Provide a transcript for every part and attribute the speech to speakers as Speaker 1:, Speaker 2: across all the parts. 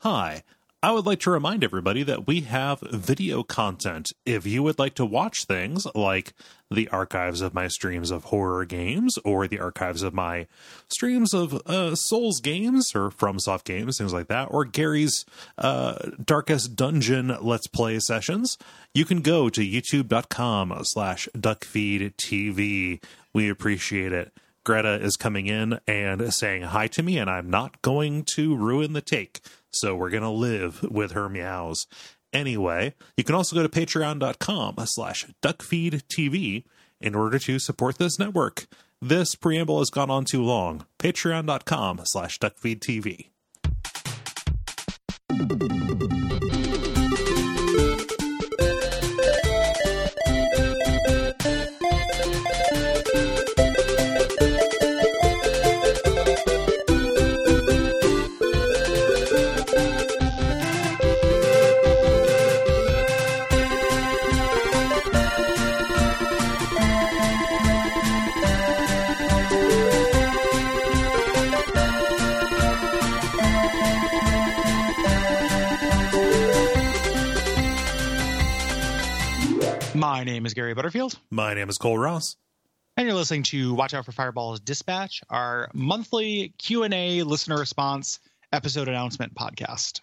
Speaker 1: Hi, I would like to remind everybody that we have video content. If you would like to watch things like the archives of my streams of horror games or the archives of my streams of uh, Souls games or FromSoft games, things like that, or Gary's uh, Darkest Dungeon Let's Play sessions, you can go to youtube.com slash duckfeedtv. We appreciate it. Greta is coming in and saying hi to me, and I'm not going to ruin the take. So we're going to live with her meows. Anyway, you can also go to patreon.com slash duckfeedtv in order to support this network. This preamble has gone on too long. Patreon.com slash duckfeedtv.
Speaker 2: My name is Gary Butterfield,
Speaker 1: My name is Cole Ross.
Speaker 2: and you're listening to Watch Out for Fireballs Dispatch, our monthly Q&A listener response episode announcement podcast.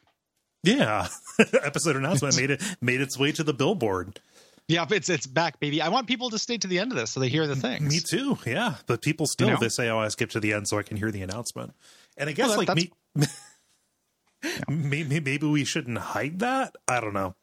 Speaker 1: Yeah, episode announcement made it made its way to the billboard.
Speaker 2: Yeah, it's it's back, baby. I want people to stay to the end of this so they hear the things.
Speaker 1: Me too. Yeah, but people still
Speaker 2: know?
Speaker 1: they say, "Oh, I skip to the end so I can hear the announcement." And I guess
Speaker 2: Well, that-
Speaker 1: like me, maybe maybe we shouldn't hide that. I don't know.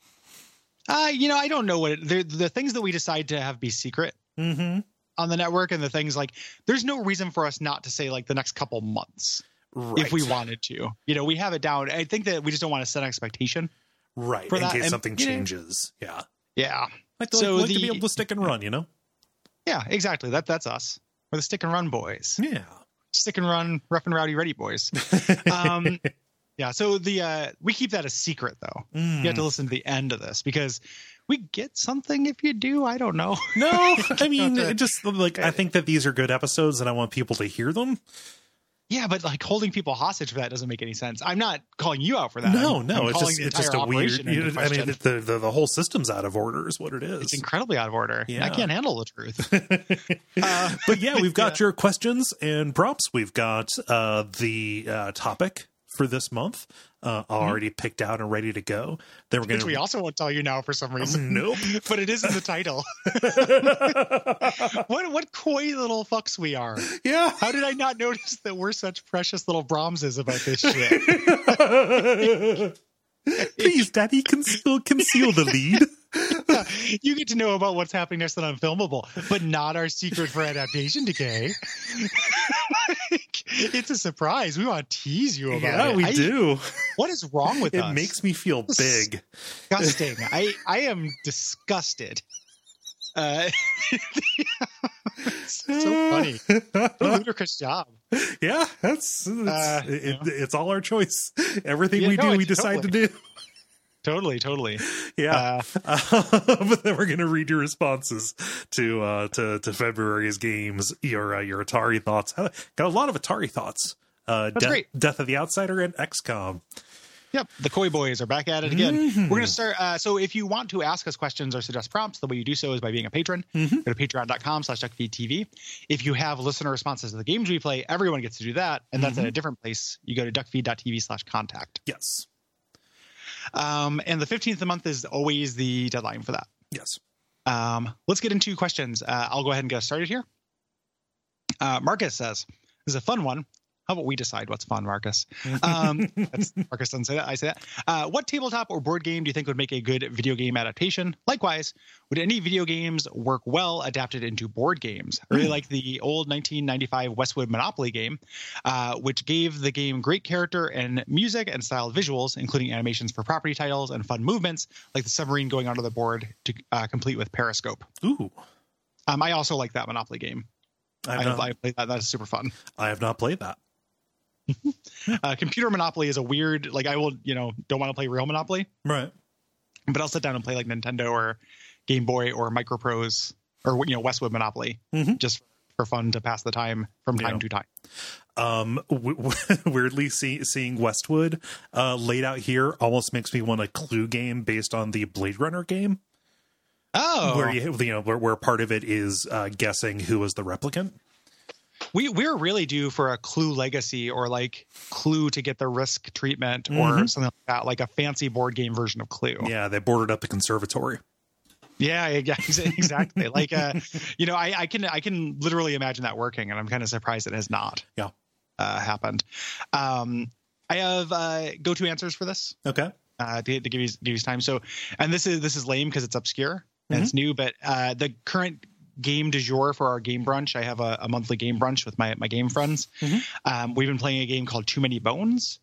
Speaker 2: Uh, you know, I don't know what it, the the things that we decide to have be secret
Speaker 1: Mm-hmm.
Speaker 2: on the network and the things like there's no reason for us not to say like the next couple months
Speaker 1: Right.
Speaker 2: if we wanted to. You know, we have it down. I think that we just don't want to set an expectation.
Speaker 1: right,
Speaker 2: for
Speaker 1: in
Speaker 2: that,
Speaker 1: case
Speaker 2: and,
Speaker 1: something
Speaker 2: you know-
Speaker 1: changes. Yeah.
Speaker 2: Yeah.
Speaker 1: Like, to-
Speaker 2: So
Speaker 1: like to be
Speaker 2: the-
Speaker 1: able to stick and run, you know.
Speaker 2: Yeah, exactly. That that's us. We're the stick and run boys.
Speaker 1: Yeah.
Speaker 2: Stick and run, rough and rowdy ready boys. Um yeah, so the uh we keep that a secret though.
Speaker 1: Mm.
Speaker 2: You
Speaker 1: Hmm.
Speaker 2: have to listen to the end of this because we get something if you do. I don't know.
Speaker 1: no, I mean,
Speaker 2: Not to-
Speaker 1: it just like I think that these are good episodes, and I want people to hear them.
Speaker 2: Yeah, but like holding people hostage for that doesn't make any sense. I'm not calling you out for that.
Speaker 1: no,
Speaker 2: I'm-
Speaker 1: no,
Speaker 2: I'm
Speaker 1: it's
Speaker 2: calling
Speaker 1: just
Speaker 2: the
Speaker 1: it's just a
Speaker 2: entire
Speaker 1: weird.
Speaker 2: operation into
Speaker 1: you know, I mean,
Speaker 2: question.
Speaker 1: the, the the whole system's out of order is what it is.
Speaker 2: it's incredibly out of order.
Speaker 1: Yeah.
Speaker 2: I can't handle the truth. uh,
Speaker 1: but yeah, we've got
Speaker 2: Yeah.
Speaker 1: your questions and prompts. We've got uh, the uh, topic for this month uh, already picked out and ready to go. Then we're going
Speaker 2: Mm-hmm. which we
Speaker 1: to.
Speaker 2: also won't tell you now for some reason.
Speaker 1: Nope.
Speaker 2: But it is in the title. what what coy little fucks we are.
Speaker 1: yeah.
Speaker 2: How did I not notice that we're such precious little Brahmses about this shit?
Speaker 1: Please, Daddy, conceal conceal the lead.
Speaker 2: you get to know about what's happening next on Unfilmable, but not our secret for adaptation decay. Like, it's a surprise. We want to tease you about
Speaker 1: yeah,
Speaker 2: it.
Speaker 1: we
Speaker 2: I-
Speaker 1: do.
Speaker 2: What is wrong with
Speaker 1: It
Speaker 2: us?
Speaker 1: makes me feel big.
Speaker 2: disgusting. I I am disgusted. Uh, it's so funny. What a ludicrous job.
Speaker 1: yeah, that's it's,
Speaker 2: Uh,
Speaker 1: it,
Speaker 2: yeah.
Speaker 1: it's all our choice. Everything
Speaker 2: Yeah,
Speaker 1: we
Speaker 2: no,
Speaker 1: do, we
Speaker 2: it's
Speaker 1: decide to do.
Speaker 2: Totally, totally.
Speaker 1: Yeah.
Speaker 2: Uh,
Speaker 1: Uh, but then we're gonna read your responses to uh to to February's games, your uh, your Atari thoughts. Uh, Got a lot of Atari thoughts. Uh,
Speaker 2: That's
Speaker 1: Death-
Speaker 2: great.
Speaker 1: Death of the Outsider and XCOM.
Speaker 2: Yep, the Koi Boys are back at it again.
Speaker 1: Mhm.
Speaker 2: We're going to start. Uh, so, if you want to ask us questions or suggest prompts, the way you do so is by being a patron.
Speaker 1: Mhm.
Speaker 2: Go to patreon.com slash duckfeedtv. If you have listener responses to the games we play, everyone gets to do that. And that's
Speaker 1: Mhm.
Speaker 2: at a different place. You go to duckfeed.tv slash contact.
Speaker 1: Yes,
Speaker 2: Um, and the 15th of the month is always the deadline for that.
Speaker 1: yes.
Speaker 2: Um, let's get into questions. Uh, I'll go ahead and get us started here. Uh, Marcus says, "This is a fun one. How about we decide what's fun, Marcus?" Um, that's, Marcus doesn't say that. I say that. Uh, what tabletop or board game do you think would make a good video game adaptation? Likewise, would any video games work well adapted into board games? I really like the old 1995 Westwood Monopoly game, uh, which gave the game great character and music and styled visuals, including animations for property titles and fun movements like the submarine going onto the board to uh, complete with Periscope.
Speaker 1: Ooh,
Speaker 2: Um, I also like that Monopoly game. I,
Speaker 1: I've not,
Speaker 2: I played that. That's super fun.
Speaker 1: I have not played that.
Speaker 2: Uh, computer Monopoly is a weird, like I will, you know, don't want to play real Monopoly,
Speaker 1: Right.
Speaker 2: but I'll sit down and play like Nintendo or Game Boy or Microprose or you know Westwood Monopoly
Speaker 1: Mhm.
Speaker 2: just for fun to pass the time from time
Speaker 1: Yeah.
Speaker 2: to time.
Speaker 1: um w- w- weirdly see- seeing westwood uh laid out here almost makes me want a clue game based on the blade runner game
Speaker 2: Oh,
Speaker 1: where you, you know where, where part of it is uh guessing who is the replicant
Speaker 2: we we're really due for a Clue Legacy or like Clue to get the risk treatment or
Speaker 1: Mhm.
Speaker 2: something like that, like a fancy board game version of Clue.
Speaker 1: yeah they boarded up the conservatory
Speaker 2: Yeah, e-, yeah, ex- exactly. like, uh, you know, I, I can I can literally imagine that working, and I'm kind of surprised it has not.
Speaker 1: Yeah.
Speaker 2: uh, happened. Um, I have uh, go-to answers for this
Speaker 1: okay
Speaker 2: uh, to, to give you give you time. So, and this is this is lame because it's obscure and it's new, but uh, the current game du jour for our game brunch, I have a, a monthly game brunch with my my game friends.
Speaker 1: Mhm.
Speaker 2: Um, we've been playing a game called Too Many Bones.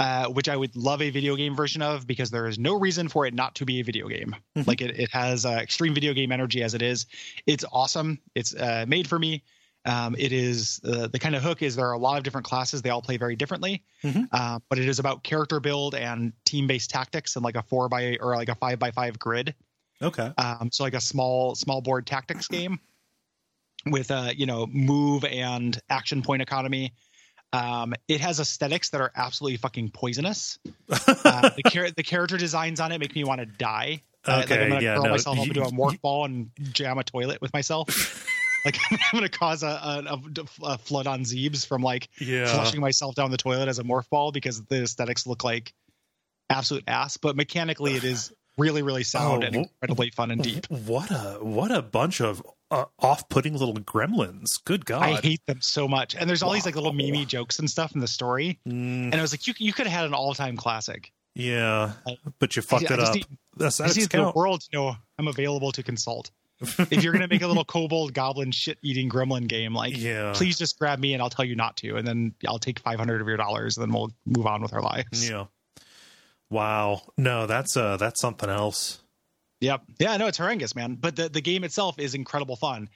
Speaker 2: Uh, which I would love a video game version of because there is no reason for it not to be a video game.
Speaker 1: Mhm.
Speaker 2: Like it, it has uh, extreme video game energy as it is. It's awesome. It's uh, made for me. Um, it is uh, the kind of hook is there are a lot of different classes. They all play very differently,
Speaker 1: Mhm.
Speaker 2: uh, but it is about character build and team based tactics and like a four by or like a five by five grid.
Speaker 1: okay
Speaker 2: Um, so like a small small board tactics game with uh, you know move and action point economy. Um, it has aesthetics that are absolutely fucking poisonous. Uh, the, char- the character designs on it make me want to die. Uh, like I'm
Speaker 1: okay
Speaker 2: gonna
Speaker 1: yeah
Speaker 2: curl
Speaker 1: no
Speaker 2: myself up
Speaker 1: you-
Speaker 2: into a morph ball and jam a toilet with myself. like I'm gonna cause a, a, a- a flood on Zeebs from like
Speaker 1: yeah
Speaker 2: flushing myself down the toilet as a morph ball because the aesthetics look like absolute ass. But mechanically, it is really really sound
Speaker 1: Oh,
Speaker 2: and
Speaker 1: wh-
Speaker 2: incredibly fun and deep.
Speaker 1: what a what a bunch of uh, off-putting little gremlins good god
Speaker 2: I hate them so much. And there's all these like little
Speaker 1: Wow.
Speaker 2: meme jokes and stuff in the story.
Speaker 1: Mm,
Speaker 2: And I was like, you you could have had an all time classic.
Speaker 1: yeah
Speaker 2: I-
Speaker 1: but you fucked
Speaker 2: I
Speaker 1: it
Speaker 2: just
Speaker 1: up
Speaker 2: need-
Speaker 1: that's
Speaker 2: I
Speaker 1: that's
Speaker 2: see the
Speaker 1: count.
Speaker 2: world to know I'm available to consult. if you're gonna make a little kobold goblin shit eating gremlin game, like
Speaker 1: yeah
Speaker 2: please just grab me and I'll tell you not to, and then I'll take five hundred of your dollars, and then we'll move on with our lives.
Speaker 1: Yeah. Wow. No, that's uh that's something else.
Speaker 2: Yep. Yeah, no, it's horrendous, man. But the, the game itself is incredible fun.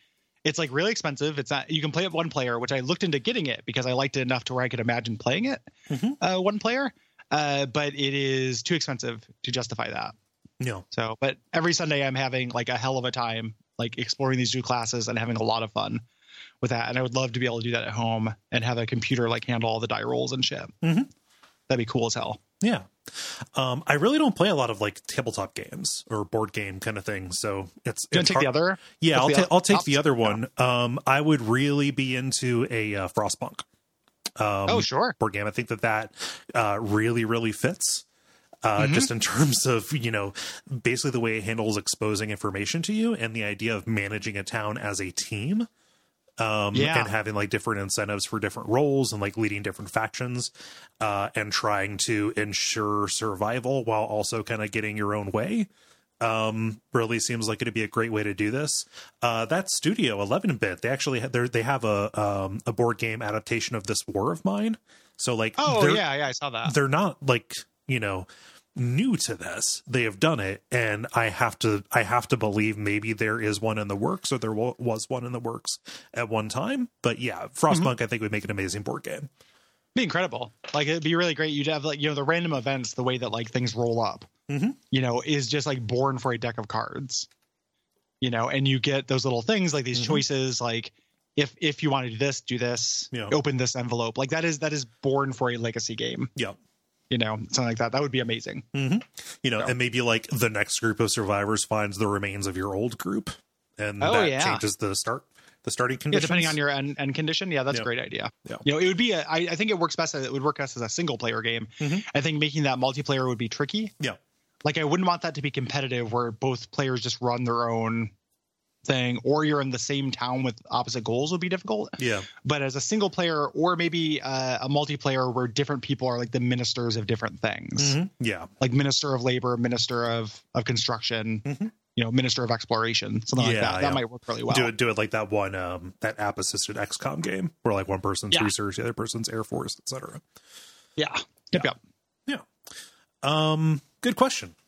Speaker 2: It's like really expensive. It's not you can play it one player, which I looked into getting it because I liked it enough to where I could imagine playing it
Speaker 1: Mhm.
Speaker 2: uh, one player. Uh, but it is too expensive to justify that.
Speaker 1: No.
Speaker 2: So, but every Sunday I'm having like a hell of a time, like exploring these new classes and having a lot of fun with that. And I would love to be able to do that at home and have a computer like handle all the die rolls and shit.
Speaker 1: Mhm.
Speaker 2: That'd be cool as hell.
Speaker 1: Yeah. Um I really don't play a lot of like tabletop games or board game kind of things, so it's
Speaker 2: You want
Speaker 1: it's
Speaker 2: to take the
Speaker 1: hard-
Speaker 2: other?
Speaker 1: Yeah, I'll,
Speaker 2: the
Speaker 1: ta-
Speaker 2: other
Speaker 1: I'll take the
Speaker 2: option?
Speaker 1: other one. Um I would really be into a uh, Frostpunk. Um
Speaker 2: oh, sure.
Speaker 1: board game. I think that that uh, really, really fits. Uh,
Speaker 2: Mhm.
Speaker 1: Just in terms of you know, basically the way it handles exposing information to you, and the idea of managing a town as a team, um,
Speaker 2: Yeah.
Speaker 1: and having like different incentives for different roles, and like leading different factions, uh, and trying to ensure survival while also kind of getting your own way. Um, really seems like it'd be a great way to do this. Uh, that studio, eleven bit, they actually ha- they're- they have a um, a board game adaptation of this war of mine. So like,
Speaker 2: Oh,
Speaker 1: they're,
Speaker 2: yeah, yeah, I saw that.
Speaker 1: they're not like you know new to this. They have done it, and I have to I have to believe maybe there is one in the works, or there wa- was one in the works at one time. But yeah, Frostpunk,
Speaker 2: Mm-hmm.
Speaker 1: I think would make an amazing board game.
Speaker 2: be incredible. Like it'd be really great. You'd have like you know the random events, the way that like things roll up.
Speaker 1: Mhm.
Speaker 2: You know, is just like born for a deck of cards. You know, and you get those little things like these
Speaker 1: Mhm.
Speaker 2: choices, like if if you want to do this, do this.
Speaker 1: Yeah.
Speaker 2: Open this envelope. Like that is that is born for a legacy game.
Speaker 1: Yeah.
Speaker 2: You know, something like that. That would be amazing.
Speaker 1: hmm You know,
Speaker 2: Yeah.
Speaker 1: and maybe like the next group of survivors finds the remains of your old group, and
Speaker 2: Oh,
Speaker 1: that
Speaker 2: yeah.
Speaker 1: changes the start the starting
Speaker 2: Yeah,
Speaker 1: conditions.
Speaker 2: depending on your end, end condition. Yeah, that's
Speaker 1: Yeah.
Speaker 2: a great idea.
Speaker 1: Yeah.
Speaker 2: You know, it would be a, I, I think it works best as it would work best as a single player game.
Speaker 1: Mhm.
Speaker 2: I think making that multiplayer would be tricky.
Speaker 1: Yeah.
Speaker 2: Like I wouldn't want that to be competitive where both players just run their own thing or you're in the same town with opposite goals would be difficult.
Speaker 1: yeah,
Speaker 2: But as a single player or maybe uh, a multiplayer where different people are like the ministers of different things.
Speaker 1: Mhm. yeah,
Speaker 2: Like minister of labor, minister of of construction,
Speaker 1: Mhm.
Speaker 2: you know, minister of exploration, something like
Speaker 1: Yeah,
Speaker 2: that. That
Speaker 1: yeah.
Speaker 2: might work really well.
Speaker 1: do it do it like that one um that app assisted XCOM game where like one person's
Speaker 2: Yeah.
Speaker 1: research, the other person's Air Force, etc.
Speaker 2: Yeah. Yep, yep.
Speaker 1: Um, good question.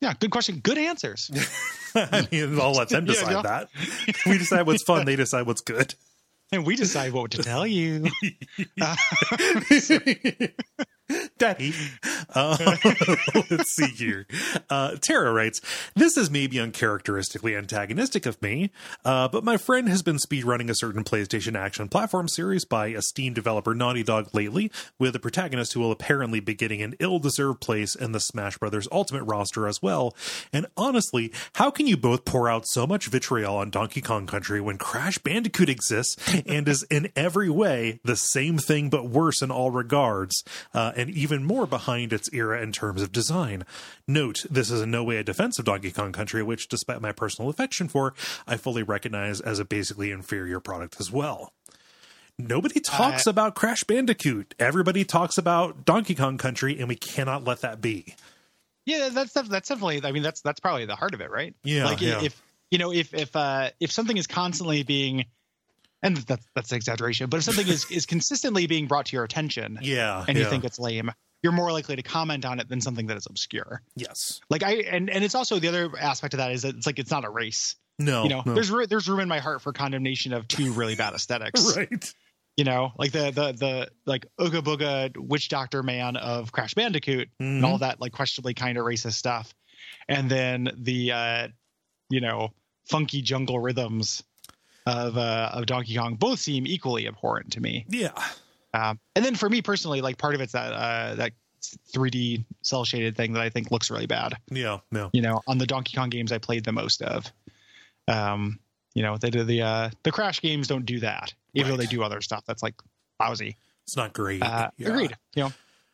Speaker 2: Yeah, good question. Good answers.
Speaker 1: I mean, I'll let them
Speaker 2: Yeah,
Speaker 1: decide
Speaker 2: yeah.
Speaker 1: that. We decide what's fun; they decide what's good.
Speaker 2: and we decide what to tell you.
Speaker 1: Daddy. Uh, let's see here. Uh, Tara writes, This is maybe uncharacteristically antagonistic of me, uh, but my friend has been speedrunning a certain PlayStation action platform series by esteemed developer Naughty Dog lately, with a protagonist who will apparently be getting an ill deserved place in the Smash Brothers Ultimate roster as well. And honestly, how can you both pour out so much vitriol on Donkey Kong Country when Crash Bandicoot exists and is in every way the same thing but worse in all regards? uh, and even more behind its era in terms of design. Note, this is in no way a defense of Donkey Kong Country, which, despite my personal affection for, I fully recognize as a basically inferior product as well. Nobody talks
Speaker 2: I-
Speaker 1: about Crash Bandicoot. Everybody talks about Donkey Kong Country, and we cannot let that be.
Speaker 2: Yeah, that's def- that's definitely. I mean, that's that's probably the heart of it, right?
Speaker 1: Yeah,
Speaker 2: like i-
Speaker 1: yeah.
Speaker 2: if you know if if uh if something is constantly being and that's that's an exaggeration but if something is is consistently being brought to your attention
Speaker 1: Yeah,
Speaker 2: and you
Speaker 1: yeah.
Speaker 2: think it's lame you're more likely to comment on it than something that is obscure
Speaker 1: yes,
Speaker 2: like i and and it's also the other aspect of that is that it's like it's not a race
Speaker 1: no,
Speaker 2: you know
Speaker 1: no.
Speaker 2: there's ru- there's room in my heart for condemnation of two really bad aesthetics
Speaker 1: right,
Speaker 2: you know like the the the like ooga booga witch doctor man of crash bandicoot and
Speaker 1: Mm-hmm.
Speaker 2: all that like questionably kind of racist stuff and then the uh you know funky jungle rhythms of uh of donkey kong both seem equally abhorrent to me
Speaker 1: yeah,
Speaker 2: um and then for me personally like part of it's that uh that 3d cell shaded thing that i think looks really bad
Speaker 1: yeah, no,
Speaker 2: you know on the donkey kong games i played the most of um you know they do the uh the crash games don't do that even though
Speaker 1: Right.
Speaker 2: they do other stuff that's like lousy
Speaker 1: it's not great.
Speaker 2: uh,
Speaker 1: Yeah.
Speaker 2: agreed you know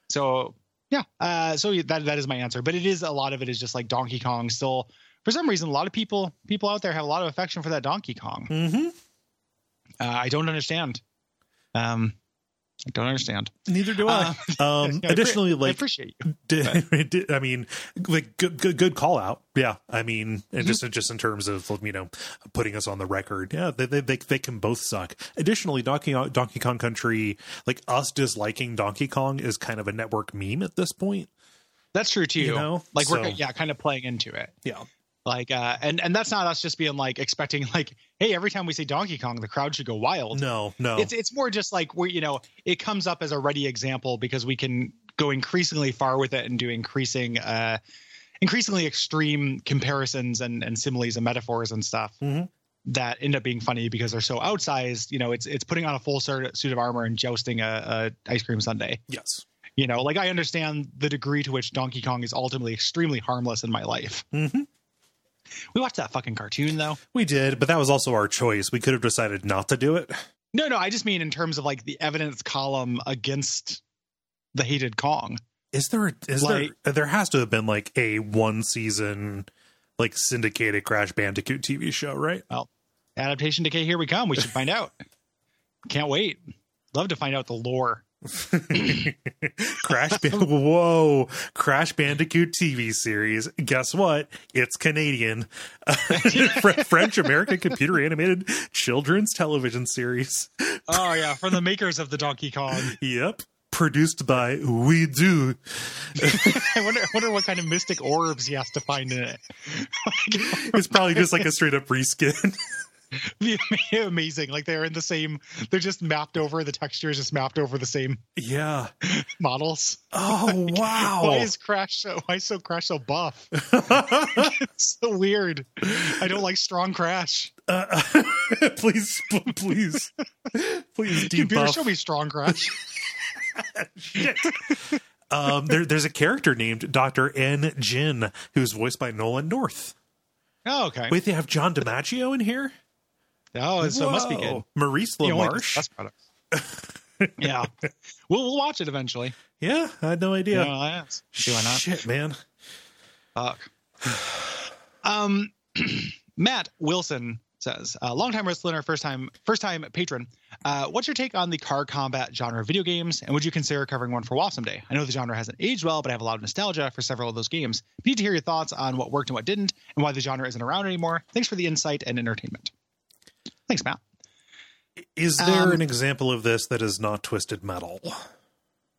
Speaker 2: so yeah uh so that that is my answer but it is a lot of it is just like donkey kong still for some reason a lot of people people out there have a lot of affection for that donkey kong
Speaker 1: Mhm.
Speaker 2: uh, i don't understand um i don't understand
Speaker 1: Neither do I.
Speaker 2: Uh,
Speaker 1: um,
Speaker 2: I appre-
Speaker 1: additionally,
Speaker 2: i
Speaker 1: like
Speaker 2: appreciate you
Speaker 1: Did, did- I mean, like good, good, good call out. Yeah, I mean, and
Speaker 2: Mm-hmm.
Speaker 1: just just in terms of you know putting us on the record. Yeah, they they they, they can both suck. Additionally, Donkey Kong- Donkey Kong Country, like us disliking Donkey Kong, is kind of a network meme at this point.
Speaker 2: that's true too
Speaker 1: You know,
Speaker 2: like we're
Speaker 1: so-
Speaker 2: yeah kind of playing into it
Speaker 1: Yeah,
Speaker 2: like uh and and that's not us just being like expecting like hey every time we say donkey kong the crowd should go wild
Speaker 1: no, no,
Speaker 2: it's it's more just like we're you know it comes up as a ready example because we can go increasingly far with it and do increasing uh increasingly extreme comparisons and and similes and metaphors and stuff
Speaker 1: Mhm.
Speaker 2: that end up being funny because they're so outsized you know it's it's putting on a full suit suit of armor and jousting a, a ice cream sundae
Speaker 1: yes,
Speaker 2: you know like i understand the degree to which donkey kong is ultimately extremely harmless in my life
Speaker 1: hmm
Speaker 2: we watched that fucking cartoon though
Speaker 1: we did, but that was also our choice. We could have decided not to do it.
Speaker 2: No, no, I just mean in terms of like the evidence column against the hated Kong.
Speaker 1: Is there a- is
Speaker 2: Like-
Speaker 1: there there has to have been like a one season like syndicated Crash Bandicoot TV show, right?
Speaker 2: Adaptation decay, here we come. We should find out. Can't wait. Love to find out the lore.
Speaker 1: Crash Band- Whoa, Crash Bandicoot TV series. Guess what? It's Canadian. French American computer animated children's television series.
Speaker 2: Oh yeah, from the makers of the Donkey Kong.
Speaker 1: Yep. Produced by We Do.
Speaker 2: I wonder, I wonder what kind of mystic orbs he has to find in it.
Speaker 1: It's probably just like a straight up reskin.
Speaker 2: It'd be amazing. Like they're in the same. They're just mapped over. The texture is just mapped over the same
Speaker 1: yeah.
Speaker 2: models.
Speaker 1: Oh, wow.
Speaker 2: Why is Crash so? Why is so Crash so buff? it's so weird. I don't like strong Crash.
Speaker 1: Uh, please, please, please
Speaker 2: Computer,
Speaker 1: debuff.
Speaker 2: show me strong Crash.
Speaker 1: Shit. um, there, there's a character named Dr. N. Jin who's voiced by Nolan North.
Speaker 2: Oh, okay.
Speaker 1: Wait, they have John DiMaggio in here?
Speaker 2: oh, so it must be good.
Speaker 1: Whoa. Maurice
Speaker 2: You know, like,
Speaker 1: LaMarche?
Speaker 2: that's products. yeah, we'll we'll watch it eventually.
Speaker 1: yeah, I had no idea.
Speaker 2: You know, that's- why not?
Speaker 1: Shit, man.
Speaker 2: Fuck. Um, Matt Wilson says, uh, longtime listener, first time first time patron. Uh, what's your take on the car combat genre of video games, and would you consider covering one for WoW someday? I know the genre hasn't aged well, but I have a lot of nostalgia for several of those games. Need to hear your thoughts on what worked and what didn't, and why the genre isn't around anymore. Thanks for the insight and entertainment. Thanks, Matt.
Speaker 1: Is there
Speaker 2: Um,
Speaker 1: an example of this that is not Twisted Metal?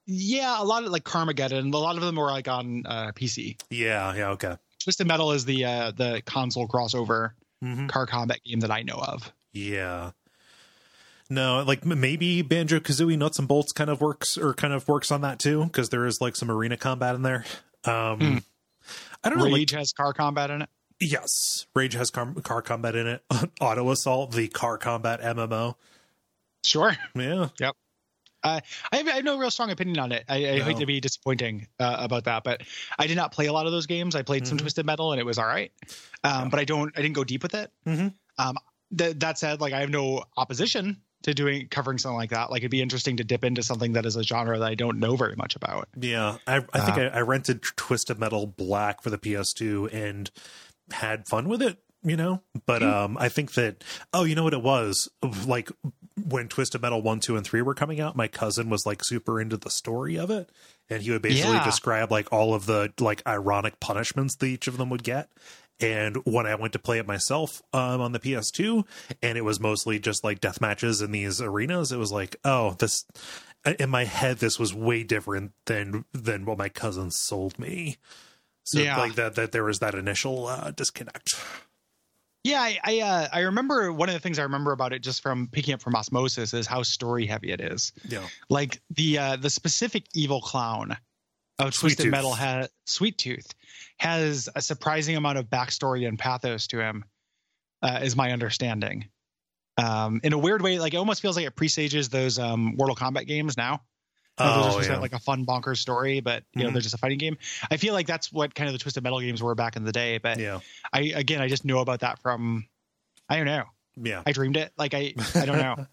Speaker 2: Yeah, a lot of like Carmageddon. A lot of them were like on uh, PC.
Speaker 1: Yeah, yeah, okay.
Speaker 2: Twisted Metal is the uh, the console crossover
Speaker 1: Mhm.
Speaker 2: car combat game that I know of.
Speaker 1: Yeah. No, like m- maybe Banjo Kazooie Nuts and Bolts kind of works or kind of works on that too because there is like some arena combat in there. Um,
Speaker 2: Mm.
Speaker 1: I don't know. like-
Speaker 2: Rage has car combat in it.
Speaker 1: yes, Rage has car, car combat in it. Auto Assault, the car combat MMO.
Speaker 2: Sure.
Speaker 1: Yeah,
Speaker 2: I have, I have no real strong opinion on it. I, I
Speaker 1: No.
Speaker 2: hate to be disappointing uh, about that, but I did not play a lot of those games. I played some
Speaker 1: Mhm.
Speaker 2: Twisted Metal, and it was all right, um, but I don't. I didn't go deep with it.
Speaker 1: Mhm.
Speaker 2: Um, th- that said, like I have no opposition to doing covering something like that. Like it'd be interesting to dip into something that is a genre that I don't know very much about.
Speaker 1: yeah. I, I think
Speaker 2: Uh,
Speaker 1: I, I rented Twisted Metal Black for the PS2 and had fun with it. You know, but
Speaker 2: Mm.
Speaker 1: um, I think that oh, you know what it was like when Twisted Metal one, two, and three were coming out. My cousin was like super into the story of it, and he would basically
Speaker 2: Yeah.
Speaker 1: describe like all of the like ironic punishments that each of them would get. And when I went to play it myself um, on the PS2, and it was mostly just like death matches in these arenas, it was like, oh, this. In my head, this was way different than than what my cousin sold me. So
Speaker 2: Yeah.
Speaker 1: like that that there was that initial uh, disconnect.
Speaker 2: Yeah, I I, uh, I remember one of the things I remember about it just from picking up from Osmosis is how story heavy it is.
Speaker 1: Yeah.
Speaker 2: like the uh the specific evil clown of
Speaker 1: Sweet
Speaker 2: twisted
Speaker 1: Tooth.
Speaker 2: metal has sweet tooth has a surprising amount of backstory and pathos to him uh, is my understanding um in a weird way like it almost feels like it presages those um mortal kombat games now You know, Oh,
Speaker 1: Oh,
Speaker 2: those are supposed to have, like a fun bonkers story but you know
Speaker 1: Mhm.
Speaker 2: they're just a fighting game i feel like that's what kind of the twisted metal games were back in the day but
Speaker 1: yeah.
Speaker 2: i again i just know about that from i don't know
Speaker 1: Yeah.
Speaker 2: i dreamed it like i i don't know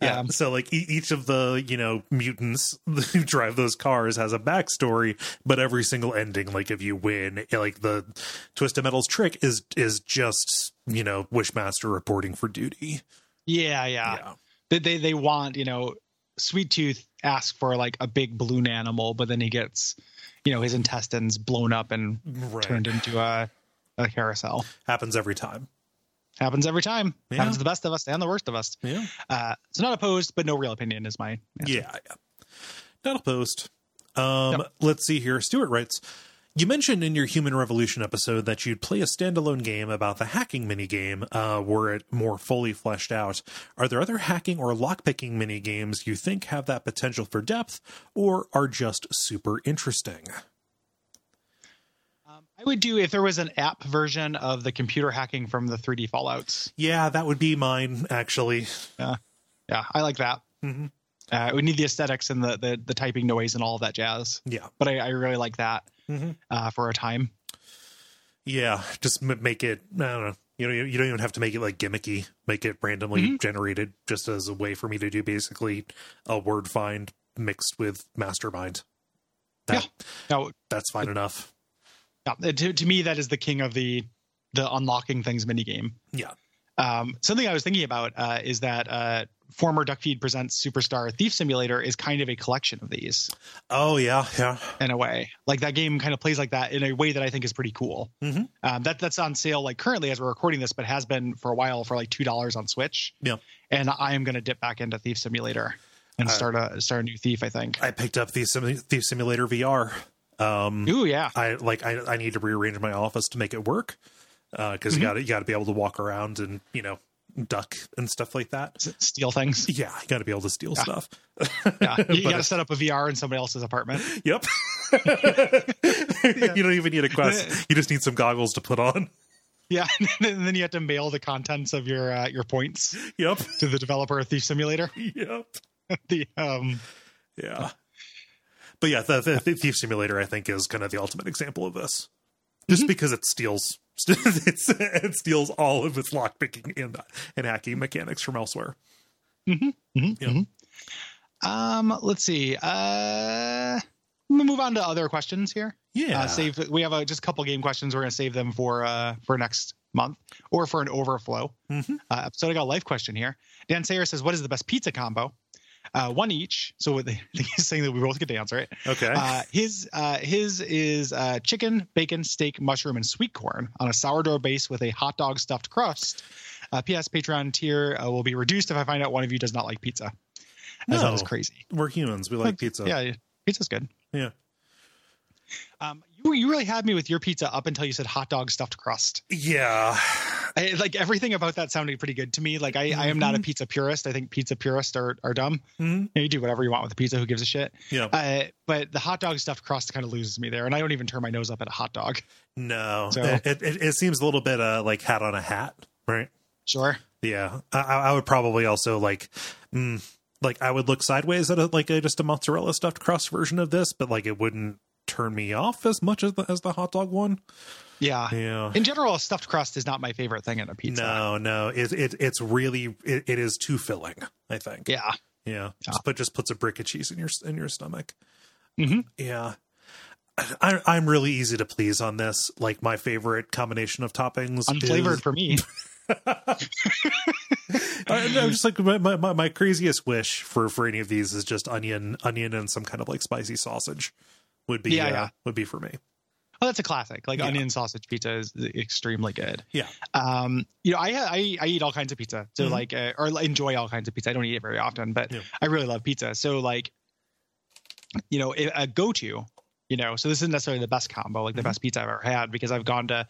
Speaker 1: yeah.
Speaker 2: Um,
Speaker 1: so like e- each of the you know mutants who drive those cars has a backstory, but every single ending, like if you win, like the Twisted Metal's trick is is just you know Wishmaster reporting for duty.
Speaker 2: yeah yeah they they, they want you know sweet tooth asks for like a big balloon animal but then he gets you know his intestines blown up and
Speaker 1: right.
Speaker 2: turned into a, a carousel
Speaker 1: Happens every time.
Speaker 2: happens every time
Speaker 1: Yeah.
Speaker 2: happens to the best of us and the worst of us
Speaker 1: Yeah.
Speaker 2: uh so not opposed but no real opinion is my answer.
Speaker 1: Yeah, yeah. That'll post. Um,
Speaker 2: Yep.
Speaker 1: Let's see here. Stuart writes You mentioned in your Human Revolution episode that you'd play a standalone game about the hacking minigame uh, were it more fully fleshed out. Are there other hacking or lockpicking minigames you think have that potential for depth or are just super interesting?
Speaker 2: um, i would do if there was an app version of the computer hacking from the 3d fallouts
Speaker 1: Yeah, that would be mine, actually.
Speaker 2: yeah i like that
Speaker 1: Mhm.
Speaker 2: uh, we need the aesthetics and the, the the typing noise and all of that jazz
Speaker 1: Yeah.
Speaker 2: but i, I really like that
Speaker 1: Mhm.
Speaker 2: uh, for a time
Speaker 1: Yeah, just m- make it. I don't know. You know, you- you don't even have to make it like gimmicky. Make it randomly
Speaker 2: Mhm.
Speaker 1: generated, just as a way for me to do basically a word find mixed with mastermind. That,
Speaker 2: now
Speaker 1: that's fine enough.
Speaker 2: Yeah, to, to me, that is the king of the the unlocking things minigame.
Speaker 1: Yeah.
Speaker 2: Um, something I was thinking about uh, is that uh, former Duckfeed Presents Superstar Thief Simulator is kind of a collection of these
Speaker 1: Oh yeah, yeah.
Speaker 2: in a way. Like that game kind of plays like that in a way that I think is pretty cool.
Speaker 1: Mhm.
Speaker 2: Um, that that's on sale like currently as we're recording this, but has been for a while for like two dollars on Switch.
Speaker 1: Yeah.
Speaker 2: And I am going to dip back into Thief Simulator and
Speaker 1: Uh,
Speaker 2: start a start a new Thief. I think.
Speaker 1: I picked up the Sim- Thief Simulator VR. Um,
Speaker 2: Ooh yeah.
Speaker 1: I like. I, I need to rearrange my office to make it work because you
Speaker 2: Mhm.
Speaker 1: got to you got to be able to walk around and you know duck and stuff like that.
Speaker 2: S- steal things.
Speaker 1: Yeah, you got to be able to steal
Speaker 2: Yeah.
Speaker 1: stuff.
Speaker 2: Yeah. You
Speaker 1: But-
Speaker 2: got to set up a VR in somebody else's apartment.
Speaker 1: Yep. You don't even need a quest. You just need some goggles to put on.
Speaker 2: Yeah, and then you have to mail the contents of your uh, your points
Speaker 1: Yep.
Speaker 2: to the developer of Thief Simulator.
Speaker 1: Yep.
Speaker 2: the um,
Speaker 1: Yeah. But yeah, the, the, the Thief Simulator, I think, is kind of the ultimate example of this. Just because it steals, it's, it steals all of its lockpicking and and hacking mechanics from elsewhere.
Speaker 2: mhm,
Speaker 1: Yeah.
Speaker 2: mhm. um, let's see. Uh, I'm gonna move on to other questions here.
Speaker 1: Yeah.
Speaker 2: Uh, save. We have uh, just a couple game questions. We're gonna save them for uh for next month or for an overflow
Speaker 1: Mhm.
Speaker 2: uh, episode. I got a life question here. Dan Sayer says, "What is the best pizza combo?" Uh, one each. So what they, he's saying that we both get to answer it.
Speaker 1: Okay.
Speaker 2: Uh, his uh, his is uh, chicken, bacon, steak, mushroom, and sweet corn on a sourdough base with a hot dog stuffed crust. Uh, P.S. Patreon tier uh, will be reduced if I find out one of you does not like pizza. As
Speaker 1: No.
Speaker 2: That is crazy.
Speaker 1: We're humans. We like pizza.
Speaker 2: Yeah, yeah, pizza's good.
Speaker 1: Yeah.
Speaker 2: Um, you you really had me with your pizza up until you said hot dog stuffed crust.
Speaker 1: Yeah.
Speaker 2: I, like everything about that sounded pretty good to me. Like I, I am not a
Speaker 1: Mhm.
Speaker 2: pizza purist. I think pizza purists are are dumb.
Speaker 1: Mhm.
Speaker 2: You, know, you do whatever you want with a pizza. Who gives a shit?
Speaker 1: Yeah.
Speaker 2: Uh, but the hot dog stuff cross kind of loses me there, and I don't even turn my nose up at a hot dog.
Speaker 1: No,
Speaker 2: So-
Speaker 1: it, it, it seems a little bit uh, like hat on a hat, right?
Speaker 2: Sure.
Speaker 1: Yeah, I, I I would probably also like, mm, like I would look sideways at a, like a, just a mozzarella stuffed crust version of this, but like it wouldn't turn me off as much as the as the hot dog one.
Speaker 2: Yeah.
Speaker 1: Yeah.
Speaker 2: In general, a stuffed crust is not my favorite thing in a pizza.
Speaker 1: No, no, it, it it's really it, it is too filling. I think.
Speaker 2: Yeah.
Speaker 1: Yeah,
Speaker 2: Yeah.
Speaker 1: Just put just puts a brick of cheese in your in your stomach.
Speaker 2: Mhm.
Speaker 1: Yeah, I, I'm really easy to please on this. Like my favorite combination of toppings,
Speaker 2: Unflavored
Speaker 1: Is,
Speaker 2: for me.
Speaker 1: I, I'm just like my, my my- my craziest wish for for any of these is just onion onion and some kind of like spicy sausage would be
Speaker 2: Yeah,
Speaker 1: uh,
Speaker 2: yeah.
Speaker 1: would be for me.
Speaker 2: Oh, that's a classic. Like
Speaker 1: Yeah.
Speaker 2: onion sausage pizza is extremely good.
Speaker 1: Yeah.
Speaker 2: Um, you know, I I, I eat all kinds of pizza. So
Speaker 1: Mhm.
Speaker 2: like, uh, or enjoy all kinds of pizza. I don't eat it very often, but
Speaker 1: Yeah.
Speaker 2: I really love pizza. So like, you know, a a go-to. You know, so this isn't necessarily the best combo, like the
Speaker 1: Mhm.
Speaker 2: best pizza I've ever had, because I've gone to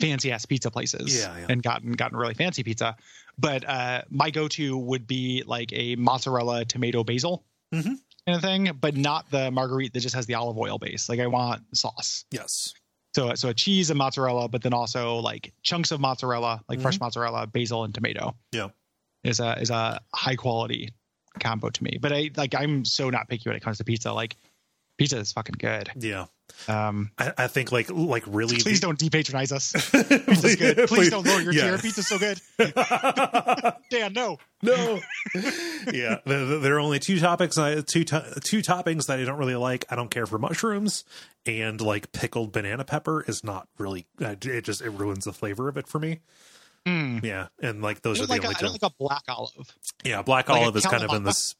Speaker 2: fancy ass pizza places
Speaker 1: Yeah, yeah.
Speaker 2: and gotten gotten really fancy pizza. But uh, my go-to would be like a mozzarella tomato basil
Speaker 1: Mhm.
Speaker 2: kind of thing, but not the margarita that just has the olive oil base. Like I want sauce.
Speaker 1: Yes.
Speaker 2: So so a cheese and mozzarella, but then also like chunks of mozzarella, like fresh mozzarella, basil, and tomato.
Speaker 1: Mm-hmm. Yeah.
Speaker 2: is a is a high quality combo to me. But I like I'm so not picky when it comes to pizza. Like pizza is fucking good.
Speaker 1: Yeah.
Speaker 2: Um,
Speaker 1: I, I think like like really.
Speaker 2: please don't depatronize us.
Speaker 1: don't.
Speaker 2: Pizza's good. Please, don't lower your tier. Pizza's so good.
Speaker 1: tier.
Speaker 2: Dan, no.
Speaker 1: no yeah there, there- there are only two topics I, two to- two toppings that i don't really like i don't care for mushrooms and like pickled banana pepper is not really uh, it just it ruins the flavor of it for me
Speaker 2: Mm.
Speaker 1: yeah and like
Speaker 2: I
Speaker 1: those are the
Speaker 2: don't like, a,
Speaker 1: only
Speaker 2: I
Speaker 1: two
Speaker 2: don't like a black olive.
Speaker 1: yeah black
Speaker 2: like a
Speaker 1: olive is kind of in
Speaker 2: Kalamata.
Speaker 1: this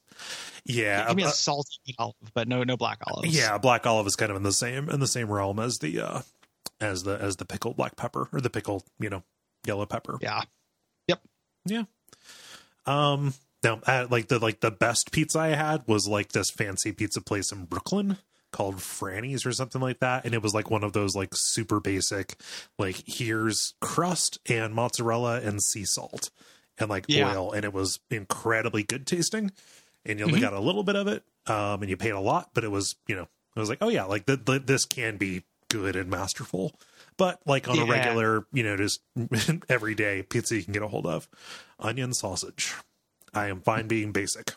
Speaker 1: yeah
Speaker 2: Give me
Speaker 1: uh,
Speaker 2: a salty olive, but no no black olives.
Speaker 1: yeah black olive is kind of in the same in the same realm as the uh as the as the pickled black pepper or the pickled you know yellow pepper
Speaker 2: yeah.
Speaker 1: Um, now, I, like the like the best pizza I had was like this fancy pizza place in Brooklyn called Franny's or something like that, and it was like one of those like super basic, like here's crust and mozzarella and sea salt and like
Speaker 2: Yeah.
Speaker 1: oil, and it was incredibly good tasting, and you only
Speaker 2: Mhm.
Speaker 1: got a little bit of it, um, and you paid a lot, but it was you know it was like oh yeah, like the, the, this can be good and masterful, but like on a
Speaker 2: Yeah.
Speaker 1: regular you know just everyday pizza you can get a hold of, onion sausage. I am fine being basic.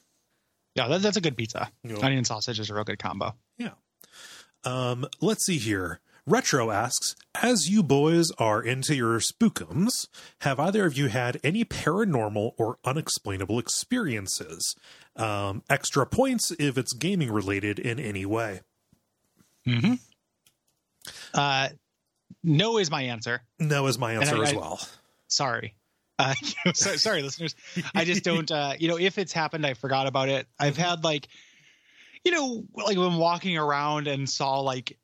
Speaker 2: Yeah, that, that's a good pizza.
Speaker 1: You know?
Speaker 2: Onion and sausage is a real good combo.
Speaker 1: Um, let's see here. Retro asks, as you boys are into your spookums, have either of you had any paranormal or unexplainable experiences? Um, extra points if it's gaming related in any way.
Speaker 2: Mm-hmm. Uh, no is my answer.
Speaker 1: No is my answer
Speaker 2: I-
Speaker 1: as
Speaker 2: I-
Speaker 1: well.
Speaker 2: Sorry. Uh, so, sorry, listeners. I just don't, uh, you know, if it's happened, I forgot about it. I've had like, you know, like when walking around and saw like,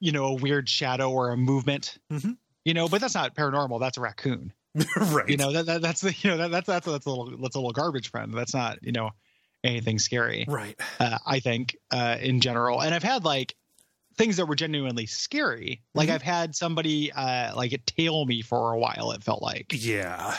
Speaker 2: you know, a weird shadow or a movement,
Speaker 1: Mhm.
Speaker 2: you know, but that's not paranormal. That's a raccoon.
Speaker 1: right.
Speaker 2: You know, that, that that's the, you know, that, that's, that's, that's a little, that's a little garbage friend. That's not, you know, anything scary
Speaker 1: Right.
Speaker 2: uh, I think, uh, in general. And I've had like things that were genuinely scary. Like
Speaker 1: Mhm.
Speaker 2: I've had somebody uh, like tail me for a while. It felt like,
Speaker 1: Yeah.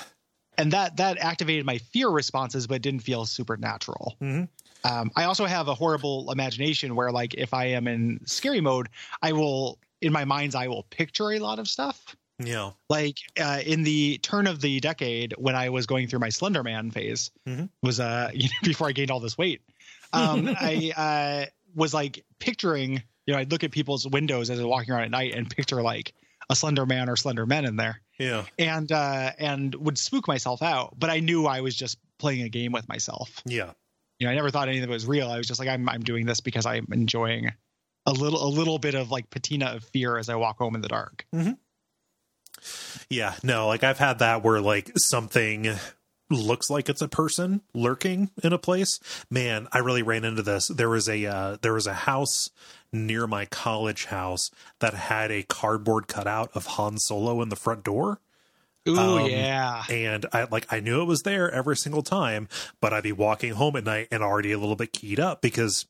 Speaker 2: and that that activated my fear responses, but it didn't feel supernatural.
Speaker 1: Mhm.
Speaker 2: Um, I also have a horrible imagination where, like, if I am in scary mode, I will in my mind's eye will picture a lot of stuff.
Speaker 1: Yeah.
Speaker 2: Like uh, in the turn of the decade, when I was going through my Slender Man phase,
Speaker 1: Mhm.
Speaker 2: was uh you know, before I gained all this weight. Um, I uh, was like picturing, you know, I'd look at people's windows as they're walking around at night and picture like a Slender Man or Slender Men in there
Speaker 1: Yeah.
Speaker 2: and uh and would spook myself out but i knew i was just playing a game with myself
Speaker 1: Yeah.
Speaker 2: you know i never thought anything was real i was just like i'm i'm doing this because i'm enjoying a little a little bit of like patina of fear as i walk home in the dark
Speaker 1: Yeah. No, like I've had that where like something looks like it's a person lurking in a place. Man, I really ran into this. There was a uh, there was a house near my college house that had a cardboard cutout of Han Solo in the front door
Speaker 2: ooh
Speaker 1: Um,
Speaker 2: yeah
Speaker 1: and I like I knew it was there every single time, but I'd be walking home at night and already a little bit keyed up because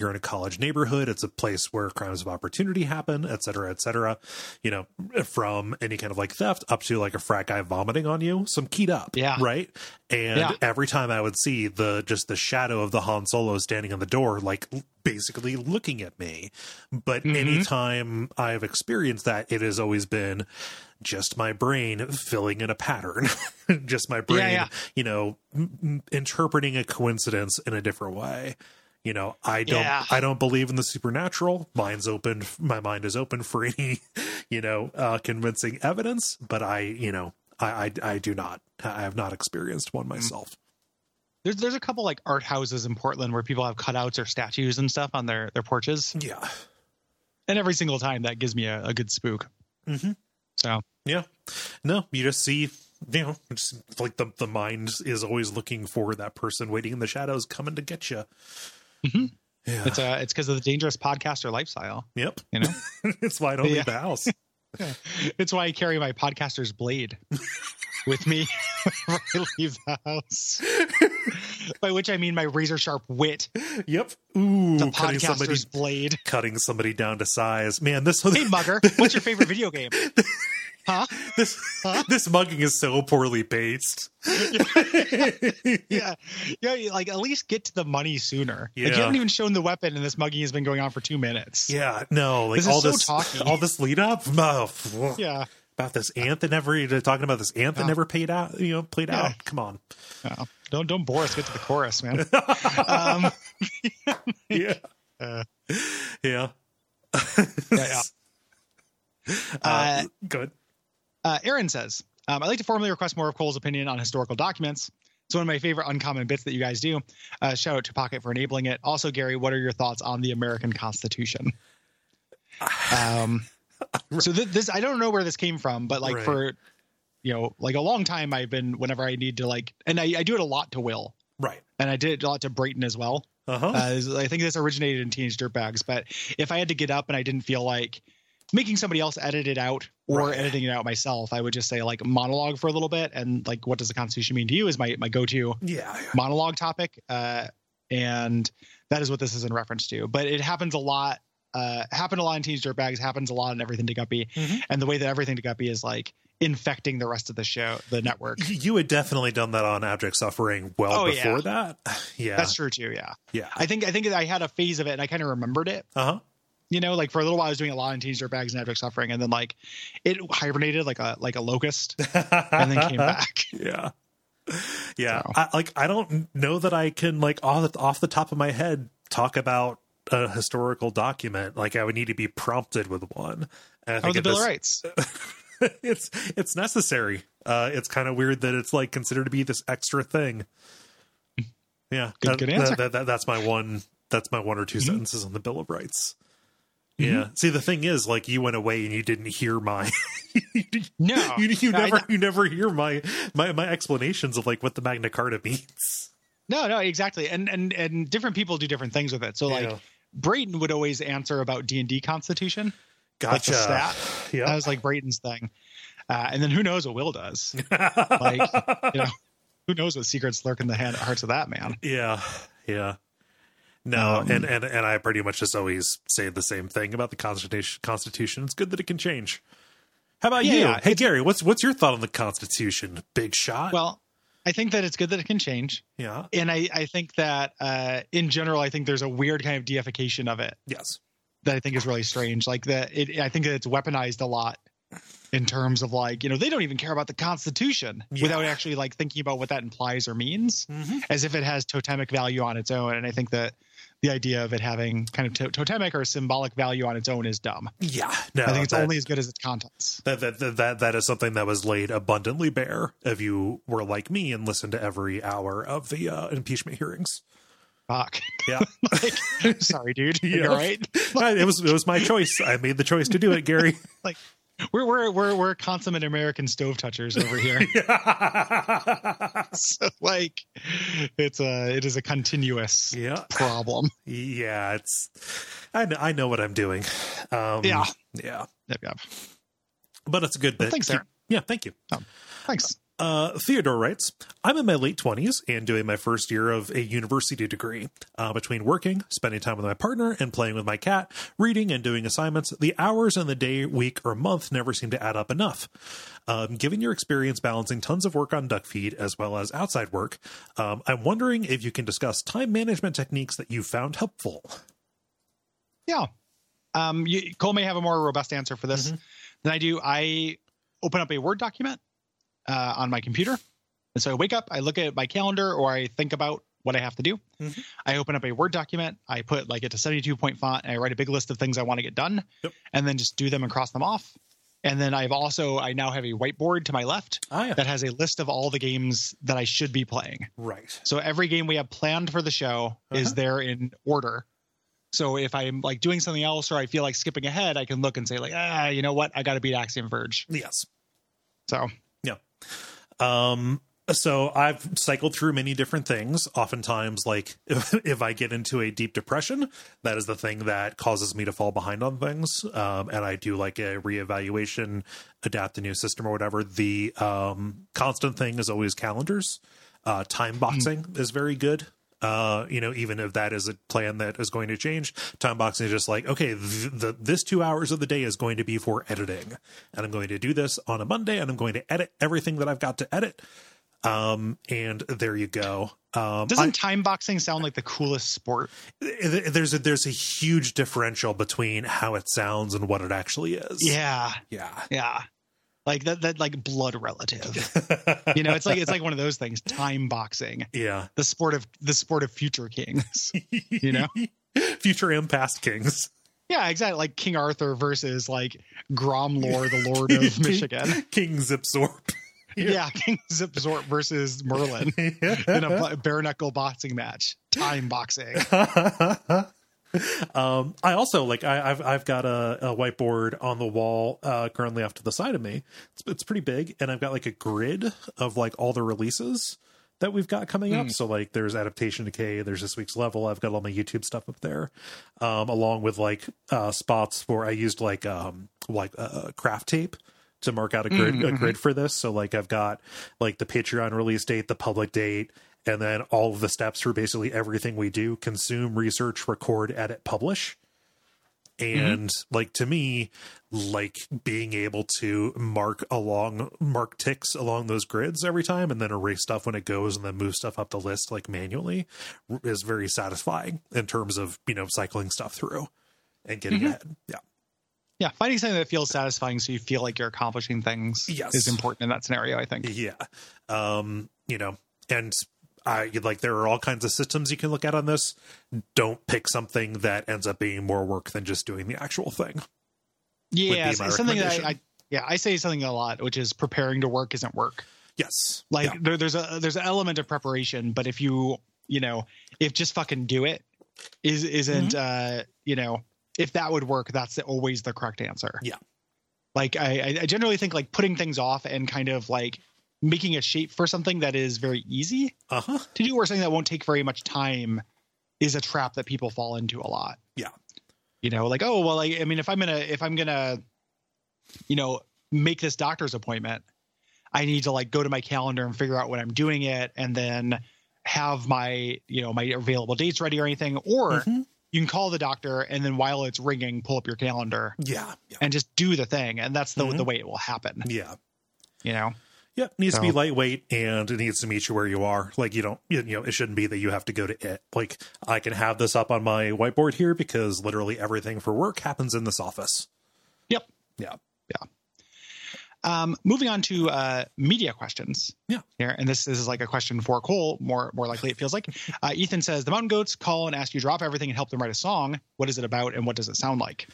Speaker 1: you're in a college neighborhood it's a place where crimes of opportunity happen et cetera et cetera you know from any kind of like theft up to like a frat guy vomiting on you some keyed up
Speaker 2: Yeah.
Speaker 1: right and
Speaker 2: Yeah.
Speaker 1: every time i would see the just the shadow of the han solo standing on the door like l- basically looking at me but
Speaker 2: Mhm.
Speaker 1: anytime i've experienced that it has always been just my brain filling in a pattern just my brain
Speaker 2: yeah.
Speaker 1: you know m- m- interpreting a coincidence in a different way you know i don't
Speaker 2: Yeah.
Speaker 1: i don't believe in the supernatural mine's open my mind is open for any you know uh convincing evidence but i you know i i, I do not i have not experienced
Speaker 2: Mm.
Speaker 1: one myself
Speaker 2: There's there's a couple like art houses in Portland where people have cutouts or statues and stuff on their their porches,
Speaker 1: yeah
Speaker 2: and every single time that gives me a, a good spook.
Speaker 1: mm-hmm.
Speaker 2: So
Speaker 1: yeah no you just see you know just like the the mind is always looking for that person waiting in the shadows coming to get you
Speaker 2: Mhm.
Speaker 1: yeah
Speaker 2: it's uh it's because of the dangerous podcaster lifestyle.
Speaker 1: yep
Speaker 2: You know,
Speaker 1: it's why i don't
Speaker 2: Yeah.
Speaker 1: leave the house
Speaker 2: it's why I carry my podcaster's blade with me when I leave the house. By which I mean my razor sharp wit,
Speaker 1: yep ooh
Speaker 2: the
Speaker 1: cutting somebody
Speaker 2: podcaster's blade.
Speaker 1: cutting somebody down to size man this
Speaker 2: Hey mugger, what's your favorite video game? Huh?
Speaker 1: this
Speaker 2: Huh?
Speaker 1: this mugging is so poorly paced.
Speaker 2: yeah, yeah. you- Like at least get to the money sooner. Like you
Speaker 1: Yeah.
Speaker 2: haven't even shown the weapon, and this mugging has been going on for two minutes.
Speaker 1: Yeah, no, like
Speaker 2: This is
Speaker 1: all
Speaker 2: so
Speaker 1: this
Speaker 2: talky.
Speaker 1: all this lead up oh, pff,
Speaker 2: yeah.
Speaker 1: about this ant that never they're talking about this ant that
Speaker 2: Yeah.
Speaker 1: never paid out, you know, played
Speaker 2: Yeah.
Speaker 1: out. Come on.
Speaker 2: No. Don't don't bore us. Get to the chorus, man. Um,
Speaker 1: yeah.
Speaker 2: Uh.
Speaker 1: yeah.
Speaker 2: yeah.
Speaker 1: Uh,
Speaker 2: Uh,
Speaker 1: good.
Speaker 2: Uh, Aaron says, um, I'd like to formally request more of Cole's opinion on historical documents. It's one of my favorite uncommon bits that you guys do. Uh, shout out to Pocket for enabling it. Also, Gary, what are your thoughts on the American Constitution? Um, so th- this, I don't know where this came from, but like
Speaker 1: Right.
Speaker 2: for, you know, like a long time, I've been whenever I need to like, and I, I do it a lot to Will,
Speaker 1: Right.
Speaker 2: and I did it a lot to Brayton as well.
Speaker 1: Uh-huh.
Speaker 2: Uh, I think this originated in Teenage Dirtbags, but if I had to get up and I didn't feel like making somebody else edit it out or
Speaker 1: Right.
Speaker 2: editing it out myself, I would just say like monologue for a little bit and like what does the Constitution mean to you is my my go to
Speaker 1: yeah. yeah.
Speaker 2: monologue topic, uh, and that is what this is in reference to. But it happens a lot. Uh, happened a lot in Teenage Dirtbags. Happens a lot in Everything to Guppy,
Speaker 1: Mhm.
Speaker 2: and the way that Everything to Guppy is like infecting the rest of the show, the network.
Speaker 1: Y- You had definitely done that on Abject Suffering well
Speaker 2: Oh,
Speaker 1: before
Speaker 2: yeah.
Speaker 1: that. Yeah.
Speaker 2: That's true too. Yeah,
Speaker 1: yeah.
Speaker 2: I think I think I had a phase of it, and I kind of remembered it.
Speaker 1: Uh-huh.
Speaker 2: you know like for a little while i was doing a lot in teenage dirtbags and abject suffering and then like it hibernated like a like a locust and then came back
Speaker 1: yeah yeah
Speaker 2: So.
Speaker 1: I, like i don't know that i can like off the, off the top of my head talk about a historical document like i would need to be prompted with one and i
Speaker 2: oh
Speaker 1: think at
Speaker 2: the bill of
Speaker 1: this-
Speaker 2: rights
Speaker 1: it's it's necessary uh it's kind of weird that it's like considered to be this extra thing yeah
Speaker 2: Good-
Speaker 1: that-
Speaker 2: good
Speaker 1: that-
Speaker 2: answer.
Speaker 1: that- that- that's my one that's my one or 2
Speaker 2: Mhm.
Speaker 1: sentences on the bill of rights
Speaker 2: Mhm.
Speaker 1: yeah see the thing is like you went away and you didn't hear my
Speaker 2: no
Speaker 1: you, you
Speaker 2: no, Oh, I-
Speaker 1: never you never hear my, my my explanations of like what the Magna Carta means.
Speaker 2: no no exactly and and and different people do different things with it so like
Speaker 1: Yeah.
Speaker 2: brayton would always answer about d&d constitution
Speaker 1: gotcha.
Speaker 2: like the stat
Speaker 1: Yeah.
Speaker 2: that was like brayton's thing uh, and then who knows what will does you know who knows what secrets lurk in the hand, hearts of that man
Speaker 1: yeah. Yeah. No,
Speaker 2: Um,
Speaker 1: and, and and I pretty much just always say the same thing about the Constitution. Constitution. It's good that it can change. How about
Speaker 2: Yeah,
Speaker 1: you?
Speaker 2: yeah,
Speaker 1: hey Gary, what's what's your thought on the Constitution? Big shot.
Speaker 2: well i think that it's good that it can change
Speaker 1: yeah.
Speaker 2: and i i think that uh in general i think there's a weird kind of deification of it
Speaker 1: Yes.
Speaker 2: that I think is really strange. Like that, it, I think that it's weaponized a lot in terms of like you know they don't even care about the Constitution
Speaker 1: Yeah.
Speaker 2: without actually like thinking about what that implies or means,
Speaker 1: Mm-hmm.
Speaker 2: as if it has totemic value on its own. And I think that the idea of it having kind of to- totemic or symbolic value on its own is dumb.
Speaker 1: Yeah. No.
Speaker 2: I think it's
Speaker 1: that-
Speaker 2: only as good as its contents.
Speaker 1: that, that that- that that is something that was laid abundantly bare if you were like me and listened to every hour of the uh, impeachment hearings.
Speaker 2: Fuck.
Speaker 1: Yeah.
Speaker 2: like, sorry, dude.
Speaker 1: Yeah.
Speaker 2: You're right.
Speaker 1: I- it was it was my choice. I made the choice to do it, Gary.
Speaker 2: We're we're we're we're consummate American stove touchers over here.
Speaker 1: yeah,
Speaker 2: so like, it's a it is a continuous problem.
Speaker 1: yeah. It's I know, I know what I'm doing. Um,
Speaker 2: Yeah.
Speaker 1: yeah.
Speaker 2: Yep, yep.
Speaker 1: But it's a good bit.
Speaker 2: thanks, Aaron.
Speaker 1: Yeah, thank you.
Speaker 2: Thanks.
Speaker 1: Uh, Theodore writes, I'm in my late 20s and doing my first year of a university degree. Uh, between working, spending time with my partner, and playing with my cat, reading and doing assignments, the hours in the day, week, or month never seem to add up enough. Um, given your experience balancing tons of work on duck feed as well as outside work, um, I'm wondering if you can discuss time management techniques that you found helpful.
Speaker 2: Yeah. Um, you, Cole may have a more robust answer for this
Speaker 1: Mhm.
Speaker 2: than I do. I open up a Word document uh, on my computer. And so I wake up, I look at my calendar, or I think about what I have to do.
Speaker 1: Mhm.
Speaker 2: I open up a Word document, I put like it to 72 point font, and I write a big list of things I want to get done,
Speaker 1: Yep.
Speaker 2: and then just do them and cross them off. And then I've also, I now have a whiteboard to my left
Speaker 1: Ah, yeah.
Speaker 2: that has a list of all the games that I should be playing.
Speaker 1: Right.
Speaker 2: So every game we have planned for the show is
Speaker 1: Uh-huh.
Speaker 2: there in order. So if I'm like doing something else or I feel like skipping ahead, I can look and say like, ah, you know what? I got to beat Axiom Verge.
Speaker 1: Yes.
Speaker 2: So
Speaker 1: Um, so I've cycled through many different things. Oftentimes, like if, if I get into a deep depression, that is the thing that causes me to fall behind on things. Um, and I do like a reevaluation, adapt a new system or whatever. The um, constant thing is always calendars. Uh, time boxing is very good. Uh, you know, even if that is a plan that is going to change, time boxing is just like, okay, th- the, this two hours of the day is going to be for editing, and I'm going to do this on a Monday, and I'm going to edit everything that I've got to edit. Um, and there you go. Um,
Speaker 2: doesn't time boxing sound like the coolest sport?
Speaker 1: I- there's a, there's a huge differential between how it sounds and what it actually is.
Speaker 2: Yeah,
Speaker 1: yeah,
Speaker 2: yeah. Like that, that like blood relative. you know, it's like it's like one of those things. Time boxing,
Speaker 1: yeah.
Speaker 2: the sport of the sport of future kings. You know?
Speaker 1: future and past kings.
Speaker 2: yeah, exactly. Like King Arthur versus like Gromlor, the Lord of Michigan.
Speaker 1: King Zipsorp. Yeah.
Speaker 2: Yeah, King Zipzort versus Merlin. in a bu- bare knuckle boxing match. Time boxing.
Speaker 1: um, I also like I, I've I've got a, a whiteboard on the wall uh, currently off to the side of me. It's, it's pretty big, and I've got like a grid of like all the releases that we've got coming up.
Speaker 2: Hmm.
Speaker 1: So like there's adaptation decay, there's this week's level. I've got all my YouTube stuff up there, um, along with like uh, spots where I used like um like uh, craft tape to mark out a grid a
Speaker 2: Mhm.
Speaker 1: grid for this. So like I've got like the Patreon release date, the public date, and then all of the steps for basically everything we do consume, research, record, edit, publish. And like to me, like being able to mark along mark ticks along those grids every time and then erase stuff when it goes and then move stuff up the list like manually r- is very satisfying in terms of, you know, cycling stuff through and getting
Speaker 2: Mhm.
Speaker 1: ahead. Yeah.
Speaker 2: Yeah, finding something that feels satisfying so you feel like you're accomplishing things
Speaker 1: Yes.
Speaker 2: is important in that scenario, I think.
Speaker 1: yeah um you know and i like there are all kinds of systems you can look at on this don't pick something that ends up being more work than just doing the actual thing
Speaker 2: Yeah,
Speaker 1: my
Speaker 2: so- something that I,
Speaker 1: recommendation.
Speaker 2: I yeah, I say something a lot, which is preparing to work isn't work.
Speaker 1: yes
Speaker 2: Like there, there's a there's an element of preparation, but if you you know if just fucking do it is isn't
Speaker 1: Mm-hmm.
Speaker 2: uh you know if that would work, that's always the correct answer.
Speaker 1: Yeah.
Speaker 2: Like I I- I generally think like putting things off and kind of like making a shape for something that is very easy
Speaker 1: Yeah. uh-huh
Speaker 2: to do or something that won't take very much time is a trap that people fall into a lot.
Speaker 1: Yeah.
Speaker 2: You know, like, oh well, I, I mean, if I'm gonna if I'm gonna, you know, make this doctor's appointment, I need to like go to my calendar and figure out when I'm doing it and then have my, you know, my available dates ready or anything. Or
Speaker 1: Mhm.
Speaker 2: you can call the doctor and then while it's ringing, pull up your calendar
Speaker 1: yeah yeah
Speaker 2: and just do the thing. And that's the
Speaker 1: Mhm.
Speaker 2: the way it will happen.
Speaker 1: yeah
Speaker 2: You know?
Speaker 1: yeah needs to be
Speaker 2: So-
Speaker 1: lightweight and it needs to meet you where you are like you don't you know it shouldn't be that you have to go to it like i can have this up on my whiteboard here because literally everything for work happens in this office
Speaker 2: Um, moving on to uh, media questions.
Speaker 1: Yeah.
Speaker 2: Here, and this, this is like a question for Cole, more more likely it feels like. Uh, Ethan says the Mountain Goats call and ask you to drop everything and help them write a song. What is it about and what does it sound like?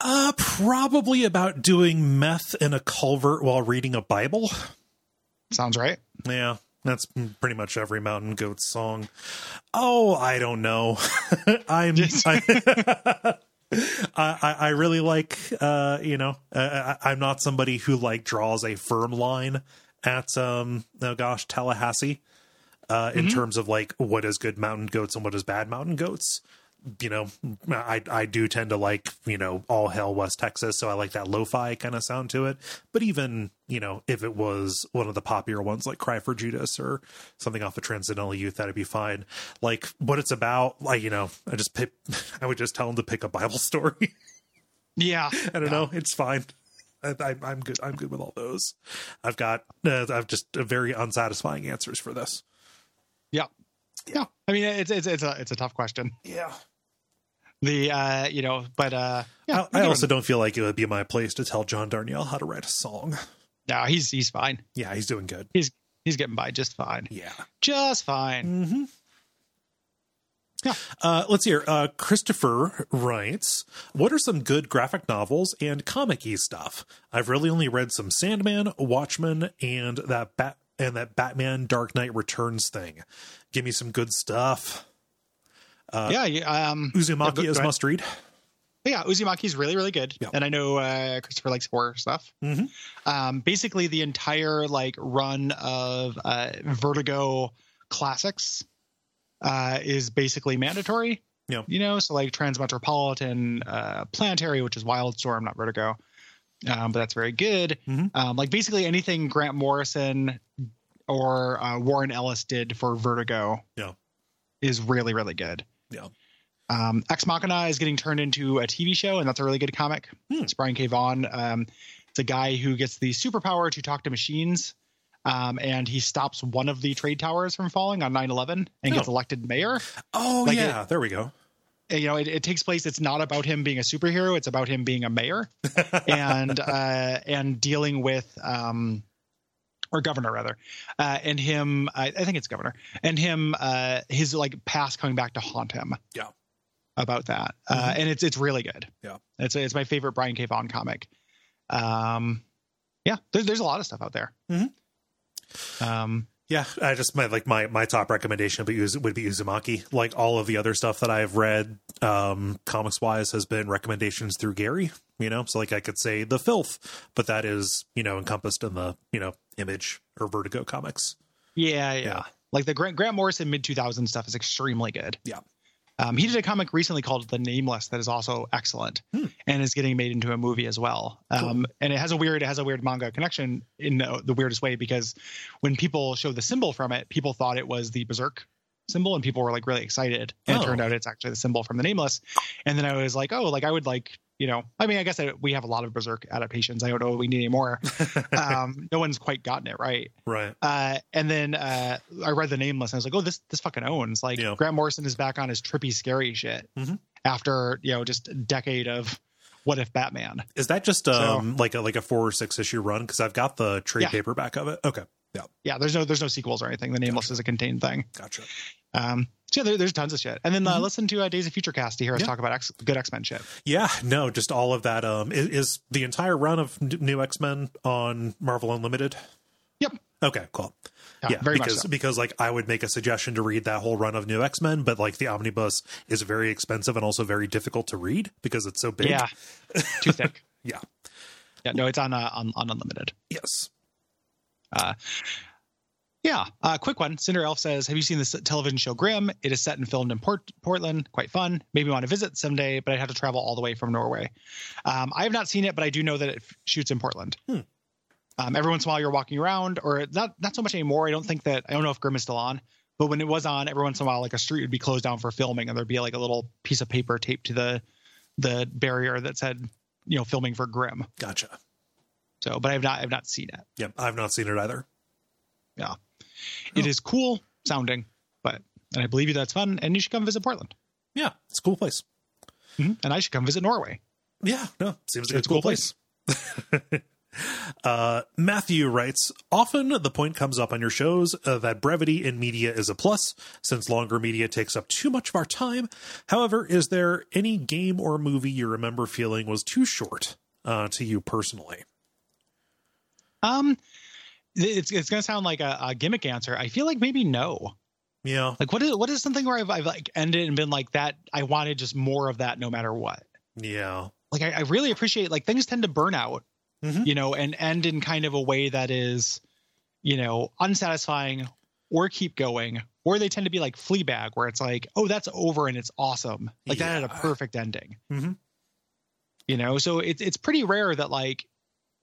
Speaker 1: uh probably about doing meth in a culvert while reading a bible
Speaker 2: Sounds right.
Speaker 1: Yeah, that's pretty much every mountain goat song. Oh, I don't know. I'm.
Speaker 2: Yes.
Speaker 1: I, I I really like uh you know uh, I, I'm not somebody who like draws a firm line at um oh gosh Tallahassee uh in
Speaker 2: Mhm.
Speaker 1: terms of like what is good mountain goats and what is bad mountain goats you know, I I do tend to like you know all hell West Texas, so I like that lo-fi kind of sound to it. But even you know if it was one of the popular ones like Cry for Judas or something off of Transcendental Youth, that'd be fine. Like what it's about, like you know, I just pick, I would just tell them to pick a Bible story.
Speaker 2: Yeah.
Speaker 1: I don't know, it's fine. I, I, I'm good. I'm good with all those. I've got uh, I've just uh, very unsatisfying answers for this.
Speaker 2: Yeah. I mean, it's it's it's a it's a tough question.
Speaker 1: Yeah.
Speaker 2: The uh, you know, but uh,
Speaker 1: I,
Speaker 2: yeah.
Speaker 1: I
Speaker 2: we'll
Speaker 1: also
Speaker 2: give him-
Speaker 1: don't feel like it would be my place to tell John Darnielle how to write a song.
Speaker 2: no, he's he's fine.
Speaker 1: Yeah, he's doing good.
Speaker 2: He's getting by just fine.
Speaker 1: Yeah.
Speaker 2: Just fine.
Speaker 1: Mm-hmm.
Speaker 2: Yeah.
Speaker 1: Uh, let's hear. Uh, Christopher writes, "What are some good graphic novels and comic-y stuff? I've really only read some Sandman, Watchmen, and that Bat and that Batman Dark Knight Returns thing. Give me some good stuff. Uh,
Speaker 2: yeah. you- Um.
Speaker 1: Uzumaki
Speaker 2: go- go
Speaker 1: is
Speaker 2: ahead.
Speaker 1: must read.
Speaker 2: but yeah. Uzumaki's really really good.
Speaker 1: Yeah.
Speaker 2: And I know uh, Christopher likes horror stuff.
Speaker 1: Mhm.
Speaker 2: Um. Basically, the entire like run of uh, Vertigo classics uh, is basically mandatory.
Speaker 1: Yeah.
Speaker 2: You know, so like Transmetropolitan, uh, Planetary, which is Wildstorm, not Vertigo. Um, but that's very good.
Speaker 1: Mhm.
Speaker 2: Um, like basically anything Grant Morrison or uh, Warren Ellis did for Vertigo
Speaker 1: Yeah.
Speaker 2: is really, really good.
Speaker 1: Yeah.
Speaker 2: Um, Ex Machina is getting turned into a TV show, and that's a really good comic.
Speaker 1: Hmm.
Speaker 2: It's Brian K. Vaughan. Um, it's a guy who gets the superpower to talk to machines, um, and he stops one of the trade towers from falling on 9 11 and
Speaker 1: Oh.
Speaker 2: gets elected mayor
Speaker 1: Oh
Speaker 2: Like
Speaker 1: yeah, there we go.
Speaker 2: uh, you know it, it takes place it's not about him being a superhero it's about him being a mayor and uh and dealing with um or governor rather uh and him I, I think it's governor and him uh his like past coming back to haunt him
Speaker 1: Yeah.
Speaker 2: about that uh
Speaker 1: Mhm.
Speaker 2: and it's it's really good
Speaker 1: Yeah.
Speaker 2: it's it's my favorite brian k Vaughan comic um yeah there's there's a lot of stuff out there
Speaker 1: Mhm. Mm-hmm.
Speaker 2: um
Speaker 1: Yeah, I just my like my my top recommendation would be, Uz- would be Uzumaki. Like all of the other stuff that I've read, um, comics wise, has been recommendations through Gary. You know, so like I could say the filth, but that is you know encompassed in the you know image or Vertigo comics.
Speaker 2: Yeah, yeah.
Speaker 1: Yeah.
Speaker 2: Like the Grant Grant Morrison mid 2000 stuff is extremely good.
Speaker 1: Yeah.
Speaker 2: Um, he did a comic recently called The Nameless that is also excellent
Speaker 1: Hmm.
Speaker 2: and is getting made into a movie as well. Um, and it has a weird it has a weird manga connection in the, the weirdest way because when people show the symbol from it, people thought it was the Berserk symbol and people were like really excited. And
Speaker 1: Oh.
Speaker 2: it turned out it's actually the symbol from The Nameless. And then I was like, oh, like I would like, you know, I mean, I guess I, we have a lot of Berserk adaptations. I don't know what we need anymore. um, no one's quite gotten it right.
Speaker 1: Right.
Speaker 2: Uh, and then uh, I read the nameless, and I was like, "Oh, this this fucking owns!" Like
Speaker 1: Yeah.
Speaker 2: Grant Morrison is back on his trippy, scary shit
Speaker 1: Mhm.
Speaker 2: after you know just a decade of what if Batman.
Speaker 1: Is that just um like a like a four or six issue run? Because I've got the trade
Speaker 2: Yeah.
Speaker 1: paperback of it. Okay,
Speaker 2: Yeah, there's no there's no sequels or anything. The nameless is a contained thing.
Speaker 1: gotcha.
Speaker 2: Um, so yeah, there, there's tons of shit. And then uh,
Speaker 1: Mhm.
Speaker 2: listen to uh, Days of Future Cast to hear us
Speaker 1: Yeah.
Speaker 2: talk about X, good X Men shit.
Speaker 1: Yeah, no, just all of that. Um, is, is the entire run of n- New X Men on Marvel Unlimited?
Speaker 2: Yep.
Speaker 1: Okay, cool.
Speaker 2: Yeah,
Speaker 1: yeah,
Speaker 2: very
Speaker 1: because
Speaker 2: much. So.
Speaker 1: because like I would make a suggestion to read that whole run of New X Men, but like the omnibus is very expensive and also very difficult to read because it's so big.
Speaker 2: Yeah, too thick.
Speaker 1: Yeah.
Speaker 2: yeah. No, it's on uh, on on Unlimited.
Speaker 1: Yes.
Speaker 2: Yeah, uh, quick one. Cinder Elf says, "Have you seen this television show Grimm? It is set and filmed in Port- Portland. Quite fun. Maybe want to visit someday, but I'd have to travel all the way from Norway. Um, I have not seen it, but I do know that it f- shoots in Portland.
Speaker 1: Hmm.
Speaker 2: Um, every once in a while, you're walking around, or not not so much anymore. I don't think that I don't know if Grimm is still on, but when it was on, every once in a while, like a street would be closed down for filming, and there'd be like a little piece of paper taped to the the barrier that said, you know, filming for Grimm.
Speaker 1: Gotcha.
Speaker 2: So, but I've not I've not seen it.
Speaker 1: Yep. I've not seen it either.
Speaker 2: It
Speaker 1: Oh.
Speaker 2: is cool sounding, but and I believe you that's fun. And you should come visit Portland.
Speaker 1: Yeah, it's a cool place.
Speaker 2: And I should come visit Norway.
Speaker 1: Yeah, no, seems like
Speaker 2: It's
Speaker 1: it's a cool place. uh, Matthew writes Often the point comes up on your shows uh, that brevity in media is a plus, since longer media takes up too much of our time. However, is there any game or movie you remember feeling was too short uh, to you personally?
Speaker 2: Um, th- it's it's gonna sound like a, a gimmick answer. I feel like maybe no.
Speaker 1: Yeah,
Speaker 2: Like what is what is something where I've I've like ended and been like that. I wanted just more of that, no matter what.
Speaker 1: yeah,
Speaker 2: Like I, I really appreciate like things tend to burn out,
Speaker 1: Mhm.
Speaker 2: you know, and end in kind of a way that is, you know, unsatisfying or keep going or they tend to be like Fleabag, where it's like, oh, that's over and it's awesome. Like that had a
Speaker 1: Yeah.
Speaker 2: perfect ending.
Speaker 1: Mhm.
Speaker 2: You know, so it's it's pretty rare that like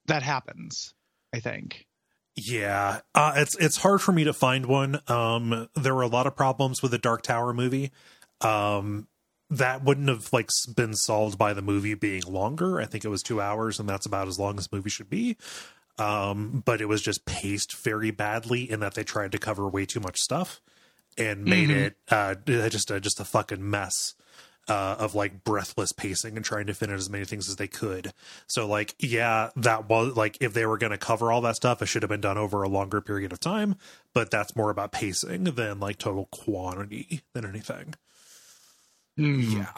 Speaker 2: that happens. I think.
Speaker 1: Yeah, uh, it's it's hard for me to find one. Um, there were a lot of problems with the Dark Tower movie. Um, that wouldn't have like s- been solved by the movie being longer. I think it was two hours, and that's about as long as the movie should be. Um, but it was just paced very badly in that they tried to cover way too much stuff and made
Speaker 2: Mhm.
Speaker 1: it uh, d- just a, just a fucking mess. Uh, of like breathless pacing and trying to fit in as many things as they could. So like, yeah, that was like if they were going to cover all that stuff, it should have been done over a longer period of time. But that's more about pacing than like total quantity than anything. Yeah.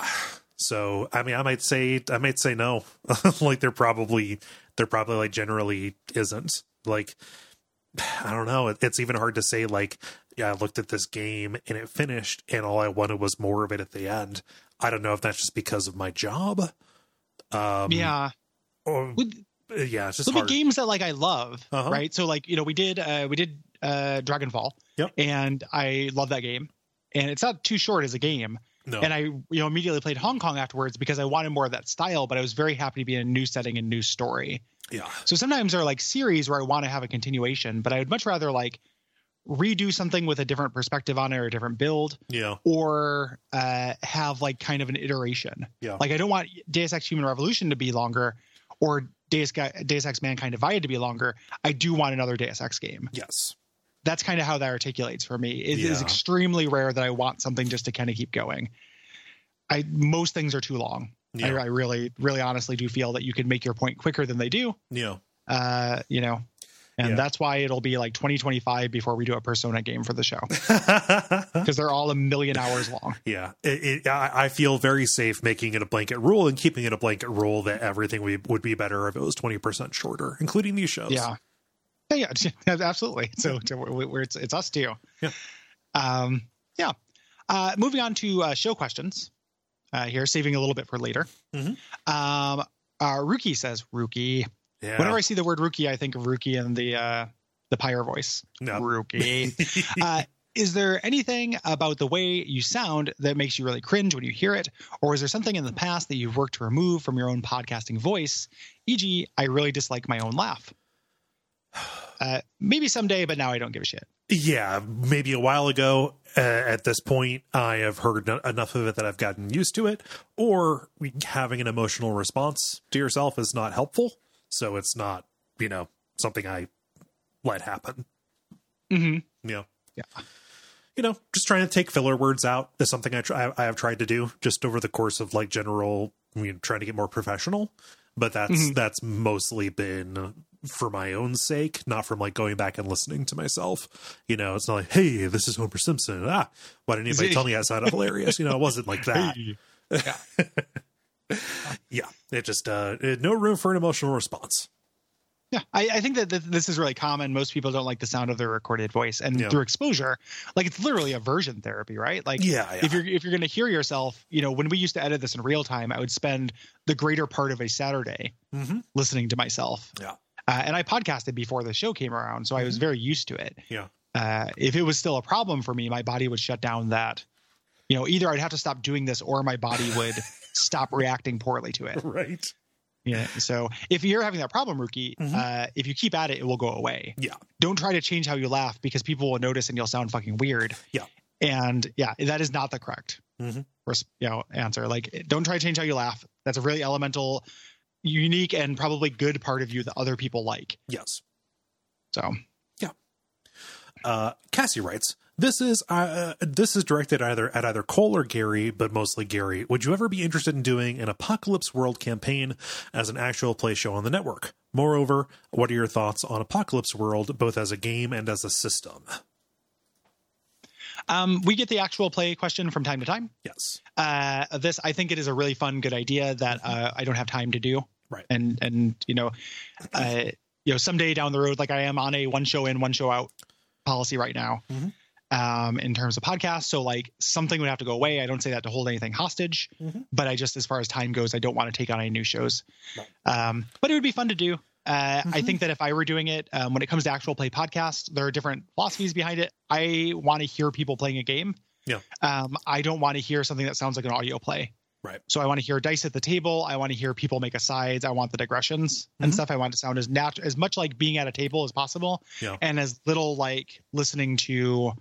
Speaker 1: So I mean, I might say I might say no. like they're probably they're probably like generally isn't like I don't know. It- It's even hard to say like yeah, I looked at this game and it finished, and all I wanted was more of it at the end. I don't know if that's just because of my job. Um,
Speaker 2: yeah.
Speaker 1: or-
Speaker 2: Would-
Speaker 1: yeah, it's just
Speaker 2: There'll
Speaker 1: hard.
Speaker 2: be games that like I love,
Speaker 1: Uh-huh.
Speaker 2: right? So like you know we did uh, we did uh, Dragonfall,
Speaker 1: Yep.
Speaker 2: and I love that game, and it's not too short as a game.
Speaker 1: no.
Speaker 2: And I you know immediately played Hong Kong afterwards because I wanted more of that style, but I was very happy to be in a new setting and new story.
Speaker 1: yeah.
Speaker 2: So sometimes there are like series where I want to have a continuation, but I would much rather like redo something with a different perspective on it or a different build,
Speaker 1: Yeah.
Speaker 2: or uh, have like kind of an iteration.
Speaker 1: Yeah.
Speaker 2: Like I don't want Deus Ex Human Revolution to be longer, or Deus, Ga- Deus Ex Mankind Divided to be longer. I do want another Deus Ex game.
Speaker 1: Yes.
Speaker 2: That's kind of how that articulates for me. It is
Speaker 1: Yeah.
Speaker 2: extremely rare that I want something just to kind of keep going. I most things are too long. I,
Speaker 1: Yeah.
Speaker 2: I really, really, honestly do feel that you could make your point quicker than they do.
Speaker 1: Yeah.
Speaker 2: Uh, you know. And
Speaker 1: Yeah.
Speaker 2: that's why it'll be like 2025 before we do a Persona game for the show because they're all a million hours long.
Speaker 1: Yeah, it, it, I, I feel very safe making it a blanket rule and keeping it a blanket rule that everything we, would be better if it was twenty percent shorter, including these shows.
Speaker 2: Yeah. Yeah, yeah, yeah, absolutely. So, so we're, we're, it's it's us too.
Speaker 1: Yeah.
Speaker 2: Um. Yeah. Uh, moving on to uh, show questions. Uh, here, saving a little bit for later.
Speaker 1: Mhm.
Speaker 2: Um. Uh, Rookie says Rookie.
Speaker 1: yeah.
Speaker 2: Whenever I see the word Rookie, I think of Rookie and the uh, the pyre voice.
Speaker 1: no.
Speaker 2: Rookie. uh, is there anything about the way you sound that makes you really cringe when you hear it, or is there something in the past that you've worked to remove from your own podcasting voice? E.g., I really dislike my own laugh. Uh, maybe someday, but now I don't give a shit.
Speaker 1: yeah, maybe a while ago. Uh, at this point, I have heard no- enough of it that I've gotten used to it. Or we- having an emotional response to yourself is not helpful, so it's not you know something I let happen.
Speaker 2: Mm-hmm.
Speaker 1: Yeah.
Speaker 2: Yeah.
Speaker 1: You know, just trying to take filler words out is something I try I have tried to do just over the course of like general I mean trying to get more professional. But that's
Speaker 2: Mhm.
Speaker 1: that's mostly been for my own sake, not from like going back and listening to myself. You know, it's not like, hey, this is Homer Simpson. Ah, why didn't anybody tell me that sounded hilarious? You know, it wasn't like that. Yeah. It just uh it- no room for an emotional response.
Speaker 2: Yeah, I, I think that th- this is really common. Most people don't like the sound of their recorded voice, and
Speaker 1: Yeah.
Speaker 2: through exposure, like it's literally aversion therapy, right? Like
Speaker 1: Yeah, yeah.
Speaker 2: if you're if you're going to hear yourself, you know, when we used to edit this in real time, I would spend the greater part of a Saturday
Speaker 1: hmm
Speaker 2: listening to myself.
Speaker 1: Yeah. Mm-hmm.
Speaker 2: Uh, and I podcasted before the show came around, so I was very used to it.
Speaker 1: Yeah.
Speaker 2: Uh, if it was still a problem for me, my body would shut down that, you know, either I'd have to stop doing this or my body would stop reacting poorly to it.
Speaker 1: Right.
Speaker 2: Yeah. So if you're having that problem, Rookie,
Speaker 1: Mhm.
Speaker 2: uh, if you keep at it, it will go away.
Speaker 1: Yeah.
Speaker 2: Don't try to change how you laugh because people will notice and you'll sound fucking weird.
Speaker 1: Yeah.
Speaker 2: And yeah, that is not the correct
Speaker 1: Mhm.
Speaker 2: res- you know, answer. Like, don't try to change how you laugh. That's a really elemental, unique, and probably good part of you that other people like.
Speaker 1: Yes.
Speaker 2: So
Speaker 1: Uh, Cassie writes, "This is uh, uh, this is directed either at either Cole or Gary, but mostly Gary. Would you ever be interested in doing an apocalypse world campaign as an actual play show on the network? Moreover, what are your thoughts on apocalypse world, both as a game and as a system?
Speaker 2: um, we get the actual play question from time to time.
Speaker 1: Yes,
Speaker 2: uh, this I think it is a really fun, good idea that uh, I don't have time to do.
Speaker 1: Mm-hmm. Right.
Speaker 2: And and you know, uh, you know, someday down the road, like I am on a one show in, one show out policy right now,
Speaker 1: Mhm.
Speaker 2: um, in terms of podcasts. So like something would have to go away. I don't say that to hold anything hostage,
Speaker 1: Mhm.
Speaker 2: but I just as far as time goes, I don't want to take on any new shows.
Speaker 1: Right.
Speaker 2: Um, but it would be fun to do. Uh, I
Speaker 1: Mhm.
Speaker 2: think that if I were doing it, um, when it comes to actual play podcasts, there are different philosophies behind it. I want to hear people playing a game.
Speaker 1: Yeah.
Speaker 2: Um, I don't want to hear something that sounds like an audio play.
Speaker 1: Right.
Speaker 2: So I want to hear dice at the table. I want to hear people make asides. I want the digressions
Speaker 1: Mhm.
Speaker 2: and stuff. I want it to sound as natural, as much like being at a table as possible,
Speaker 1: Yeah.
Speaker 2: and as little like listening to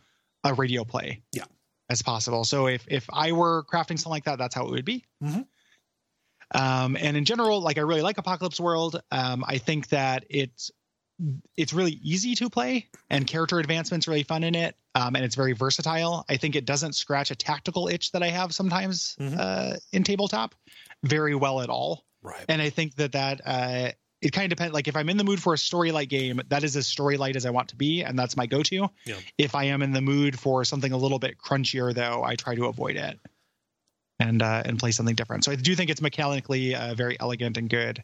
Speaker 2: a radio play.
Speaker 1: Yeah.
Speaker 2: As possible. So if if I were crafting something like that, that's how it would be.
Speaker 1: Mhm.
Speaker 2: Um, and in general, like I really like Apocalypse World. Um, I think that it's it's really easy to play, and character advancement's really fun in it, um, and it's very versatile. I think it doesn't scratch a tactical itch that I have sometimes
Speaker 1: Mhm.
Speaker 2: uh, in tabletop very well at all.
Speaker 1: Right.
Speaker 2: And I think that that uh, it kind of depends. Like if I'm in the mood for a story light game, that is as story light as I want to be, and that's my go-to.
Speaker 1: Yeah.
Speaker 2: If I am in the mood for something a little bit crunchier, though, I try to avoid it and uh, and play something different. So I do think it's mechanically uh, very elegant and good.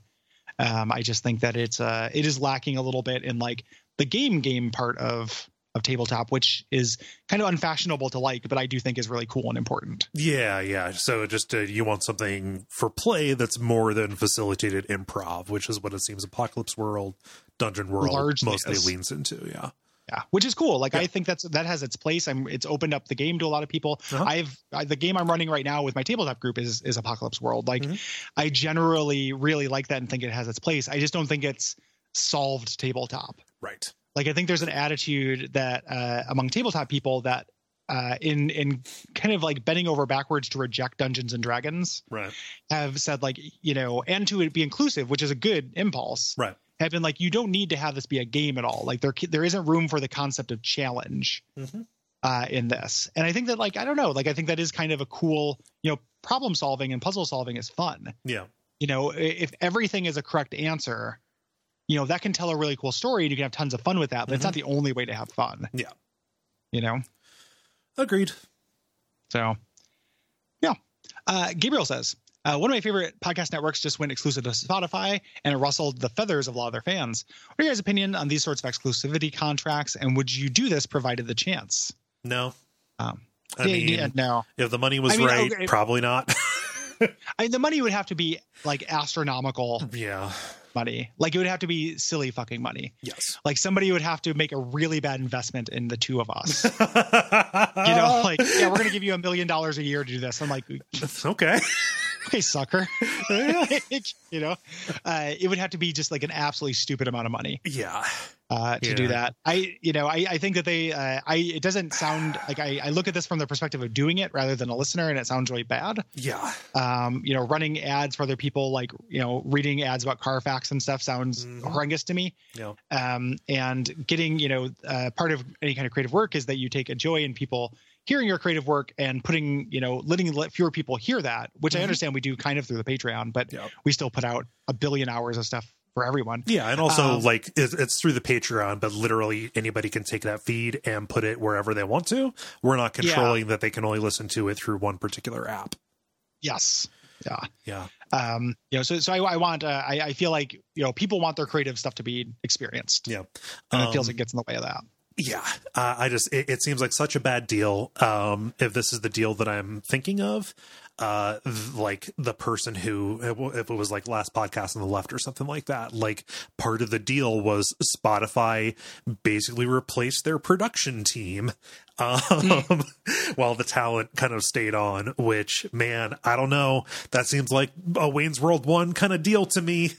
Speaker 2: Um, I just think that it's uh, it is lacking a little bit in like the game game part of of tabletop, which is kind of unfashionable to like, but I do think is really cool and important.
Speaker 1: Yeah, yeah. So just uh, you want something for play that's more than facilitated improv, which is what it seems Apocalypse World, Dungeon World
Speaker 2: Largely,
Speaker 1: mostly
Speaker 2: yes.
Speaker 1: leans into. Yeah.
Speaker 2: Yeah, which is cool. Like
Speaker 1: Yeah.
Speaker 2: I think that's that has its place. I'm it's opened up the game to a lot of people.
Speaker 1: Uh-huh.
Speaker 2: I've I, the game I'm running right now with my tabletop group is is Apocalypse World. Like
Speaker 1: Mhm.
Speaker 2: I generally really like that and think it has its place. I just don't think it's solved tabletop.
Speaker 1: Right.
Speaker 2: Like I think there's an attitude that uh, among tabletop people that uh, in in kind of like bending over backwards to reject Dungeons and Dragons
Speaker 1: Right.
Speaker 2: have said like you know and to it be inclusive which is a good impulse
Speaker 1: Right.
Speaker 2: have been like you don't need to have this be a game at all like there there isn't room for the concept of challenge
Speaker 1: Mhm.
Speaker 2: uh in this and i think that like i don't know like i think that is kind of a cool you know problem solving and puzzle solving is fun
Speaker 1: Yeah.
Speaker 2: you know i- if everything is a correct answer you know that can tell a really cool story and you can have tons of fun with that but it's
Speaker 1: Mhm.
Speaker 2: not the only way to have fun
Speaker 1: Yeah.
Speaker 2: you know
Speaker 1: Agreed.
Speaker 2: so, yeah. Uh, Gabriel says uh, one of my favorite podcast networks just went exclusive to Spotify, and it rustled the feathers of a lot of their fans. What are your guys' opinion on these sorts of exclusivity contracts? And would you do this provided the chance?
Speaker 1: No.
Speaker 2: Um,
Speaker 1: I
Speaker 2: yeah,
Speaker 1: mean,
Speaker 2: yeah, no.
Speaker 1: if the money was
Speaker 2: I mean,
Speaker 1: right,
Speaker 2: okay.
Speaker 1: probably not.
Speaker 2: I mean, the money would have to be like astronomical
Speaker 1: yeah.
Speaker 2: money. Like it would have to be silly fucking money.
Speaker 1: Yes.
Speaker 2: Like somebody would have to make a really bad investment in the two of us.
Speaker 1: you
Speaker 2: You know,
Speaker 1: know,
Speaker 2: like yeah, we're gonna give you a million dollars a year to do this. I'm like,
Speaker 1: okay.
Speaker 2: okay, sucker. you know, uh, it would have to be just like an absolutely stupid amount of money
Speaker 1: yeah.
Speaker 2: uh, to
Speaker 1: Yeah.
Speaker 2: do that. I, you know, I, I think that they, uh, I, it doesn't sound like I, I look at this from the perspective of doing it rather than a listener, and it sounds really bad.
Speaker 1: Yeah.
Speaker 2: Um, you know, running ads for other people, like you know, reading ads about Carfax and stuff, sounds
Speaker 1: Mhm.
Speaker 2: horrendous to me.
Speaker 1: Yeah.
Speaker 2: Um, and getting, you know, uh, part of any kind of creative work is that you take a joy in people hearing your creative work and putting, you know, letting let fewer people hear that, which
Speaker 1: Mhm.
Speaker 2: I understand we do kind of through the Patreon, but
Speaker 1: Yeah.
Speaker 2: we still put out a billion hours of stuff for everyone.
Speaker 1: Yeah, and also
Speaker 2: Um,
Speaker 1: like it's, it's through the Patreon, but literally anybody can take that feed and put it wherever they want to. We're not
Speaker 2: Yeah.
Speaker 1: controlling that they can only listen to it through one particular app.
Speaker 2: Yes. Yeah.
Speaker 1: Yeah,
Speaker 2: Um, you know, so, so I, I want, uh, I, I feel like, you know, people want their creative stuff to be experienced
Speaker 1: yeah,
Speaker 2: and it
Speaker 1: Um,
Speaker 2: feels like it gets in the way of that.
Speaker 1: yeah. Uh, I just it, it seems like such a bad deal. Um, if this is the deal that I'm thinking of, uh, th- like the person who if it was like last podcast on the left or something like that, like part of the deal was Spotify basically replaced their production team um, while the talent kind of stayed on, which, man, I don't know. That seems like a Wayne's World 1 kind of deal to me.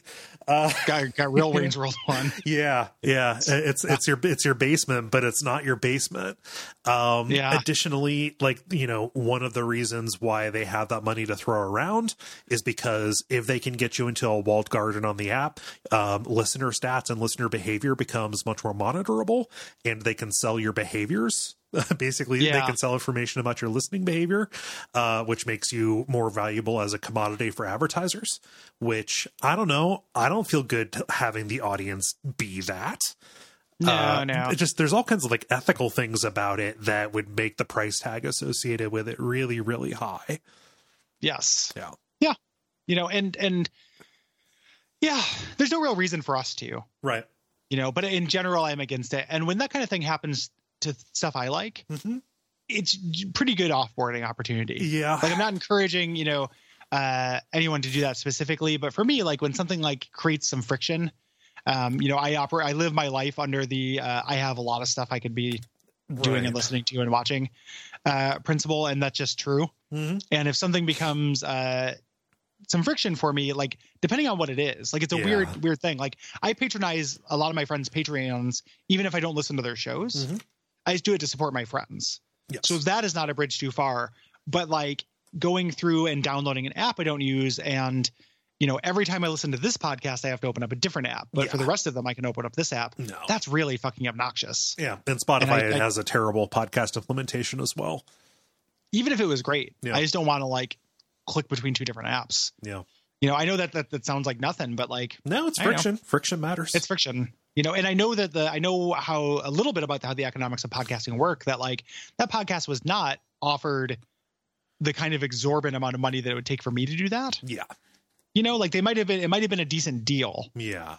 Speaker 1: Uh,
Speaker 2: Got, got real Wayne's World one.
Speaker 1: yeah, yeah. It's it's your it's your basement, but it's not your basement. Um
Speaker 2: Yeah.
Speaker 1: additionally, like, you know, one of the reasons why they have that money to throw around is because if they can get you into a walled garden on the app, um, listener stats and listener behavior becomes much more monitorable and they can sell your behaviors. Basically, they
Speaker 2: Yeah.
Speaker 1: can sell information about your listening behavior, uh, which makes you more valuable as a commodity for advertisers. Which I don't know. I don't feel good t- having the audience be that.
Speaker 2: No,
Speaker 1: Uh,
Speaker 2: no.
Speaker 1: It just there's all kinds of like ethical things about it that would make the price tag associated with it really, really high.
Speaker 2: Yes.
Speaker 1: Yeah.
Speaker 2: Yeah. You know, and and yeah, there's no real reason for us to,
Speaker 1: Right.
Speaker 2: you know, but in general I'm against it. And when that kind of thing happens to stuff I like,
Speaker 1: Mm-hmm.
Speaker 2: it's pretty good offboarding opportunity.
Speaker 1: Yeah.
Speaker 2: Like I'm not encouraging, you know, uh anyone to do that specifically, but for me like when something like creates some friction Um, you know, I operate, I live my life under the uh, I have a lot of stuff I could be doing and listening to and watching uh, principle, and that's just true.
Speaker 1: Mhm.
Speaker 2: And if something becomes uh, some friction for me, like depending on what it is, like it's a
Speaker 1: Yeah.
Speaker 2: weird, weird thing. Like I patronize a lot of my friends' Patreons, even if I don't listen to their shows.
Speaker 1: Mhm.
Speaker 2: I just do it to support my friends.
Speaker 1: Yes.
Speaker 2: So that is not a bridge too far. But like going through and downloading an app I don't use and you know every time I listen to this podcast I have to open up a different app but for
Speaker 1: Yeah.
Speaker 2: the rest of them I can open up this app
Speaker 1: no.
Speaker 2: that's really fucking obnoxious
Speaker 1: yeah, and Spotify
Speaker 2: And I- I-
Speaker 1: has a terrible podcast implementation as well.
Speaker 2: even if it was great
Speaker 1: Yeah.
Speaker 2: I just don't want to like click between two different apps
Speaker 1: Yeah.
Speaker 2: you know I know that that, that sounds like nothing but like
Speaker 1: No, it's
Speaker 2: I know.
Speaker 1: friction. Friction matters.
Speaker 2: it's friction you know and i know that the i know how a little bit about how the economics of podcasting work that like that podcast was not offered the kind of exorbitant amount of money that it would take for me to do that
Speaker 1: yeah,
Speaker 2: you know like they might have been it might have been a decent deal
Speaker 1: yeah,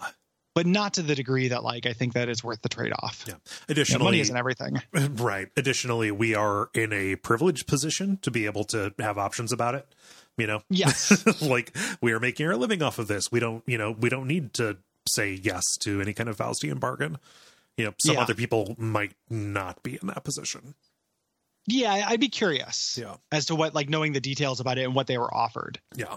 Speaker 2: but not to the degree that like i think that it's worth the trade-off
Speaker 1: yeah.
Speaker 2: You know, money
Speaker 1: Additionally,
Speaker 2: isn't everything
Speaker 1: Right. Additionally, we are in a privileged position to be able to have options about it. You know,
Speaker 2: yes
Speaker 1: like we are making our living off of this. We don't, you know, we don't need to say yes to any kind of Faustian bargain. You know, some
Speaker 2: Yeah.
Speaker 1: other people might not be in that position.
Speaker 2: yeah I- i'd be curious
Speaker 1: Yeah.
Speaker 2: as to what like knowing the details about it and what they were offered
Speaker 1: Yeah.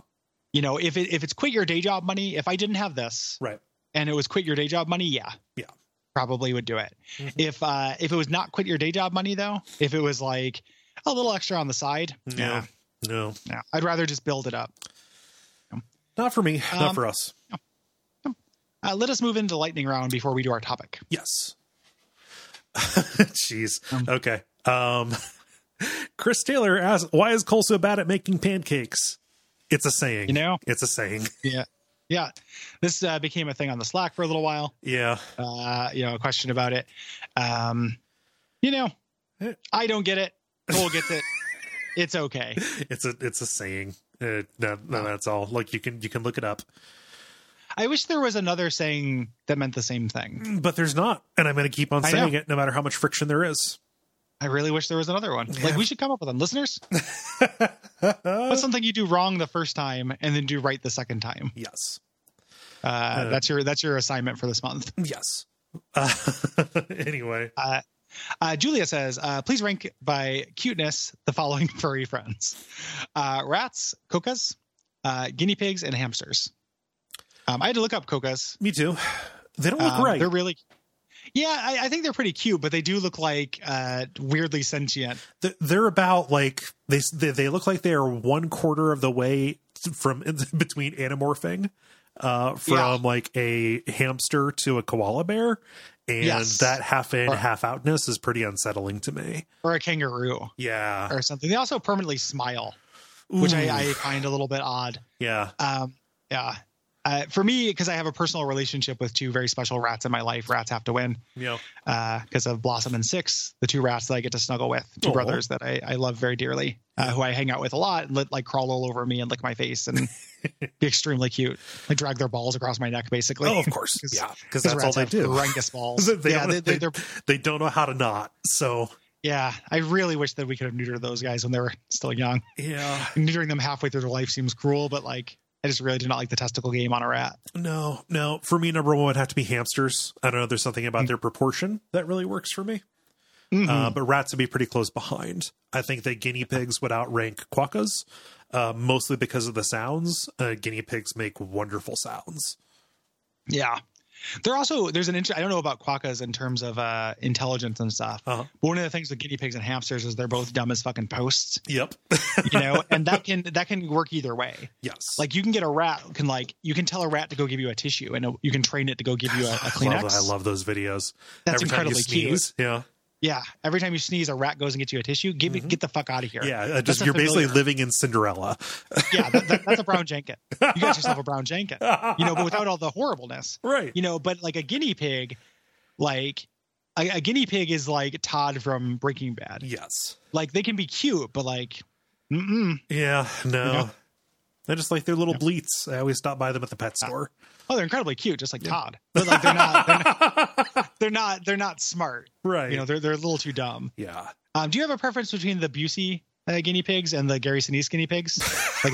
Speaker 2: you know if it if it's quit your day job money if i didn't have this
Speaker 1: Right.
Speaker 2: and it was quit your day job money, yeah,
Speaker 1: Yeah.
Speaker 2: probably would do it.
Speaker 1: Mhm.
Speaker 2: If uh, if it was not quit your day job money though, if it was like a little extra on the side,
Speaker 1: No.
Speaker 2: yeah,
Speaker 1: No.
Speaker 2: yeah, I'd rather just build it up.
Speaker 1: Not for me.
Speaker 2: Um,
Speaker 1: not for us.
Speaker 2: Uh, let us move into lightning round before we do our topic.
Speaker 1: Yes. Jeez.
Speaker 2: Um.
Speaker 1: okay. Um Chris Taylor asks, why is Cole so bad at making pancakes? It's a saying.
Speaker 2: You know,
Speaker 1: It's a saying.
Speaker 2: yeah, yeah, this uh, became a thing on the Slack for a little while.
Speaker 1: Yeah.
Speaker 2: Uh, you know, a question about it. Um, you know, I don't get it. Cole gets it. It's okay.
Speaker 1: it's a it's a saying. Uh, no, no, that's all. Like you can you can look it up,
Speaker 2: I wish there was another saying that meant the same thing.
Speaker 1: but there's not, and I'm going to keep on
Speaker 2: I
Speaker 1: saying it no matter how much friction there is.
Speaker 2: I really wish there was another one. Like
Speaker 1: Yeah.
Speaker 2: we should come up with them, listeners. What's
Speaker 1: yes.
Speaker 2: something you do wrong the first time and then do right the second time? Uh, that's your that's your assignment for this month.
Speaker 1: Yes. Uh, anyway,
Speaker 2: Uh, uh, Julia says, uh, please rank by cuteness the following furry friends: uh, rats, cocas, uh, guinea pigs, and hamsters. Um, I had to look up cocas.
Speaker 1: me too. They don't look
Speaker 2: Um,
Speaker 1: right.
Speaker 2: They're really. Yeah, I, I think they're pretty cute, but they do look like uh, weirdly sentient.
Speaker 1: They're, they're about like they, s- they they look like they are one quarter of the way from between anamorphing uh from
Speaker 2: Yeah.
Speaker 1: like a hamster to a koala bear and
Speaker 2: Yes.
Speaker 1: that half in
Speaker 2: Or-
Speaker 1: half outness is pretty unsettling to me
Speaker 2: Or a kangaroo
Speaker 1: yeah
Speaker 2: or something. They also permanently smile, which
Speaker 1: Ooh.
Speaker 2: I, I find a little bit odd.
Speaker 1: yeah
Speaker 2: Um, yeah. Uh, for me, because I have a personal relationship with two very special rats in my life, rats have to win
Speaker 1: Yeah.
Speaker 2: because of Blossom and Six, the two rats that I get to snuggle with, two
Speaker 1: Aw.
Speaker 2: brothers that I, I love very dearly, uh, who I hang out with a lot and let, like crawl all over me and lick my face and be extremely cute. I drag their balls across my neck, basically.
Speaker 1: Oh, of course.
Speaker 2: 'Cause-
Speaker 1: yeah. Because
Speaker 2: 'Cause
Speaker 1: that's all
Speaker 2: rats
Speaker 1: they
Speaker 2: have
Speaker 1: do.
Speaker 2: Horrendous balls.
Speaker 1: They
Speaker 2: yeah,
Speaker 1: don't-
Speaker 2: they, they,
Speaker 1: they-
Speaker 2: they're,
Speaker 1: They don't know how to not. So,
Speaker 2: yeah. I really wish that we could have neutered those guys when they were still young.
Speaker 1: yeah.
Speaker 2: Neutering them halfway through their life seems cruel, but like I just really did not like the testicle game on a rat.
Speaker 1: No, no. For me, number one would have to be hamsters. I don't know. There's something
Speaker 2: Mm.
Speaker 1: about their proportion that really works for me.
Speaker 2: Mm-hmm. Um,
Speaker 1: Uh, but rats would be pretty close behind. I think that guinea pigs would outrank quokkas, uh, mostly because of the sounds. Uh, guinea pigs make wonderful sounds.
Speaker 2: Yeah. They're also there's an inter- I don't know about quokkas in terms of uh, intelligence and stuff.
Speaker 1: Uh-huh.
Speaker 2: But one of the things with guinea pigs and hamsters is they're both dumb as fucking posts,
Speaker 1: Yep.
Speaker 2: you know, and that can that can work either way.
Speaker 1: yes.
Speaker 2: Like you can get a rat who can like you can tell a rat to go give you a tissue and you can train it to go give you uh, a, a
Speaker 1: I
Speaker 2: Kleenex.
Speaker 1: love, I love those videos.
Speaker 2: That's
Speaker 1: Every time you
Speaker 2: incredibly cute.
Speaker 1: sneeze, yeah,
Speaker 2: Yeah, every time you sneeze, a rat goes and gets you a tissue. Give me
Speaker 1: Mhm.
Speaker 2: get the fuck out of here.
Speaker 1: yeah. Uh, just
Speaker 2: a
Speaker 1: you're basically
Speaker 2: familiar.
Speaker 1: living in Cinderella.
Speaker 2: yeah that, that- that's a brown jenkin. You got yourself a brown jenkin. You know, but without all the horribleness.
Speaker 1: right.
Speaker 2: you know but like a guinea pig like a, a guinea pig is like todd from breaking bad
Speaker 1: yes.
Speaker 2: like they can be cute but like mm-mm.
Speaker 1: Yeah, no.
Speaker 2: know?
Speaker 1: I just like their little bleats. I always stop by them at the pet store.
Speaker 2: oh they're incredibly cute just like todd but like they're not they're not they're not, they're not smart
Speaker 1: right.
Speaker 2: Ah, you know they're, they're a little too dumb
Speaker 1: yeah.
Speaker 2: um do you have a preference between the busey uh, guinea pigs and the gary sinise guinea pigs like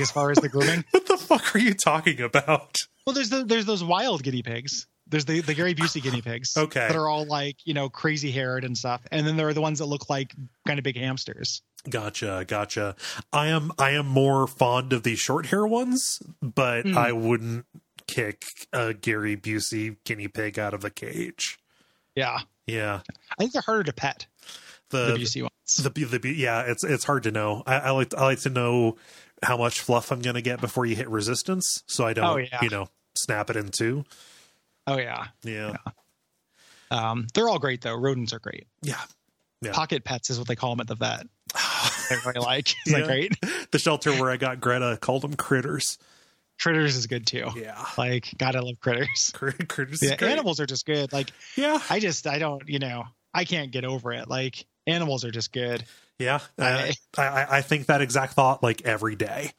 Speaker 2: as far as the grooming
Speaker 1: What the fuck are you talking about?
Speaker 2: well there's the, there's those wild guinea pigs There's the, the Gary Busey guinea pigs
Speaker 1: Okay.
Speaker 2: that are all like, you know, crazy haired and stuff. And then there are the ones that look like kind of big hamsters.
Speaker 1: Gotcha, gotcha. I am I am more fond of the short hair ones, but
Speaker 2: Hmm.
Speaker 1: I wouldn't kick a Gary Busey guinea pig out of the cage.
Speaker 2: Yeah.
Speaker 1: Yeah.
Speaker 2: I think they're harder to pet, the
Speaker 1: The
Speaker 2: Busey ones.
Speaker 1: Uh, the, the, the yeah, it's it's hard to know. I, I like I like to know how much fluff I'm gonna get before you hit resistance, so I don't
Speaker 2: Oh, yeah.
Speaker 1: you know snap it in two.
Speaker 2: Oh, yeah.
Speaker 1: Yeah.
Speaker 2: Um, they're all great, though. Rodents are great.
Speaker 1: Yeah. Yeah.
Speaker 2: Pocket pets is what they call them at the vet. They're really like. Isn't
Speaker 1: Yeah.
Speaker 2: that great?
Speaker 1: the shelter where I got Greta called them critters.
Speaker 2: Critters is good, too.
Speaker 1: Yeah.
Speaker 2: Like, God, I love critters.
Speaker 1: Crit- critters. is
Speaker 2: Yeah,
Speaker 1: great.
Speaker 2: animals are just good. Like,
Speaker 1: Yeah.
Speaker 2: I just, I don't, you know, I can't get over it. Like, animals are just good.
Speaker 1: Yeah. I,
Speaker 2: I-
Speaker 1: I, I- I think that exact thought like every day.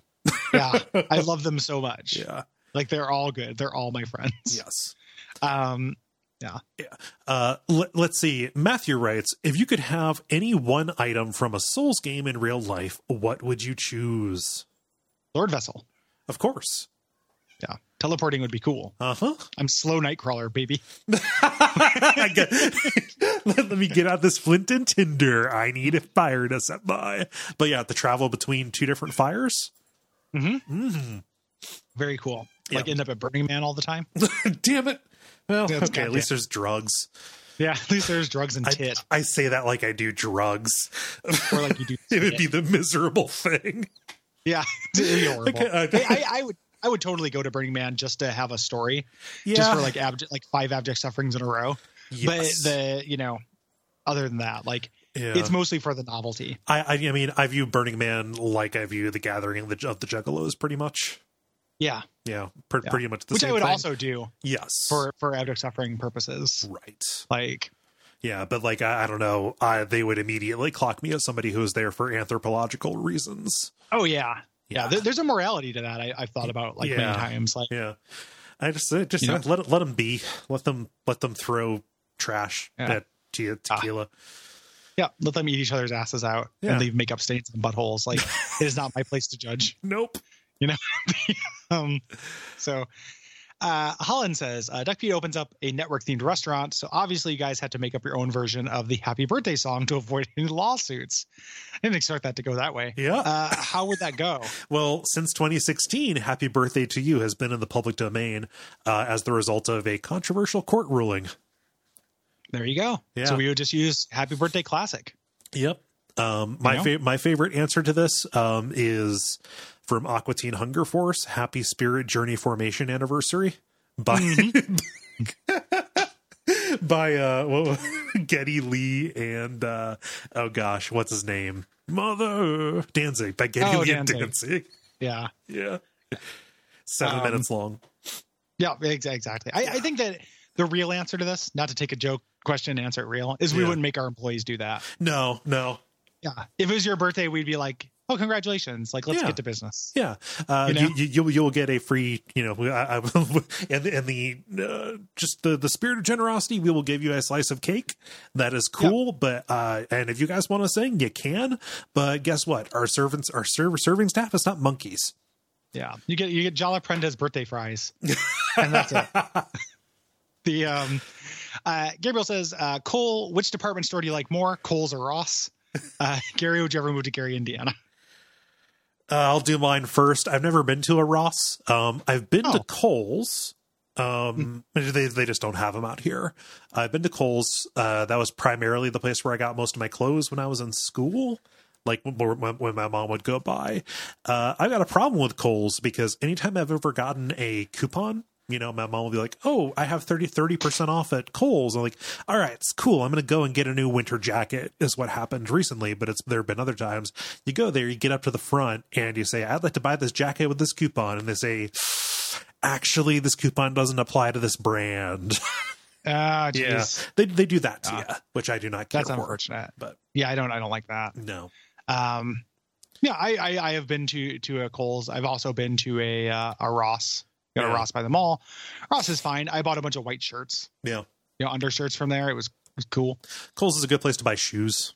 Speaker 2: Yeah. I love them so much.
Speaker 1: Yeah.
Speaker 2: Like, they're all good. They're all my friends.
Speaker 1: Yes.
Speaker 2: Um,
Speaker 1: Uh, let, let's see. Matthew writes If you could have any one item from a Souls game in real life, what would you choose?
Speaker 2: Lord Vessel.
Speaker 1: Of course.
Speaker 2: Teleporting would be cool.
Speaker 1: Uh huh.
Speaker 2: I'm slow Nightcrawler, baby.
Speaker 1: let, let me get out this flint and tinder. I need a fire to set by. But yeah, the travel between two different fires.
Speaker 2: hmm
Speaker 1: hmm
Speaker 2: Very cool.
Speaker 1: Yeah.
Speaker 2: Like, end up at Burning Man all the time.
Speaker 1: Damn it. Well, okay.
Speaker 2: That's
Speaker 1: At
Speaker 2: goddamn-
Speaker 1: least there's drugs.
Speaker 2: Yeah. At least there's drugs and
Speaker 1: I,
Speaker 2: tit.
Speaker 1: I say that like I do drugs.
Speaker 2: or like you do.
Speaker 1: it would be the miserable thing.
Speaker 2: Yeah. It'd be horrible.
Speaker 1: Okay, uh,
Speaker 2: Hey, I, I would. I would totally go to Burning Man just to have a story,
Speaker 1: yeah.
Speaker 2: just for like abject, like five abject sufferings in a row.
Speaker 1: Yes.
Speaker 2: But the you know, other than that, like
Speaker 1: yeah.
Speaker 2: it's mostly for the novelty.
Speaker 1: I, I I mean I view Burning Man like I view the Gathering of the, of the Juggalos pretty much.
Speaker 2: Yeah,
Speaker 1: Yeah, pr-
Speaker 2: Yeah.
Speaker 1: pretty much the
Speaker 2: which
Speaker 1: same.
Speaker 2: I would
Speaker 1: thing.
Speaker 2: also do
Speaker 1: yes
Speaker 2: for for abject suffering purposes.
Speaker 1: right.
Speaker 2: Like
Speaker 1: Yeah, but like I, I don't know, I, they would immediately clock me as somebody who is there for anthropological reasons.
Speaker 2: oh yeah, yeah.
Speaker 1: Yeah.
Speaker 2: there- there's a morality to that. I, I've thought about like
Speaker 1: Yeah.
Speaker 2: many times. Like
Speaker 1: Yeah, I just I just
Speaker 2: You know?
Speaker 1: let let them be, let them let them throw trash
Speaker 2: Yeah.
Speaker 1: at te-
Speaker 2: Ah.
Speaker 1: tequila.
Speaker 2: yeah, let them eat each other's asses out
Speaker 1: Yeah.
Speaker 2: and leave makeup stains and buttholes. Like it is not my place to judge.
Speaker 1: Nope.
Speaker 2: um, so uh, Holland says uh, Duckpete opens up a network themed restaurant. So obviously, you guys had to make up your own version of the happy birthday song to avoid any lawsuits. I didn't expect that to go that way.
Speaker 1: Yeah.
Speaker 2: Uh, how would that go?
Speaker 1: Well, since 2016, Happy Birthday to You has been in the public domain uh, as the result of a controversial court ruling.
Speaker 2: There you go.
Speaker 1: Yeah.
Speaker 2: So we would just use Happy Birthday Classic.
Speaker 1: Yep. Um, my
Speaker 2: know?
Speaker 1: fa- my favorite answer to this um, is from Aquatine Hunger Force Happy Spirit Journey Formation Anniversary by by uh, what- Getty Lee and uh, oh gosh, what's his name? Mother Danzig by Getty
Speaker 2: Oh,
Speaker 1: Lee and
Speaker 2: Danzig.
Speaker 1: Danzig.
Speaker 2: Yeah.
Speaker 1: Yeah, seven
Speaker 2: Um,
Speaker 1: minutes long.
Speaker 2: Yeah. ex- Exactly. I, I think that the real answer to this, not to take a joke question, and answer it real, is we
Speaker 1: Yeah.
Speaker 2: wouldn't make our employees do that.
Speaker 1: No, no,
Speaker 2: Yeah. If it was your birthday, we'd be like, oh, congratulations. Like, let's
Speaker 1: Yeah.
Speaker 2: get to business.
Speaker 1: Yeah, uh,
Speaker 2: You
Speaker 1: you,
Speaker 2: know?
Speaker 1: you, you will get a free, you know, I, I will, and and the uh, just the the spirit of generosity. We will give you a slice of cake. That is cool, but uh, and if you guys want to sing, you can. But guess what? Our servants, our server serving staff is not monkeys.
Speaker 2: Yeah, you get you get Jala Prenda's birthday fries, and that's it. The um, uh, Gabriel says, uh, Cole, which department store do you like more, Cole's or Ross? Uh, Gary, would you ever move to Gary, Indiana?
Speaker 1: Uh, I'll do mine first. I've never been to a Ross. Um, I've been to
Speaker 2: Oh.
Speaker 1: Coles. Um, they they just don't have them out here. I've been to Coles. Uh, that was primarily the place where I got most of my clothes when I was in school. Like when, when, when my mom would go by, uh, I've got a problem with Coles because anytime I've ever gotten a coupon, you know, my mom will be like, "Oh, I have 30 percent off at Coles." I'm like, "All right, it's cool. I'm going to go and get a new winter jacket." Is what happened recently, but it's there have been other times. You go there, you get up to the front, and you say, "I'd like to buy this jacket with this coupon," and they say, "Actually, this coupon doesn't apply to this brand."
Speaker 2: Ah, jeez,
Speaker 1: Yeah. they they do that to
Speaker 2: Ah.
Speaker 1: you, which I do not care
Speaker 2: that's
Speaker 1: for.
Speaker 2: unfortunate.
Speaker 1: But
Speaker 2: Yeah, I don't I don't like that.
Speaker 1: no,
Speaker 2: Um, yeah, I, I I have been to to a Cole's. I've also been to a uh, a Ross. Got
Speaker 1: Yeah.
Speaker 2: a Ross by the mall. Ross is fine. I bought a bunch of white shirts.
Speaker 1: Yeah.
Speaker 2: you know, undershirts from there. It was, it was cool.
Speaker 1: Coles is a good place to buy shoes.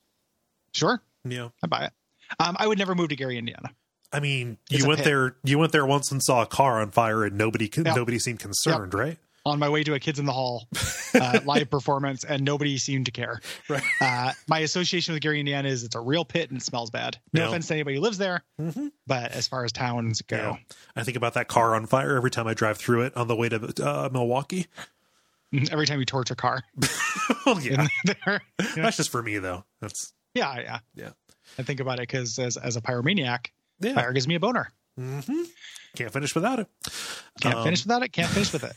Speaker 2: Sure,
Speaker 1: Yeah.
Speaker 2: I buy it. Um, I would never move to Gary, Indiana.
Speaker 1: I mean,
Speaker 2: It's
Speaker 1: you
Speaker 2: a
Speaker 1: went
Speaker 2: pit.
Speaker 1: there. You went there once and saw a car on fire, and nobody
Speaker 2: Yeah.
Speaker 1: nobody seemed concerned, right?
Speaker 2: on my way to a Kids in the Hall uh, live performance, and nobody seemed to care.
Speaker 1: Right.
Speaker 2: Uh, my association with Gary, Indiana, is it's a real pit and it smells bad. No
Speaker 1: Yeah.
Speaker 2: offense to anybody who lives there,
Speaker 1: Mhm.
Speaker 2: but as far as towns go,
Speaker 1: Yeah. I think about that car on fire every time I drive through it on the way to uh, Milwaukee.
Speaker 2: every time you torch a car,
Speaker 1: oh yeah,
Speaker 2: in there, yeah.
Speaker 1: that's just for me though. That's
Speaker 2: yeah, yeah,
Speaker 1: Yeah.
Speaker 2: I think about it because as as a pyromaniac,
Speaker 1: yeah.
Speaker 2: fire gives me a boner.
Speaker 1: hmm Can't finish without it.
Speaker 2: Can't
Speaker 1: Um,
Speaker 2: finish without it. Can't finish with it.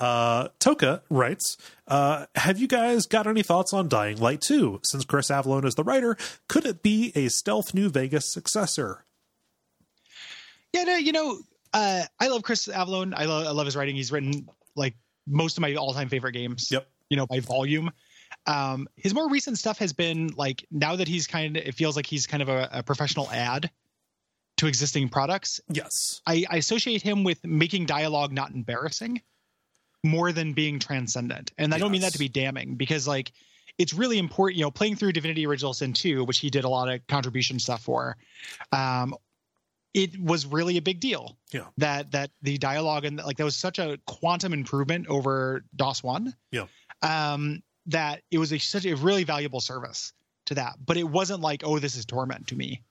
Speaker 1: Uh, Toka writes, uh, "Have you guys got any thoughts on Dying Light 2? Since Chris Avellone is the writer, could it be a stealth New Vegas successor?"
Speaker 2: Yeah, no, you know, uh, I love Chris Avellone. I love I love his writing. He's written like most of my all time favorite games.
Speaker 1: Yep.
Speaker 2: You know, by volume. Um, his more recent stuff has been like now that he's kind of it feels like he's kind of a, a professional ad to existing products.
Speaker 1: Yes.
Speaker 2: I, I associate him with making dialogue not embarrassing more than being transcendent. And I don't mean that
Speaker 1: Yes.
Speaker 2: to be damning because like it's really important, you know, playing through Divinity Original Sin 2, which he did a lot of contribution stuff for, um, it was really a big deal.
Speaker 1: Yeah.
Speaker 2: That that the dialogue and like that was such a quantum improvement over DOS one.
Speaker 1: Yeah.
Speaker 2: Um, that it was a, such a really valuable service to that. But it wasn't like, oh, this is torment to me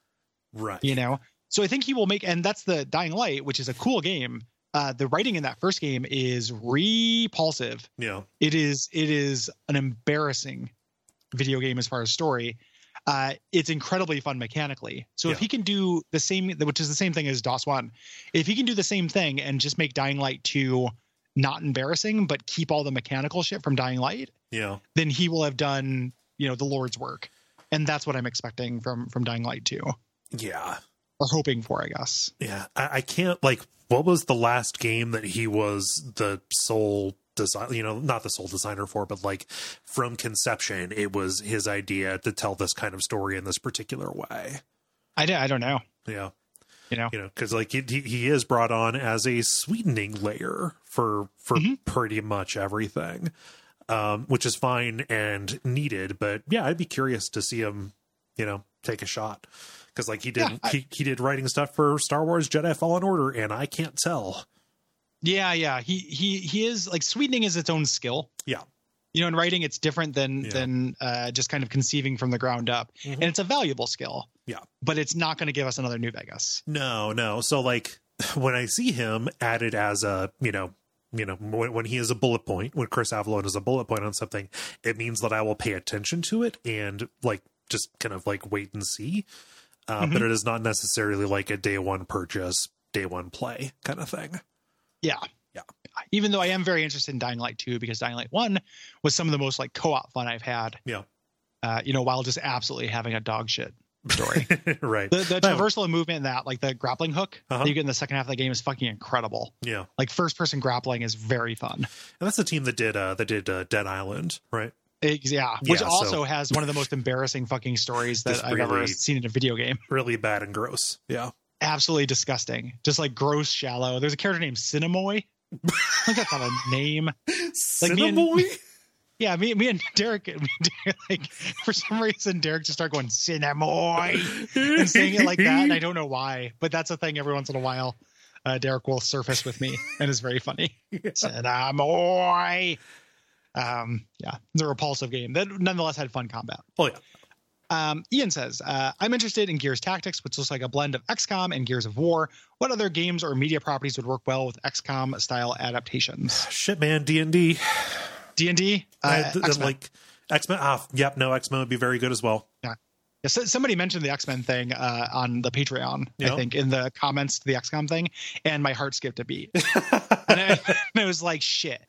Speaker 1: Right.
Speaker 2: you know so i think he will make and that's the dying light which is a cool game uh the writing in that first game is repulsive
Speaker 1: Yeah.
Speaker 2: it is it is an embarrassing video game as far as story uh it's incredibly fun mechanically so if
Speaker 1: Yeah.
Speaker 2: he can do the same which is the same thing as dos one if he can do the same thing and just make dying light 2 not embarrassing but keep all the mechanical shit from dying light
Speaker 1: Yeah.
Speaker 2: then he will have done you know the lord's work and that's what i'm expecting from from dying light 2
Speaker 1: Yeah.
Speaker 2: or hoping for i guess
Speaker 1: Yeah. I, I can't like. What was the last game that he was the sole design? You know, not the sole designer for, but like from conception, it was his idea to tell this kind of story in this particular way.
Speaker 2: I don't, I don't know.
Speaker 1: Yeah.
Speaker 2: You know?
Speaker 1: you know, because like he, he- he is brought on as a sweetening layer for for
Speaker 2: Mhm.
Speaker 1: pretty much everything, um, which is fine and needed. But yeah, I'd be curious to see him, you know, take a shot because like he did
Speaker 2: Yeah, I-
Speaker 1: he, he did writing stuff for Star Wars Jedi Fallen Order, and I can't tell.
Speaker 2: Yeah, yeah. He he he is like sweetening is its own skill.
Speaker 1: Yeah.
Speaker 2: You know, in writing, it's different than
Speaker 1: Yeah.
Speaker 2: than uh, just kind of conceiving from the ground up,
Speaker 1: Mhm.
Speaker 2: and it's a valuable skill.
Speaker 1: Yeah.
Speaker 2: but it's not going to give us another New Vegas.
Speaker 1: No, no. So like when I see him added as a, you know, you know, when, when he is a bullet point, when Chris Avalon is a bullet point on something, it means that I will pay attention to it and like just kind of like wait and see. Uh,
Speaker 2: Mm-hmm.
Speaker 1: But it is not necessarily like a day one purchase, day one play kind of thing.
Speaker 2: Yeah,
Speaker 1: Yeah.
Speaker 2: Even though I am very interested in Dying Light two because Dying Light one was some of the most like co-op fun I've had.
Speaker 1: Yeah.
Speaker 2: Uh, you know, while just absolutely having a dog shit story.
Speaker 1: right.
Speaker 2: the the
Speaker 1: That one-
Speaker 2: traversal movement in that, like the grappling hook
Speaker 1: Uh-huh.
Speaker 2: that you get in the second half of the game, is fucking incredible.
Speaker 1: Yeah.
Speaker 2: Like first person grappling is very fun.
Speaker 1: And that's the team that did, uh, that did uh, Dead Island, right?
Speaker 2: Ex- Yeah, which
Speaker 1: Yeah, so-
Speaker 2: also has one of the most embarrassing fucking stories that
Speaker 1: Just
Speaker 2: I've ever
Speaker 1: really-
Speaker 2: seen in a video game.
Speaker 1: Really bad and gross. Yeah.
Speaker 2: Absolutely disgusting. Just like gross, shallow. There's a character named Cinemoy. like that's not a name. Like me and-
Speaker 1: Cinnaboy?
Speaker 2: Yeah, me, me and Derek, me and Derek, like for some reason, Derek just started going Cinemoy and saying it like that, and I don't know why, but that's a thing every once in a while. Uh, Derek will surface with me, and it's very funny. Cinemoy. Um, yeah, it's a repulsive game that nonetheless had fun combat.
Speaker 1: oh, yeah.
Speaker 2: Um, Ian says, uh, I'm interested in Gears Tactics, which looks like a blend of XCOM and Gears of War. What other games or media properties would work well with XCOM style adaptations?
Speaker 1: Shit, man. D&D.
Speaker 2: D&D?
Speaker 1: I-
Speaker 2: Uh,
Speaker 1: th-
Speaker 2: X-Men.
Speaker 1: like X Men. Ah, yep. No, X Men would be very good as well.
Speaker 2: Yeah, so- somebody mentioned the X-Men thing uh, on the Patreon,
Speaker 1: Yeah.
Speaker 2: I think, in the comments to the XCOM thing, and my heart skipped a beat. and, I, and I was like, shit.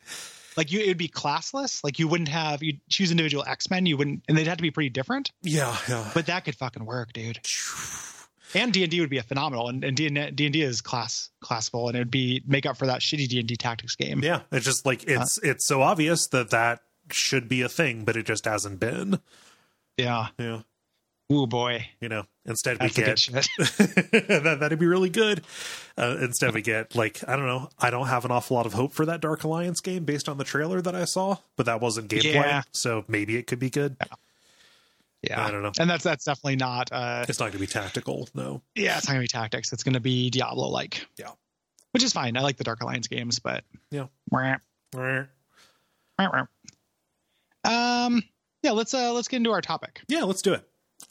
Speaker 2: Like, you, it would be classless. Like, you wouldn't have, you'd choose individual X-Men, you wouldn't, and they'd have to be pretty different,
Speaker 1: Yeah, yeah.
Speaker 2: but that could fucking work, dude. and D&D would be a phenomenal and, and D&D, D&D is class classful and it would be make up for that shitty D&D tactics game.
Speaker 1: yeah, it's just like
Speaker 2: Uh.
Speaker 1: it's it's so obvious that that should be a thing, but it just hasn't been.
Speaker 2: Yeah.
Speaker 1: Yeah,
Speaker 2: Ooh boy.
Speaker 1: you know. Instead, we
Speaker 2: That's the
Speaker 1: get
Speaker 2: good shit.
Speaker 1: that that'd be really good. Uh, instead, we get like I don't know. I don't have an awful lot of hope for that Dark Alliance game based on the trailer that I saw, but that wasn't gameplay,
Speaker 2: Yeah.
Speaker 1: so maybe it could be good. I
Speaker 2: Yeah.
Speaker 1: don't know.
Speaker 2: And that's that's definitely not uh
Speaker 1: It's not going to be tactical, no.
Speaker 2: yeah, it's not going to be tactics. It's going to be Diablo like.
Speaker 1: Yeah.
Speaker 2: Which is fine. I like the Dark Alliance games, but
Speaker 1: Yeah.
Speaker 2: Wah. Um, yeah, let's uh, let's get into our topic.
Speaker 1: Yeah, let's do it.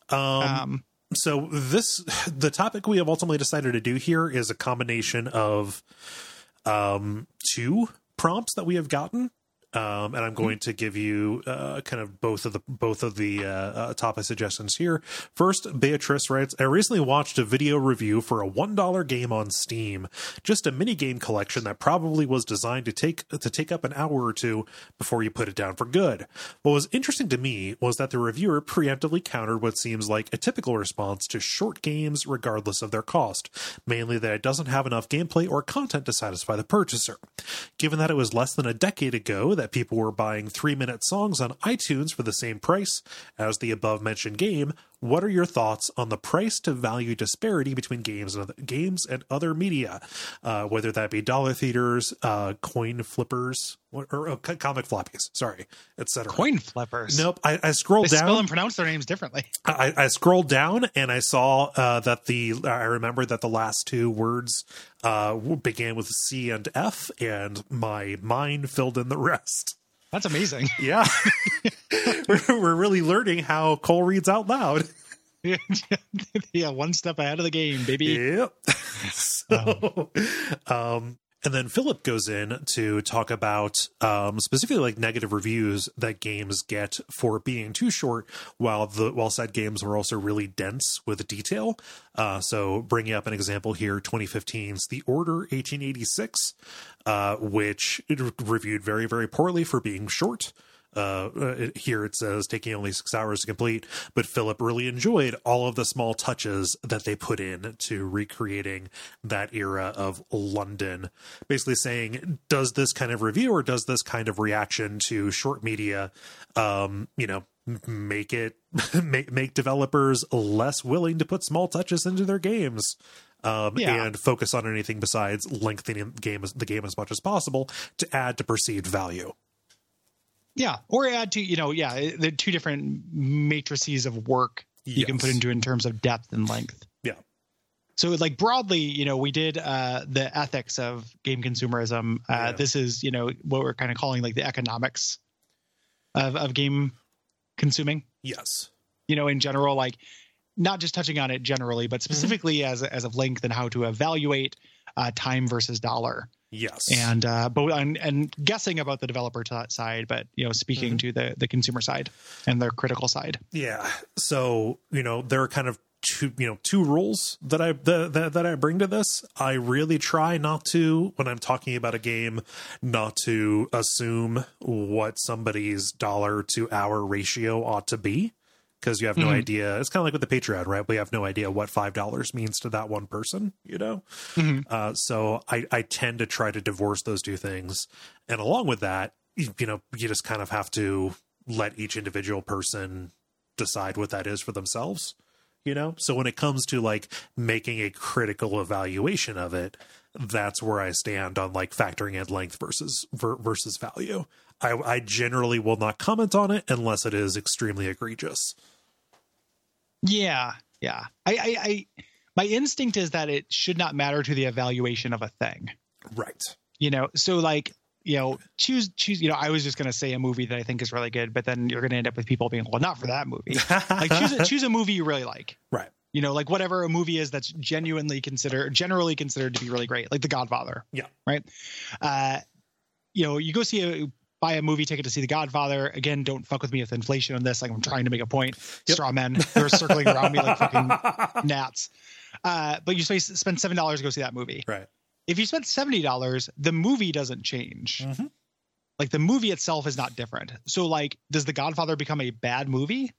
Speaker 1: um
Speaker 2: Um,
Speaker 1: so this the topic we have ultimately decided to do here is a combination of um two prompts that we have gotten um and i'm going to give you uh kind of both of the both of the uh, uh topic suggestions here first beatrice writes i recently watched a video review for a one dollar game on steam just a mini game collection that probably was designed to take to take up an hour or two before you put it down for good. What was interesting to me was that the reviewer preemptively countered what seems like a typical response to short games regardless of their cost, mainly that it doesn't have enough gameplay or content to satisfy the purchaser. Given that it was less than a decade ago that people were buying 3-minute songs on iTunes for the same price as the above-mentioned game, what are your thoughts on the price to value disparity between games and other, games and other media, uh, whether that be dollar theaters, uh, coin flippers, or, or, uh, co- comic floppies? Sorry, etc.
Speaker 2: coin flippers.
Speaker 1: Nope. I, I scrolled
Speaker 2: they spell
Speaker 1: down.
Speaker 2: and pronounce their names differently.
Speaker 1: I, I scrolled down and I saw uh, that the I remember that the last two words uh, w- began with C and F, and my mind filled in the rest.
Speaker 2: That's amazing.
Speaker 1: Yeah, we're, we're really learning how Cole reads out loud.
Speaker 2: yeah, one step ahead of the game, baby.
Speaker 1: Yep. so, um, and then Philip goes in to talk about um, specifically like negative reviews that games get for being too short, while the while said games were also really dense with detail. Uh, so, bringing up an example here, 2015's The Order 1886, uh, which it re- reviewed very very poorly for being short uh, uh, here it says taking only six hours to complete, but Philip really enjoyed all of the small touches that they put in to recreating that era of London. Basically, saying, does this kind of review or does this kind of reaction to short media, um, you know, m- make it make make developers less willing to put small touches into their games? Um,
Speaker 2: Yeah.
Speaker 1: and focus on anything besides lengthening game the game as much as possible to add to perceived value.
Speaker 2: Yeah, or add to you know, yeah, eh, the two different matrices of work you can
Speaker 1: Yes.
Speaker 2: put into in terms of depth and length.
Speaker 1: Yeah.
Speaker 2: So like broadly, you know, we did uh, the ethics of game consumerism. Uh,
Speaker 1: Yeah.
Speaker 2: This is you know what we're kind of calling like the economics of of game consuming.
Speaker 1: Yes.
Speaker 2: You know, in general, like not just touching on it generally,
Speaker 1: Mm-hmm.
Speaker 2: but specifically as as of length and how to evaluate uh, time versus dollar
Speaker 1: Yes.
Speaker 2: and uh but and, and guessing about the developer t- side but you know speaking to the the consumer side and their critical side
Speaker 1: yeah. So, you know, there are kind of two, you know, two rules that I that, that that I bring to this. I really try not to when I'm talking about a game not to assume what somebody's dollar to hour ratio ought to be because you have no
Speaker 2: Mhm.
Speaker 1: idea. It's kind of like with the Patreon, right? We have no idea what $5 means to that one person, you know? Uh, so I, I tend to try to divorce those two things. And along with that, you, you know, you just kind of have to let each individual person decide what that is for themselves, you know? So when it comes to like making a critical evaluation of it, that's where I stand on like factoring in length versus ver, versus value. I, I generally will not comment on it unless it is extremely egregious.
Speaker 2: yeah yeah I, I i my instinct is that it should not matter to the evaluation of a thing
Speaker 1: Right.
Speaker 2: you know so like you know choose choose you know i was just going to say a movie that i think is really good but then you're going to end up with people being well not for that movie like choose a, choose a movie you really like
Speaker 1: Right.
Speaker 2: you know like whatever a movie is that's genuinely considered generally considered to be really great like the godfather
Speaker 1: Yeah.
Speaker 2: right uh you know you go see a buy a movie ticket to see the godfather again don't fuck with me with inflation on this like i'm trying to make a point
Speaker 1: Yep.
Speaker 2: straw men they're circling around me like fucking gnats uh but you say spend seven dollars to go see that movie
Speaker 1: Right.
Speaker 2: if you spend seventy dollars the movie doesn't change
Speaker 1: Mhm.
Speaker 2: like the movie itself is not different so like does the godfather become a bad movie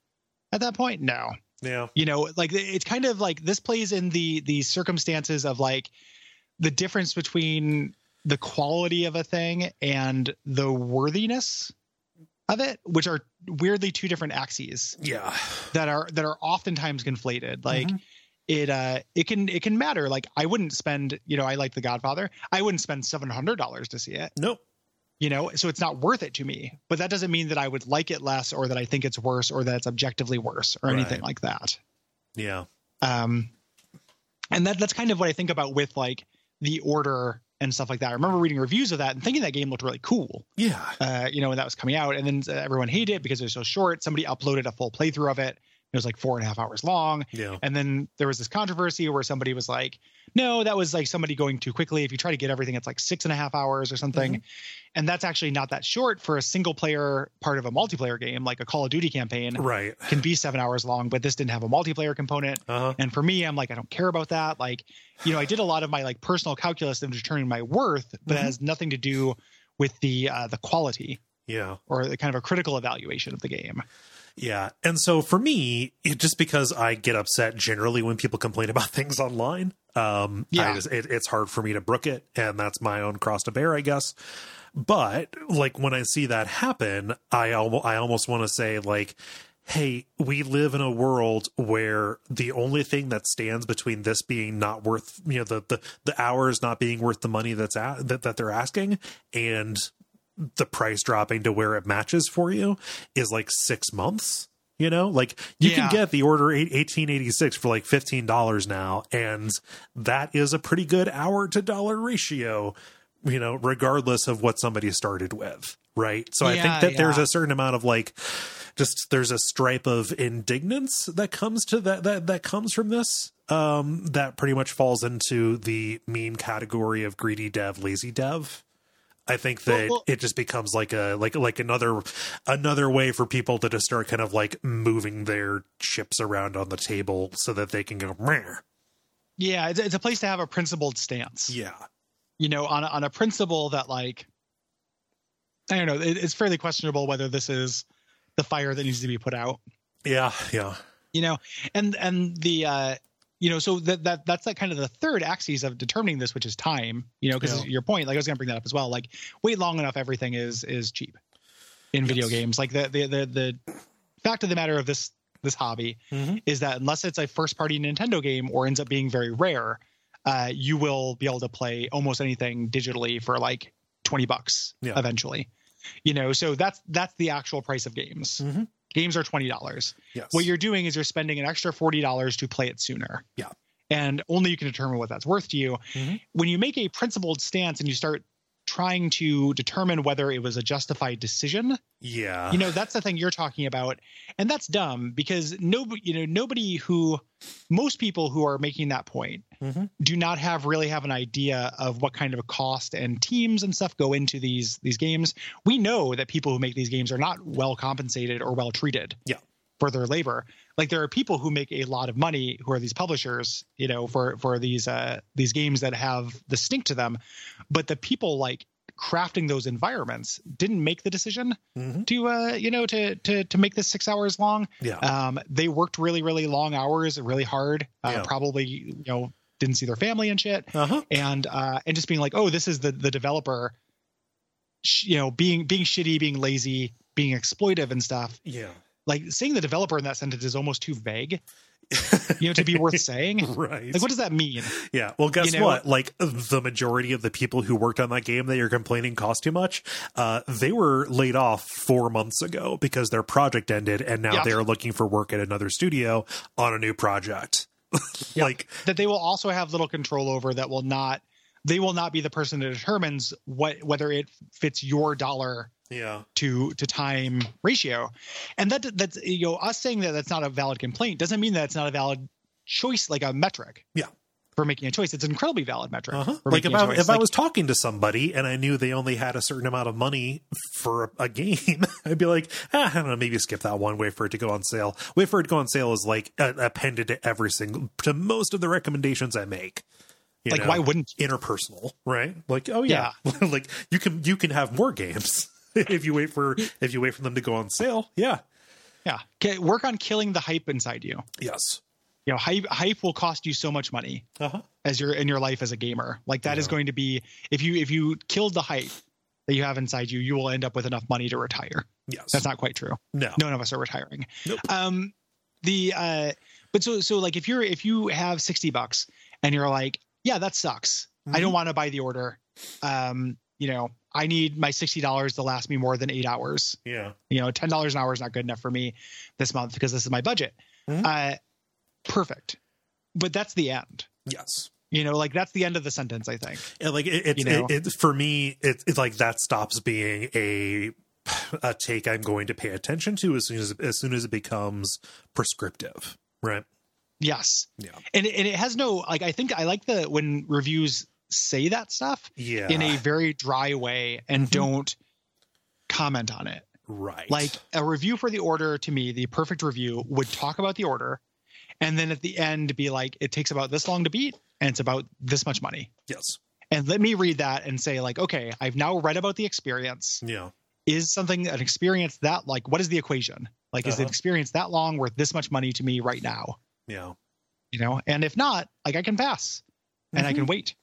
Speaker 2: at that point no
Speaker 1: Yeah.
Speaker 2: you know like it's kind of like this plays in the the circumstances of like the difference between the quality of a thing and the worthiness of it which are weirdly two different axes
Speaker 1: Yeah.
Speaker 2: that are that are oftentimes conflated like it uh it can it can matter like i wouldn't spend you know i like the godfather i wouldn't spend $700 to see it
Speaker 1: Nope.
Speaker 2: you know so it's not worth it to me but that doesn't mean that i would like it less or that i think it's worse or that it's objectively worse or anything
Speaker 1: Right.
Speaker 2: like that
Speaker 1: Yeah.
Speaker 2: um and that that's kind of what i think about with like the order and stuff like that. I remember reading reviews of that and thinking that game looked really cool.
Speaker 1: Yeah.
Speaker 2: Uh, you know, when that was coming out, and then uh, everyone hated it because it was so short. Somebody uploaded a full playthrough of it. It was like four and a half hours long.
Speaker 1: Yeah.
Speaker 2: And then there was this controversy where somebody was like, no, that was like somebody going too quickly. If you try to get everything, it's like six and a half hours or something. And that's actually not that short for a single player part of a multiplayer game, like a Call of Duty campaign
Speaker 1: Right.
Speaker 2: can be seven hours long, but this didn't have a multiplayer component.
Speaker 1: Uh huh.
Speaker 2: And for me, I'm like, I don't care about that. Like, you know, I did a lot of my like personal calculus of determining my worth, but
Speaker 1: Mhm.
Speaker 2: it has nothing to do with the uh, the quality
Speaker 1: Yeah.
Speaker 2: or the kind of a critical evaluation of the game.
Speaker 1: Yeah. And so for me, it, just because I get upset generally when people complain about things online, um, yeah.
Speaker 2: Yeah.
Speaker 1: it, it's hard for me to brook it. And that's my own cross to bear, I guess. But like when I see that happen, I, almo- I almost want to say, like, hey, we live in a world where the only thing that stands between this being not worth, you know, the, the, the hours not being worth the money that's at, that, that they're asking and the price dropping to where it matches for you is like six months. You know, like you can
Speaker 2: Yeah.
Speaker 1: get the order eight- 1886 for like $15 now. And that is a pretty good hour to dollar ratio, you know, regardless of what somebody started with. Right. So I think
Speaker 2: Yeah,
Speaker 1: that there's
Speaker 2: yeah.
Speaker 1: a certain amount of like, just there's a stripe of indignance that comes to that that that comes from this um that pretty much falls into the meme category of greedy dev lazy dev i think that
Speaker 2: well-
Speaker 1: it just becomes like a like like another another way for people to just start kind of like moving their chips around on the table so that they can go "Meh."
Speaker 2: Yeah, it's, it's a place to have a principled stance.
Speaker 1: yeah
Speaker 2: You know, on a- on a principle that like, I don't know, it, it's fairly questionable whether this is the fire that needs to be put out.
Speaker 1: yeah yeah
Speaker 2: you know and and the uh you know so that that that's like kind of the third axis of determining this which is time you know because
Speaker 1: Yeah.
Speaker 2: your point like i was gonna bring that up as well like wait long enough everything is is cheap in video
Speaker 1: Yes.
Speaker 2: games like the the the, the fact of the matter of this this hobby
Speaker 1: Mhm.
Speaker 2: is that unless it's a first party nintendo game or ends up being very rare uh you will be able to play almost anything digitally for like 20 bucks
Speaker 1: Yeah.
Speaker 2: eventually you know so that's that's the actual price of games
Speaker 1: Mhm.
Speaker 2: games are 20 dollars
Speaker 1: yes
Speaker 2: what you're doing is you're spending an extra $40 to play it sooner.
Speaker 1: Yeah.
Speaker 2: And only you can determine what that's worth to you.
Speaker 1: Mhm.
Speaker 2: When you make a principled stance and you start trying to determine whether it was a justified decision,
Speaker 1: yeah
Speaker 2: you know, that's the thing you're talking about. And that's dumb because nobody, you know, nobody who most people who are making that point
Speaker 1: Mhm.
Speaker 2: do not have really have an idea of what kind of a cost and teams and stuff go into these these games. We know that people who make these games are not well compensated or well treated.
Speaker 1: Yeah.
Speaker 2: For their labor, like there are people who make a lot of money, who are these publishers, you know, for for these uh these games that have the stink to them, but the people like crafting those environments didn't make the decision
Speaker 1: Mhm.
Speaker 2: to uh you know to to to make this six hours long
Speaker 1: yeah
Speaker 2: um they worked really really long hours really hard uh,
Speaker 1: Yeah.
Speaker 2: probably you know didn't see their family and shit
Speaker 1: uh-huh
Speaker 2: and uh and just being like oh this is the the developer sh- you know being being shitty being lazy being exploitive and stuff
Speaker 1: yeah
Speaker 2: like saying the developer in that sentence is almost too vague you know to be worth saying
Speaker 1: right
Speaker 2: like what does that mean
Speaker 1: Yeah. Well, guess
Speaker 2: You know-
Speaker 1: what? Like the majority of the people who worked on that game that you're complaining cost too much, uh, they were laid off four months ago because their project ended, and now
Speaker 2: Yeah.
Speaker 1: they are looking for work at another studio on a new project.
Speaker 2: Yeah.
Speaker 1: Like,
Speaker 2: that they will also have little control over that will not they will not be the person that determines what whether it fits your dollar
Speaker 1: yeah,
Speaker 2: to to time ratio and that that's you know us saying that that's not a valid complaint doesn't mean that it's not a valid choice like a metric
Speaker 1: Yeah.
Speaker 2: for making a choice it's an incredibly valid metric
Speaker 1: uh-huh.
Speaker 2: for
Speaker 1: like if
Speaker 2: making a
Speaker 1: I
Speaker 2: choice.
Speaker 1: if I
Speaker 2: Like,
Speaker 1: was talking to somebody and I knew they only had a certain amount of money for a, a game, I'd be like, ah, I don't know, maybe skip that one. Wait for it to go on sale. Wait for it to go on sale is like uh, appended to every single to most of the recommendations I make. you
Speaker 2: like
Speaker 1: know?
Speaker 2: why wouldn't you?
Speaker 1: interpersonal, right? Like, oh yeah, like you can you can have more games if you wait for if you wait for them to go on sale. Yeah.
Speaker 2: yeah okay, work on killing the hype inside you
Speaker 1: Yes.
Speaker 2: you know hype hype will cost you so much money
Speaker 1: Uh huh.
Speaker 2: as your in your life as a gamer like that is
Speaker 1: Yeah.
Speaker 2: going to be if you if you killed the hype that you have inside you you will end up with enough money to retire
Speaker 1: Yes.
Speaker 2: that's not quite true
Speaker 1: no.
Speaker 2: none of us are retiring.
Speaker 1: Nope.
Speaker 2: Um, the uh, but so so like if you're if you have sixty bucks and you're like, yeah, that sucks. I
Speaker 1: Mm-hmm.
Speaker 2: don't want to buy the order. Um, you know, I need my sixty dollars to last me more than eight hours.
Speaker 1: Yeah.
Speaker 2: You know, ten dollars an hour is not good enough for me this month
Speaker 1: Mm-hmm.
Speaker 2: because this is my budget.
Speaker 1: Mhm.
Speaker 2: Uh, perfect. But that's the end.
Speaker 1: Yes.
Speaker 2: You know, like that's the end of the sentence. I think.
Speaker 1: Yeah, like it, it's
Speaker 2: You know?
Speaker 1: it, it, for me, it, it's like that stops being a a take I'm going to pay attention to as soon as as soon as it becomes prescriptive, right?
Speaker 2: Yes.
Speaker 1: Yeah.
Speaker 2: And it, and it has no like. I think I like the when reviews say that stuff
Speaker 1: Yeah,
Speaker 2: in a very dry way and
Speaker 1: Mhm.
Speaker 2: don't comment on it.
Speaker 1: right,
Speaker 2: Like a review for the order to me, the perfect review would talk about the order, and then at the end be like, "It takes about this long to beat, and it's about this much money."
Speaker 1: yes,
Speaker 2: And let me read that and say like, "Okay, I've now read about the experience.
Speaker 1: yeah,
Speaker 2: Is something an experience that like what is the equation? Like is the
Speaker 1: Uh-huh.
Speaker 2: experience that long worth this much money to me right now?"
Speaker 1: yeah,
Speaker 2: you know and if not like i can pass and i
Speaker 1: Mhm.
Speaker 2: can wait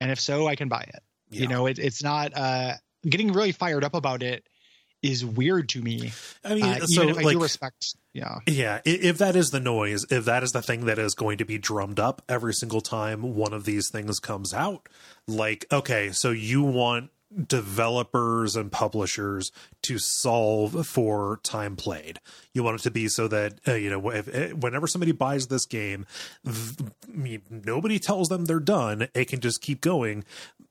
Speaker 2: and if so i can buy it
Speaker 1: Yeah.
Speaker 2: you know it, it's not uh getting really fired up about it is weird to me
Speaker 1: I mean,
Speaker 2: uh,
Speaker 1: so
Speaker 2: even if i
Speaker 1: like,
Speaker 2: do respect yeah
Speaker 1: yeah, i- if that is the noise, if that is the thing that is going to be drummed up every single time one of these things comes out, like, okay, so you want developers and publishers to solve for time played. You want it to be so that uh, you know if, eh, whenever somebody buys this game, th- I mean, nobody tells them they're done. It can just keep going.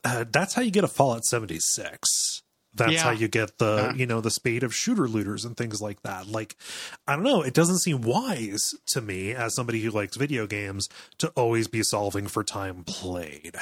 Speaker 1: Uh, that's how you get a Fallout seventy six. That's
Speaker 2: Yeah.
Speaker 1: how you get the
Speaker 2: Yeah.
Speaker 1: you know the spate of shooter looters and things like that. Like I don't know, it doesn't seem wise to me as somebody who likes video games to always be solving for time played.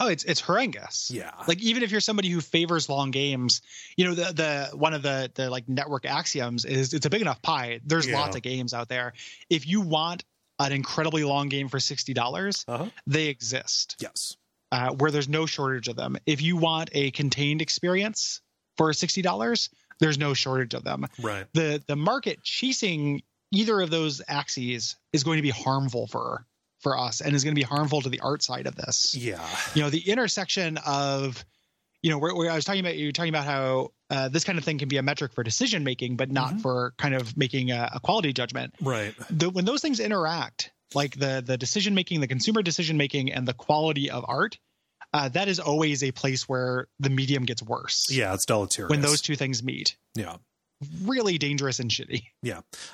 Speaker 2: oh it's it's horrendous
Speaker 1: Yeah.
Speaker 2: like even if you're somebody who favors long games you know the the one of the the like network axioms is it's a big enough pie there's
Speaker 1: Yeah.
Speaker 2: lots of games out there if you want an incredibly long game for $60
Speaker 1: uh-huh.
Speaker 2: they exist
Speaker 1: Yes.
Speaker 2: uh, where there's no shortage of them. If you want a contained experience for sixty dollars, there's no shortage of them.
Speaker 1: Right.
Speaker 2: the The market chasing either of those axes is going to be harmful for for us, and is going to be harmful to the art side of this.
Speaker 1: Yeah.
Speaker 2: You know, the intersection of you know where, where I was talking about you were talking about how uh, this kind of thing can be a metric for decision making, but not
Speaker 1: Mhm.
Speaker 2: for kind of making a, a quality judgment
Speaker 1: Right.
Speaker 2: the, when those things interact, like the the decision making, the consumer decision making, and the quality of art, uh, that is always a place where the medium gets worse.
Speaker 1: Yeah, it's deleterious.
Speaker 2: when those two things meet,
Speaker 1: yeah.
Speaker 2: really dangerous and shitty.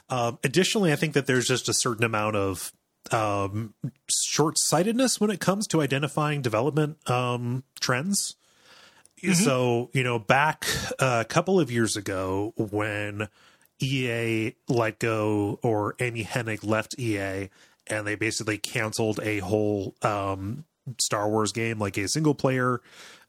Speaker 1: Um, additionally, I think that there's just a certain amount of um, short sightedness when it comes to identifying development um, trends.
Speaker 2: Mhm.
Speaker 1: So, you know, back uh, a couple of years ago when EA let go or Amy Hennig left EA and they basically canceled a whole um, Star Wars game, like a single player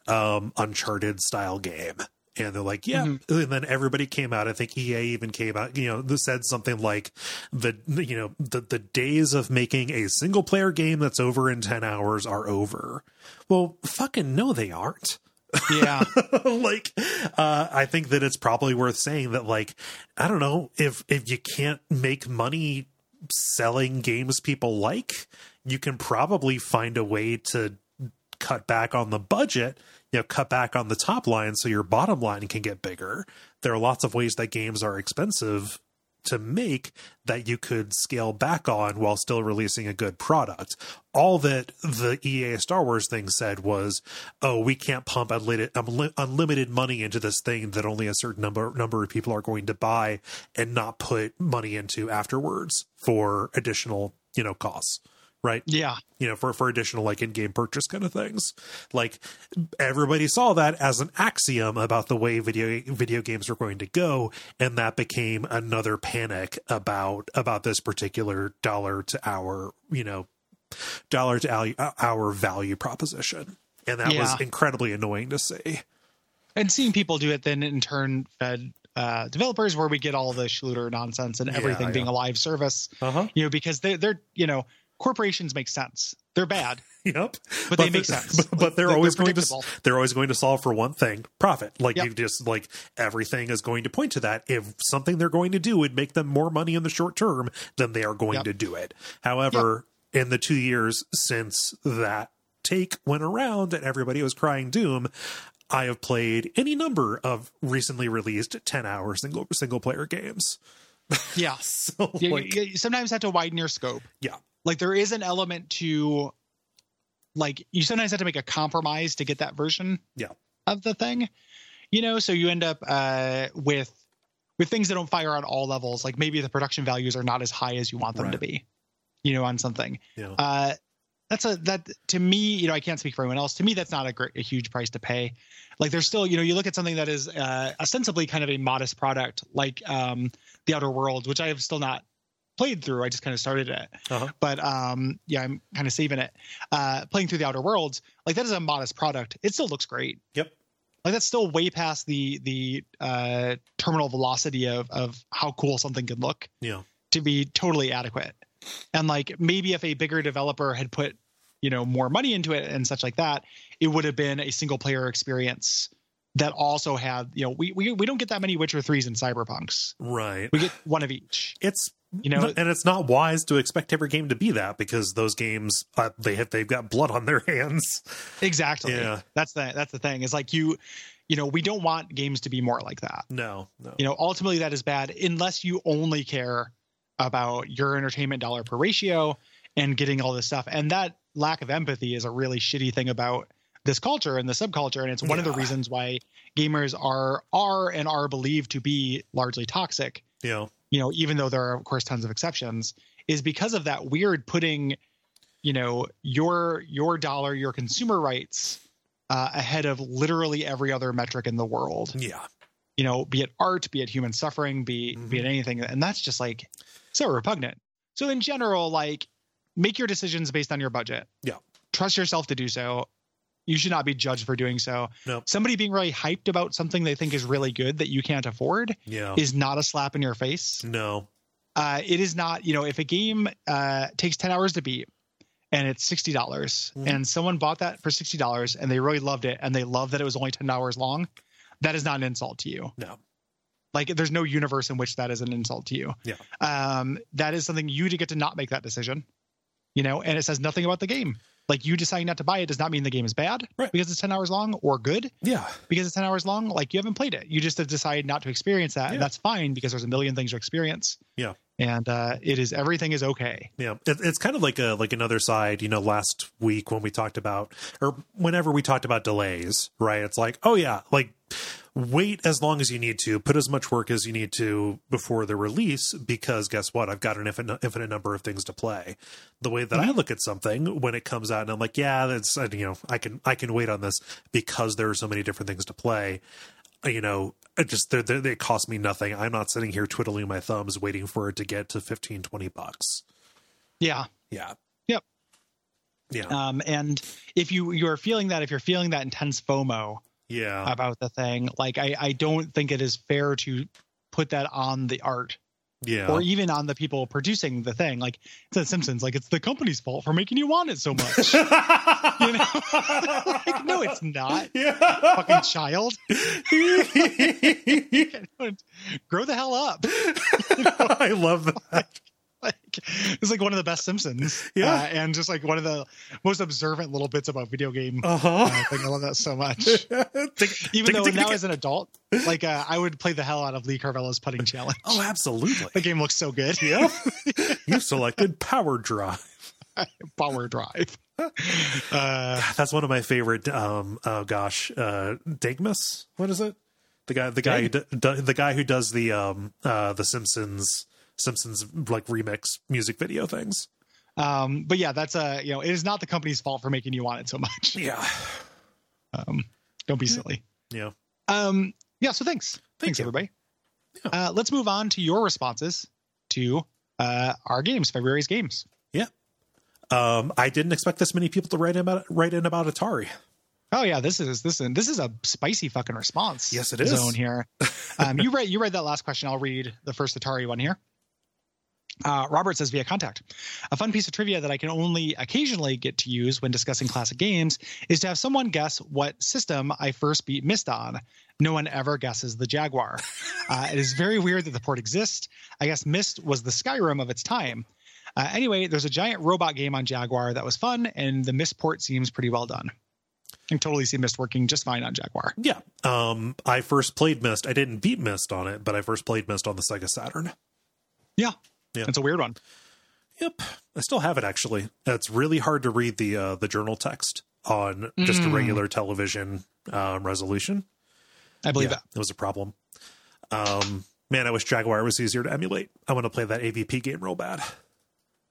Speaker 1: um, Uncharted style game. And they're like, yeah.
Speaker 2: Mhm.
Speaker 1: And then everybody came out. I think EA even came out, you know, they said something like the, you know, the, the days of making a single player game that's over in 10 hours are over. Well, fucking no, they aren't.
Speaker 2: Yeah,
Speaker 1: like uh i think that it's probably worth saying that like i don't know if if you can't make money selling games people like you can probably find a way to cut back on the budget you know cut back on the top line so your bottom line can get bigger there are lots of ways that games are expensive to make that you could scale back on while still releasing a good product. All that the EA Star Wars thing said was, "Oh, we can't pump unlimited, unli- unlimited money into this thing that only a certain number number of people are going to buy, and not put money into afterwards for additional, you know, costs." Right
Speaker 2: yeah,
Speaker 1: you know, for for additional like in-game purchase kind of things. Like everybody saw that as an axiom about the way video video games were going to go, and that became another panic about about this particular dollar to hour, you know, dollar to hour, hour value proposition. And that was
Speaker 2: Yeah.
Speaker 1: incredibly annoying to see.
Speaker 2: and seeing people do it then in turn fed uh, developers where we get all the Schluter nonsense and
Speaker 1: Yeah,
Speaker 2: everything being
Speaker 1: yeah.
Speaker 2: a live service.
Speaker 1: Uh-huh.
Speaker 2: You know, because they they're you know corporations make sense. They're bad,
Speaker 1: Yep.
Speaker 2: but, they
Speaker 1: the-
Speaker 2: make sense.
Speaker 1: But, but they're, always going to
Speaker 2: predictable.
Speaker 1: they're always going to solve for one thing, profit. Like
Speaker 2: Yep.
Speaker 1: you just like everything is going to point to that. If something they're going to do would make them more money in the short term, then they are going
Speaker 2: Yep.
Speaker 1: to do it. However, in the two years since that take went around and everybody was crying doom, I have played any number of recently released ten hour single single player games.
Speaker 2: Yeah.
Speaker 1: So
Speaker 2: you,
Speaker 1: like,
Speaker 2: you- you sometimes have to widen your scope.
Speaker 1: Yeah.
Speaker 2: Like there is an element to like you sometimes have to make a compromise to get that version
Speaker 1: Yeah.
Speaker 2: of the thing. You know, so you end up uh with with things that don't fire on all levels, like maybe the production values are not as high as you want them to
Speaker 1: Right.
Speaker 2: be, you know, on something.
Speaker 1: you know,
Speaker 2: Uh that's a that to me you know i can't speak for anyone else to me that's not a great a huge price to pay like there's still you know you look at something that is uh, ostensibly kind of a modest product like um the outer worlds which i have still not played through i just kind of started it
Speaker 1: Uh-huh.
Speaker 2: but um yeah i'm kind of saving it uh playing through the outer worlds like that is a modest product it still looks great
Speaker 1: Yep.
Speaker 2: like that's still way past the the uh terminal velocity of of how cool something could look
Speaker 1: Yeah.
Speaker 2: to be totally adequate. And like maybe if a bigger developer had put, you know, more money into it and such like that, it would have been a single player experience that also had, you know, we we, we don't get that many Witcher 3s and Cyberpunks.
Speaker 1: Right.
Speaker 2: We get one of each.
Speaker 1: It's
Speaker 2: You know-
Speaker 1: and it's not wise to expect every game to be that because those games uh, they have they've got blood on their hands.
Speaker 2: Exactly.
Speaker 1: Yeah.
Speaker 2: That's the that's the thing. Is like you you know, we don't want games to be more like that.
Speaker 1: No, no.
Speaker 2: you know ultimately that is bad unless you only care about your entertainment dollar per ratio and getting all this stuff and that lack of empathy is a really shitty thing about this culture and the subculture and it's one of the
Speaker 1: Yeah.
Speaker 2: reasons why gamers are are and are believed to be largely toxic
Speaker 1: You know,
Speaker 2: you know even though there are of course tons of exceptions is because of that weird putting you know your your dollar your consumer rights uh, ahead of literally every other metric in the world
Speaker 1: yeah.
Speaker 2: you know, be it art, be it human suffering, be be
Speaker 1: Mm-hmm.
Speaker 2: it anything, and that's just like so repugnant. So in general, like make your decisions based on your budget.
Speaker 1: Yeah.
Speaker 2: Trust yourself to do so. You should not be judged for doing so.
Speaker 1: No.
Speaker 2: Somebody being really hyped about something they think is really good that you can't afford
Speaker 1: Yeah.
Speaker 2: is not a slap in your face.
Speaker 1: no.
Speaker 2: Uh, it is not, you know, if a game uh, takes 10 hours to beat and it's $60 dollars
Speaker 1: Mhm.
Speaker 2: and someone bought that for $60 and they really loved it and they love that it was only 10 hours long, that is not an insult to you
Speaker 1: No.
Speaker 2: like there's no universe in which that is an insult to you
Speaker 1: Yeah.
Speaker 2: um that is something you to get to not make that decision you know and it says nothing about the game like you deciding not to buy it does not mean the game is bad
Speaker 1: Right.
Speaker 2: because it's 10 hours long or good
Speaker 1: Yeah.
Speaker 2: because it's 10 hours long like you haven't played it you just have decided not to experience that
Speaker 1: Yeah.
Speaker 2: and that's fine because there's a million things to experience
Speaker 1: Yeah.
Speaker 2: and uh it is everything is okay
Speaker 1: Yeah, it, it's kind of like a like another side. You know, last week when we talked about, or whenever we talked about delays, right? It's like, oh yeah, like wait as long as you need to, put as much work as you need to before the release, because guess what? I've got an infinite, infinite number of things to play. The way that I look at something when it comes out, and I'm like, yeah, that's uh, you know, I can I can wait on this because there are so many different things to play. Uh, You know, it just they're, they're, they cost me nothing. I'm not sitting here twiddling my thumbs waiting for it to get to 15, 20 bucks.
Speaker 2: yeah
Speaker 1: Yeah.
Speaker 2: Yep.
Speaker 1: Yeah.
Speaker 2: um and if you you're feeling that if you're feeling that intense fomo
Speaker 1: yeah.
Speaker 2: about the thing like i i don't think it is fair to put that on the art
Speaker 1: yeah.
Speaker 2: or even on the people producing the thing. Like it's the Simpsons, like it's the company's fault for making you want it so much. you know? like, no, it's not. Fucking child,
Speaker 1: Yeah.
Speaker 2: grow the hell up!
Speaker 1: I love that.
Speaker 2: Like it's like one of the best Simpsons,
Speaker 1: Yeah.
Speaker 2: uh, and just like one of the most observant little bits about video game.
Speaker 1: Uh
Speaker 2: uh,
Speaker 1: huh.
Speaker 2: thing. I love that so much. Even though now as an adult, like uh, I would play the hell out of Lee Carvello's putting challenge.
Speaker 1: oh,
Speaker 2: The
Speaker 1: absolutely.
Speaker 2: game looks so good.
Speaker 1: Yeah. You selected Power Drive.
Speaker 2: Power Drive. Uh,
Speaker 1: That's one of my favorite. Um. Oh gosh. Uh. Digmas. What is it? The guy. The guy. Who d- d- the guy who does the um. Uh. The Simpsons. Simpsons like remix music video things.
Speaker 2: um, but yeah, that's a you know it is not the company's fault for making you want it so much.
Speaker 1: Yeah.
Speaker 2: Um, don't be silly.
Speaker 1: Yeah.
Speaker 2: Um, yeah. So thanks. Thanks,
Speaker 1: you.
Speaker 2: everybody. Uh, let's move on to your responses to uh, our games, February's games.
Speaker 1: Yeah. Um, I didn't expect this many people to write in about write in about Atari.
Speaker 2: Oh yeah, this is this is this is a spicy fucking response.
Speaker 1: Yes, it is.
Speaker 2: Zone here. Um, you read you read that last question. I'll read the first Atari one here. Uh, Robert says via contact, a fun piece of trivia that I can only occasionally get to use when discussing classic games is to have someone guess what system I first beat Mist on. No one ever guesses the Jaguar. Uh, it is very weird that the port exists. I guess Mist was the Skyrim of its time. Uh, anyway, there's a giant robot game on Jaguar that was fun, and the Mist port seems pretty well done. I can totally see Mist working just fine on Jaguar.
Speaker 1: Yeah. Um, I first played Mist. I didn't beat Mist on it, but I first played Mist on the Sega Saturn.
Speaker 2: Yeah.
Speaker 1: Yeah.
Speaker 2: It's a weird one.
Speaker 1: Yep. I still have it actually. It's really hard to read the uh, the journal text on just a
Speaker 2: Mm.
Speaker 1: regular television um, resolution.
Speaker 2: I believe
Speaker 1: yeah,
Speaker 2: that.
Speaker 1: it was a problem. Um, man, I wish Jaguar was easier to emulate. I want to play that AVP game real bad.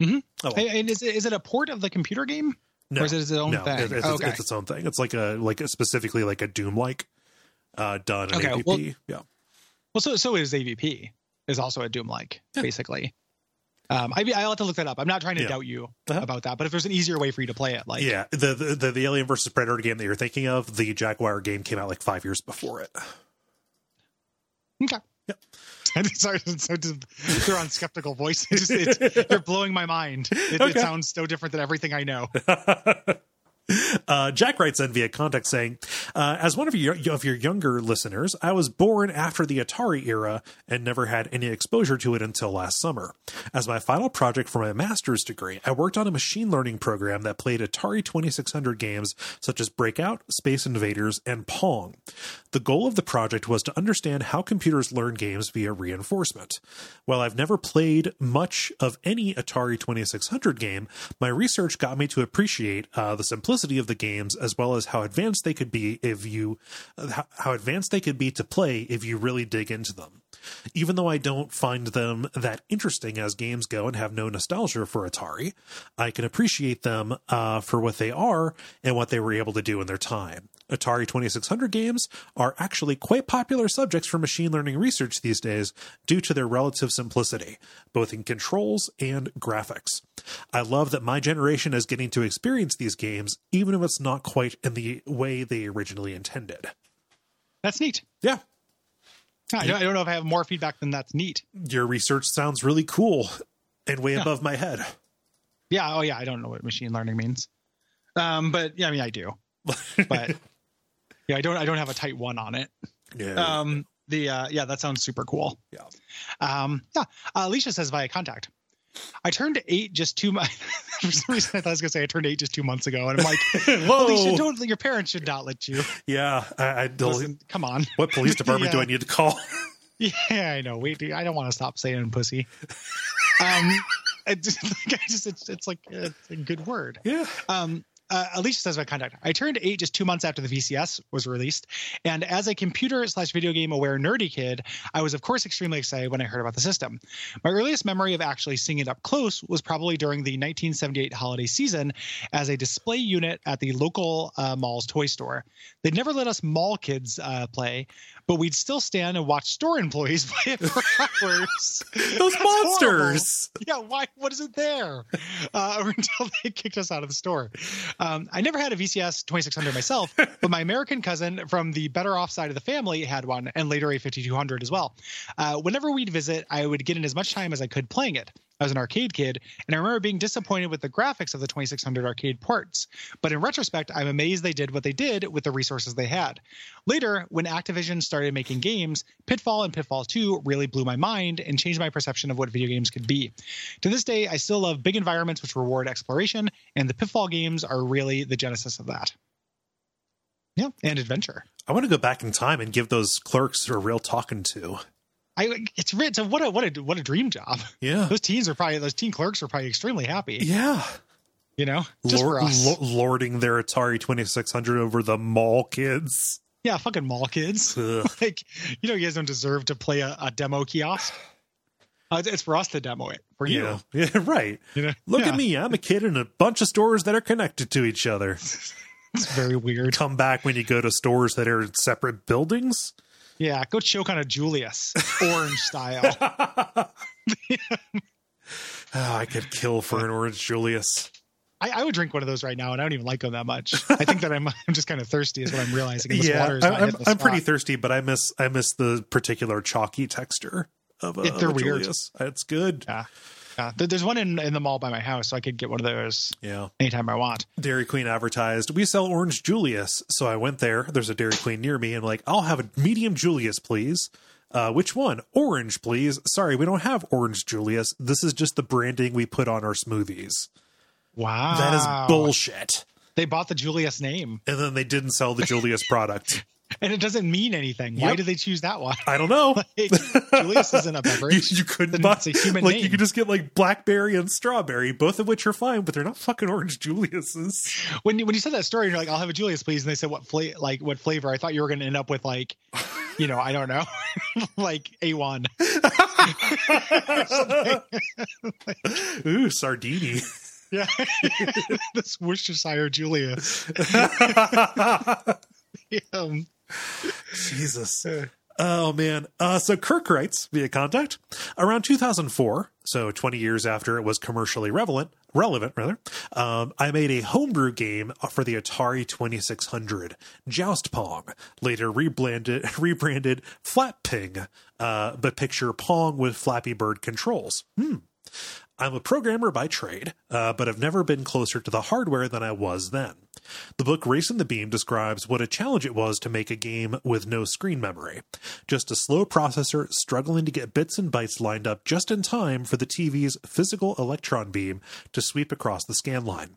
Speaker 2: Mhm.
Speaker 1: Oh, well.
Speaker 2: And is it, is it a port of the computer game,
Speaker 1: no.
Speaker 2: or is it its own
Speaker 1: no,
Speaker 2: thing?
Speaker 1: it- it's,
Speaker 2: okay.
Speaker 1: it's its own thing. It's like a like a, specifically like a Doom like uh done in
Speaker 2: Okay,
Speaker 1: APP.
Speaker 2: well-
Speaker 1: yeah.
Speaker 2: well, so so is AVP is also a Doom like
Speaker 1: Yeah.
Speaker 2: basically. Um, I I'll have to look that up. I'm not trying to
Speaker 1: Yeah.
Speaker 2: doubt you
Speaker 1: Uh-huh.
Speaker 2: about that, but if there's an easier way for you to play it, like
Speaker 1: yeah, the, the the the Alien versus Predator game that you're thinking of, the Jaguar game came out like five years before it.
Speaker 2: Okay.
Speaker 1: Yep.
Speaker 2: Sorry, it's so dis- they're on skeptical voice. It's just- it's- you're blowing my mind. It, it
Speaker 1: Okay.
Speaker 2: sounds so different than everything I know.
Speaker 1: Uh, Jack writes in via contact saying, uh, "As one of your of your younger listeners, I was born after the Atari era and never had any exposure to it until last summer. As my final project for my master's degree, I worked on a machine learning program that played Atari 2600 games such as Breakout, Space Invaders, and Pong. The goal of the project was to understand how computers learn games via reinforcement. While I've never played much of any Atari 2600 game, my research got me to appreciate uh, the simplicity of the games as well as how advanced they could be if you uh, how- how advanced they could be to play if you really dig into them. Even though I don't find them that interesting as games go and have no nostalgia for Atari, I can appreciate them uh, for what they are and what they were able to do in their time. Atari 2600 games are actually quite popular subjects for machine learning research these days due to their relative simplicity, both in controls and graphics. I love that my generation is getting to experience these games, even if it's not quite in the way they originally intended.
Speaker 2: That's neat.
Speaker 1: Yeah,
Speaker 2: I don't, I don't know if I have more feedback than that's neat.
Speaker 1: your research sounds really cool and way
Speaker 2: Yeah.
Speaker 1: above my head.
Speaker 2: Yeah. Oh, yeah. I don't know what machine learning means. Um, but yeah, I mean, I do. But yeah, I don't. I don't have a tight one on it.
Speaker 1: Yeah.
Speaker 2: Um, the uh, yeah, that sounds super cool.
Speaker 1: Yeah.
Speaker 2: Um, yeah. Uh, Alicia says via contact. I turned eight just two months. for some reason, I thought I was gonna say I turned eight just two months ago, and I'm like,
Speaker 1: Whoa.
Speaker 2: Alicia, don't. Your parents should not let you.
Speaker 1: yeah. I, I don't,
Speaker 2: Listen, come on.
Speaker 1: what police department do
Speaker 2: Yeah.
Speaker 1: I need to call?
Speaker 2: Yeah, I know. We do. I don't want to stop saying pussy. Um, I just, like, I just it's, it's like it's a good word.
Speaker 1: yeah.
Speaker 2: Um, uh, Alicia says my contact. I turned eight just two months after the VCS was released, and as a computer slash video game aware nerdy kid, I was of course extremely excited when I heard about the system. My earliest memory of actually seeing it up close was probably during the 1978 holiday season as a display unit at the local uh, mall's toy store. They'd never let us mall kids uh, play, but we'd still stand and watch store employees play it for hours.
Speaker 1: Those
Speaker 2: That's
Speaker 1: monsters.
Speaker 2: yeah, why? What is it there? Uh, or until they kicked us out of the store. Um, I never had a VCS 2600 myself, but my American cousin from the better off side of the family had one, and later a 5200 as well. Uh, whenever we'd visit, I would get in as much time as I could playing it. I was an arcade kid, and I remember being disappointed with the graphics of the 2600 arcade ports. But in retrospect, I'm amazed they did what they did with the resources they had. Later, when Activision started making games, Pitfall and Pitfall 2 really blew my mind and changed my perception of what video games could be. To this day, I still love big environments which reward exploration, and the Pitfall games are really the genesis of that. Yeah, and adventure.
Speaker 1: I want to go back in time and give those clerks a real talking to.
Speaker 2: I it's rich. So what a what a what a dream job.
Speaker 1: Yeah.
Speaker 2: Those teens are probably those teen clerks are probably extremely happy.
Speaker 1: Yeah.
Speaker 2: You know, just
Speaker 1: Lord-
Speaker 2: for us.
Speaker 1: lo- lording their Atari 2600 over the mall kids.
Speaker 2: yeah, fucking mall kids.
Speaker 1: Ugh.
Speaker 2: like, you know, you guys don't deserve to play a, a demo kiosk. Uh, it's- it's for us to demo it for you.
Speaker 1: Yeah. Yeah. Right.
Speaker 2: You know,
Speaker 1: Look
Speaker 2: Yeah,
Speaker 1: at me. I'm a kid in a bunch of stores that are connected to each other.
Speaker 2: It's very weird.
Speaker 1: Come back when you go to stores that are in separate buildings.
Speaker 2: Yeah, go choke on a Julius, orange style.
Speaker 1: Ah, Oh, I could kill for an orange Julius.
Speaker 2: I, I would drink one of those right now, and I don't even like them that much. I think that I'm I'm just kind of thirsty, is what I'm realizing. And this
Speaker 1: yeah,
Speaker 2: water is
Speaker 1: I-
Speaker 2: not
Speaker 1: I'm,
Speaker 2: hitting the
Speaker 1: I'm pretty
Speaker 2: spot.
Speaker 1: thirsty, but I miss I miss the particular chalky texture of a,
Speaker 2: Yeah,
Speaker 1: of
Speaker 2: they're
Speaker 1: a
Speaker 2: weird.
Speaker 1: Julius. It's good.
Speaker 2: Yeah. There- there's one in, in the mall by my house, so I could get one of those
Speaker 1: Yeah.
Speaker 2: anytime I want.
Speaker 1: Dairy Queen advertised, we sell orange Julius. So I went there. There's a Dairy Queen near me. and I'm like, I'll have a medium Julius, please. Uh, which one? Orange, please. Sorry, we don't have orange Julius. This is just the branding we put on our smoothies.
Speaker 2: Wow,
Speaker 1: That is bullshit.
Speaker 2: They bought the Julius name.
Speaker 1: And then they didn't sell the Julius product.
Speaker 2: and it doesn't mean anything. Why
Speaker 1: Yep.
Speaker 2: did they choose that one?
Speaker 1: I don't know.
Speaker 2: Like, Julius isn't a
Speaker 1: You,
Speaker 2: beverage.
Speaker 1: you couldn't
Speaker 2: Then
Speaker 1: buy
Speaker 2: it's a human
Speaker 1: like you
Speaker 2: name.
Speaker 1: could just get like blackberry and strawberry, both of which are fine, but they're not fucking orange Julius's.
Speaker 2: when you, when you said that story, you're like, "I'll have a Julius, please," and they said, "What fla- like what flavor?" I thought you were going to end up with like, you know, I don't know, like a one.
Speaker 1: Ooh, sardini.
Speaker 2: Yeah, this Worcestershire Julius. Um,
Speaker 1: Jesus. Oh man. Uh, so Kirk writes via contact around 2004, so 20 years after it was commercially relevant, relevant rather. Um, I made a homebrew game for the Atari 2600, Joust Pong, later rebranded rebranded Flat Ping, uh, but picture Pong with Flappy Bird controls. Hmm. I'm a programmer by trade, uh, but have never been closer to the hardware than I was then. The book Race in the Beam describes what a challenge it was to make a game with no screen memory. Just a slow processor struggling to get bits and bytes lined up just in time for the TV's physical electron beam to sweep across the scan line.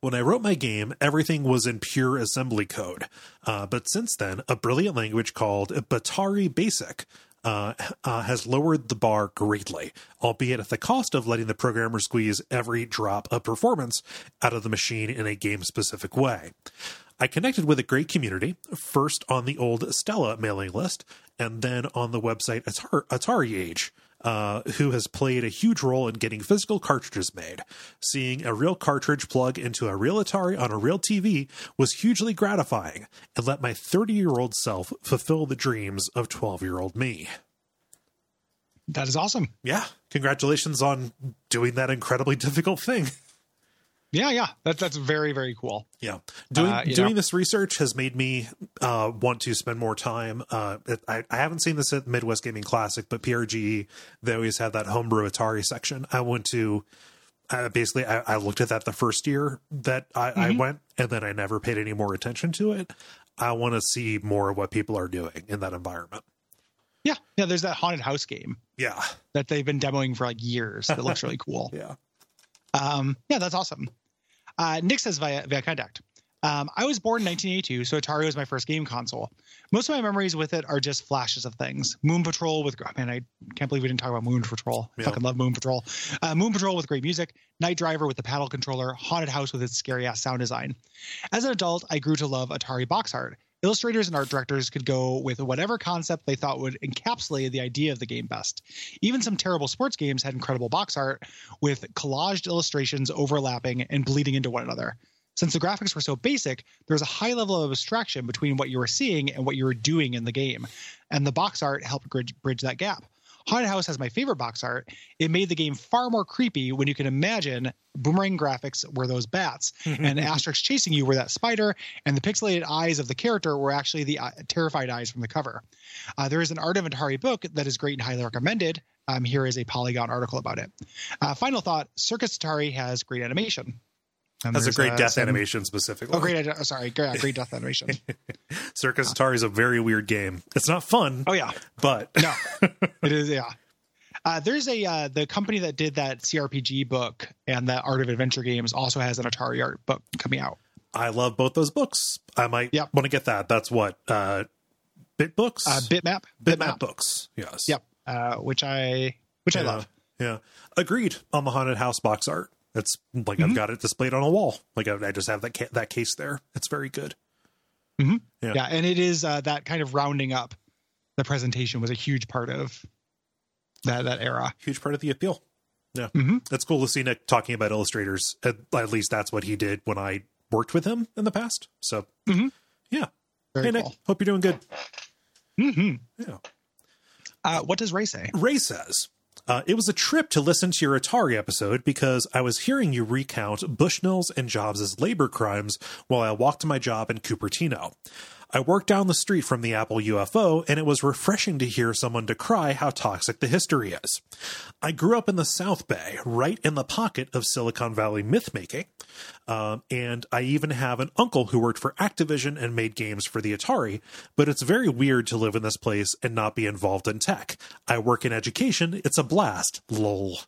Speaker 1: When I wrote my game, everything was in pure assembly code. Uh, but since then, a brilliant language called Batari Basic uh, uh, has lowered the bar greatly, albeit at the cost of letting the programmer squeeze every drop of performance out of the machine in a game specific way. I connected with a great community, first on the old Stella mailing list, and then on the website Atari, Atari Age uh, who has played a huge role in getting physical cartridges made. Seeing a real cartridge plug into a real Atari on a real TV was hugely gratifying and let my 30 year old self fulfill the dreams of 12 year old me.
Speaker 2: that is awesome.
Speaker 1: Yeah, congratulations on doing that incredibly difficult thing.
Speaker 2: Yeah, yeah, that, that's very very cool.
Speaker 1: Yeah, doing
Speaker 2: Uh, you
Speaker 1: doing
Speaker 2: know.
Speaker 1: this research has made me uh, want to spend more time. Uh, it- I, I haven't seen this at Midwest Gaming Classic, but PRGE E, they always have that homebrew Atari section. I went to uh, basically I, I looked at that the first year that I, I
Speaker 2: Mhm.
Speaker 1: went, and then I never paid any more attention to it. I want to see more of what people are doing in that environment.
Speaker 2: Yeah, yeah. There's that haunted house game
Speaker 1: Yeah,
Speaker 2: that they've been demoing for like years. That looks really cool.
Speaker 1: yeah.
Speaker 2: Um, yeah, that's awesome. Uh, Nick says via, via contact. Um, I was born in 1982, so Atari was my first game console. Most of my memories with it are just flashes of things. Moon Patrol with oh, man, I can't believe we didn't talk about Moon Patrol. I
Speaker 1: Yeah.
Speaker 2: fucking love Moon Patrol. Uh, Moon Patrol with great music. Night Driver with the paddle controller. Haunted House with its scary ass sound design. As an adult, I grew to love Atari box art. Illustrators and art directors could go with whatever concept they thought would encapsulate the idea of the game best. Even some terrible sports games had incredible box art with collaged illustrations overlapping and bleeding into one another. Since the graphics were so basic, there was a high level of abstraction between what you were seeing and what you were doing in the game, and the box art helped bridge, bridge that gap. Haunted House has my favorite box art. It made the game far more creepy when you can imagine boomerang graphics were those bats, and asterisks chasing you were that spider, and the pixelated eyes of the character were actually the uh, terrified eyes from the cover. Uh, there is an Art of Atari book that is great and highly recommended. Um, here is a Polygon article about it. Uh, final thought Circus Atari has great animation. And
Speaker 1: That's a
Speaker 2: there's,
Speaker 1: great
Speaker 2: uh,
Speaker 1: death
Speaker 2: some-
Speaker 1: animation specifically.
Speaker 2: Oh, great! idea- Sorry, great, great death animation.
Speaker 1: Circus Atari is a very weird game. It's not fun,
Speaker 2: Oh yeah,
Speaker 1: but
Speaker 2: no, it is. Yeah, uh, there's a uh, the company that did that CRPG book and the Art of Adventure games also has an Atari art book coming out.
Speaker 1: I love both those books. I might
Speaker 2: Yep.
Speaker 1: want to get that. That's what uh, Bit Books,
Speaker 2: Uh, Bitmap,
Speaker 1: Bitmap Books. Yes.
Speaker 2: Yep, uh, which I which
Speaker 1: Yeah.
Speaker 2: I love.
Speaker 1: Yeah. Agreed on the haunted house box art. It's like I've
Speaker 2: Mhm.
Speaker 1: got it displayed on a wall. Like I, I just have that ca- that case there. It's very good. Yeah.
Speaker 2: Yeah. and it is uh, that kind of rounding up. The presentation was a huge part of that that era.
Speaker 1: Huge part of the appeal. Yeah.
Speaker 2: Mhm.
Speaker 1: That's cool to see Nick talking about illustrators. At, at least that's what he did when I worked with him in the past. So
Speaker 2: Very
Speaker 1: hey Nick,
Speaker 2: cool.
Speaker 1: hope you're doing good.
Speaker 2: hmm
Speaker 1: Yeah.
Speaker 2: Uh, what does Ray say?
Speaker 1: Ray says, uh, It was a trip to listen to your Atari episode because I was hearing you recount Bushnell's and Jobs' labor crimes while I walked to my job in Cupertino. I worked down the street from the Apple UFO, and it was refreshing to hear someone decry how toxic the history is. I grew up in the South Bay, right in the pocket of Silicon Valley mythmaking, um, and I even have an uncle who worked for Activision and made games for the Atari. But it's very weird to live in this place and not be involved in tech. I work in education; it's a blast. Lol.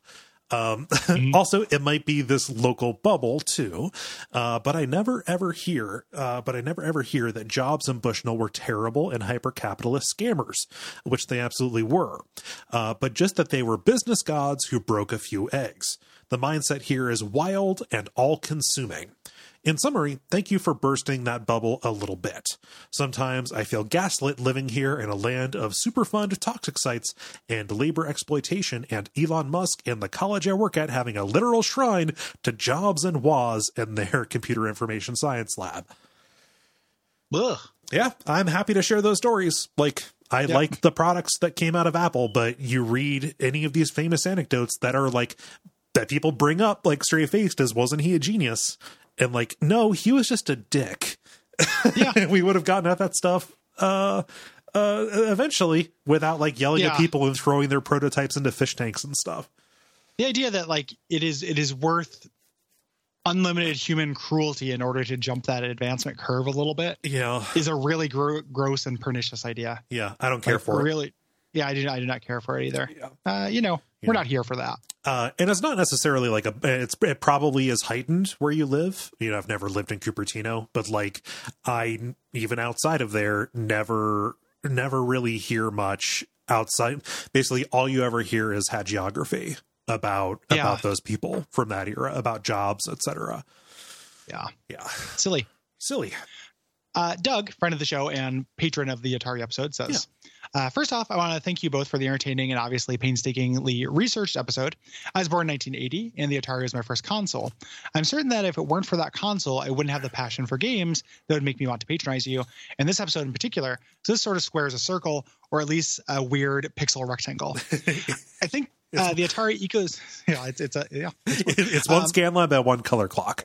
Speaker 1: Um, Also, it might be this local bubble too, uh, but I never ever hear, uh, but I never ever hear that Jobs and Bushnell were terrible and hyper capitalist scammers, which they absolutely were. Uh, but just that they were business gods who broke a few eggs. The mindset here is wild and all consuming. In summary, thank you for bursting that bubble a little bit. Sometimes I feel gaslit living here in a land of Superfund toxic sites and labor exploitation, and Elon Musk and the college I work at having a literal shrine to Jobs and Woz and their computer information science lab.
Speaker 2: Ugh.
Speaker 1: Yeah, I'm happy to share those stories. Like, I
Speaker 2: Yeah.
Speaker 1: like the products that came out of Apple, but you read any of these famous anecdotes that are like, that people bring up, like, straight faced as wasn't he a genius? And like, no, he was just a dick.
Speaker 2: Yeah.
Speaker 1: we would have gotten at that stuff uh, uh, eventually without like yelling at
Speaker 2: Yeah.
Speaker 1: people and throwing their prototypes into fish tanks and stuff.
Speaker 2: the idea that like it is it is worth unlimited human cruelty in order to jump that advancement curve a little bit
Speaker 1: Yeah.
Speaker 2: is a really gro- gross and pernicious idea.
Speaker 1: Yeah. I don't care
Speaker 2: Like,
Speaker 1: for it.
Speaker 2: really, yeah, I do. I do not care for it either.
Speaker 1: Yeah.
Speaker 2: Uh, you know,
Speaker 1: Yeah.
Speaker 2: we're not here for that.
Speaker 1: uh, and it's not necessarily like a it's it probably is heightened where you live you know i've never lived in cupertino but like i even outside of there never never really hear much outside basically all you ever hear is hagiography about
Speaker 2: Yeah.
Speaker 1: about those people from that era about jobs etc
Speaker 2: Yeah,
Speaker 1: yeah
Speaker 2: silly.
Speaker 1: silly
Speaker 2: Uh, Doug, friend of the show and patron of the Atari episode, says, uh, First off, I want to thank you both for the entertaining and obviously painstakingly researched episode. I was born in 1980, and the Atari was my first console. I'm certain that if it weren't for that console, I wouldn't have the passion for games that would make me want to patronize you, and this episode in particular. So this sort of squares a circle, or at least a weird pixel rectangle. I think. Uh, the Atari ecos, yeah, it's, it's a yeah,
Speaker 1: It- it's one
Speaker 2: Um,
Speaker 1: scan lab at one color clock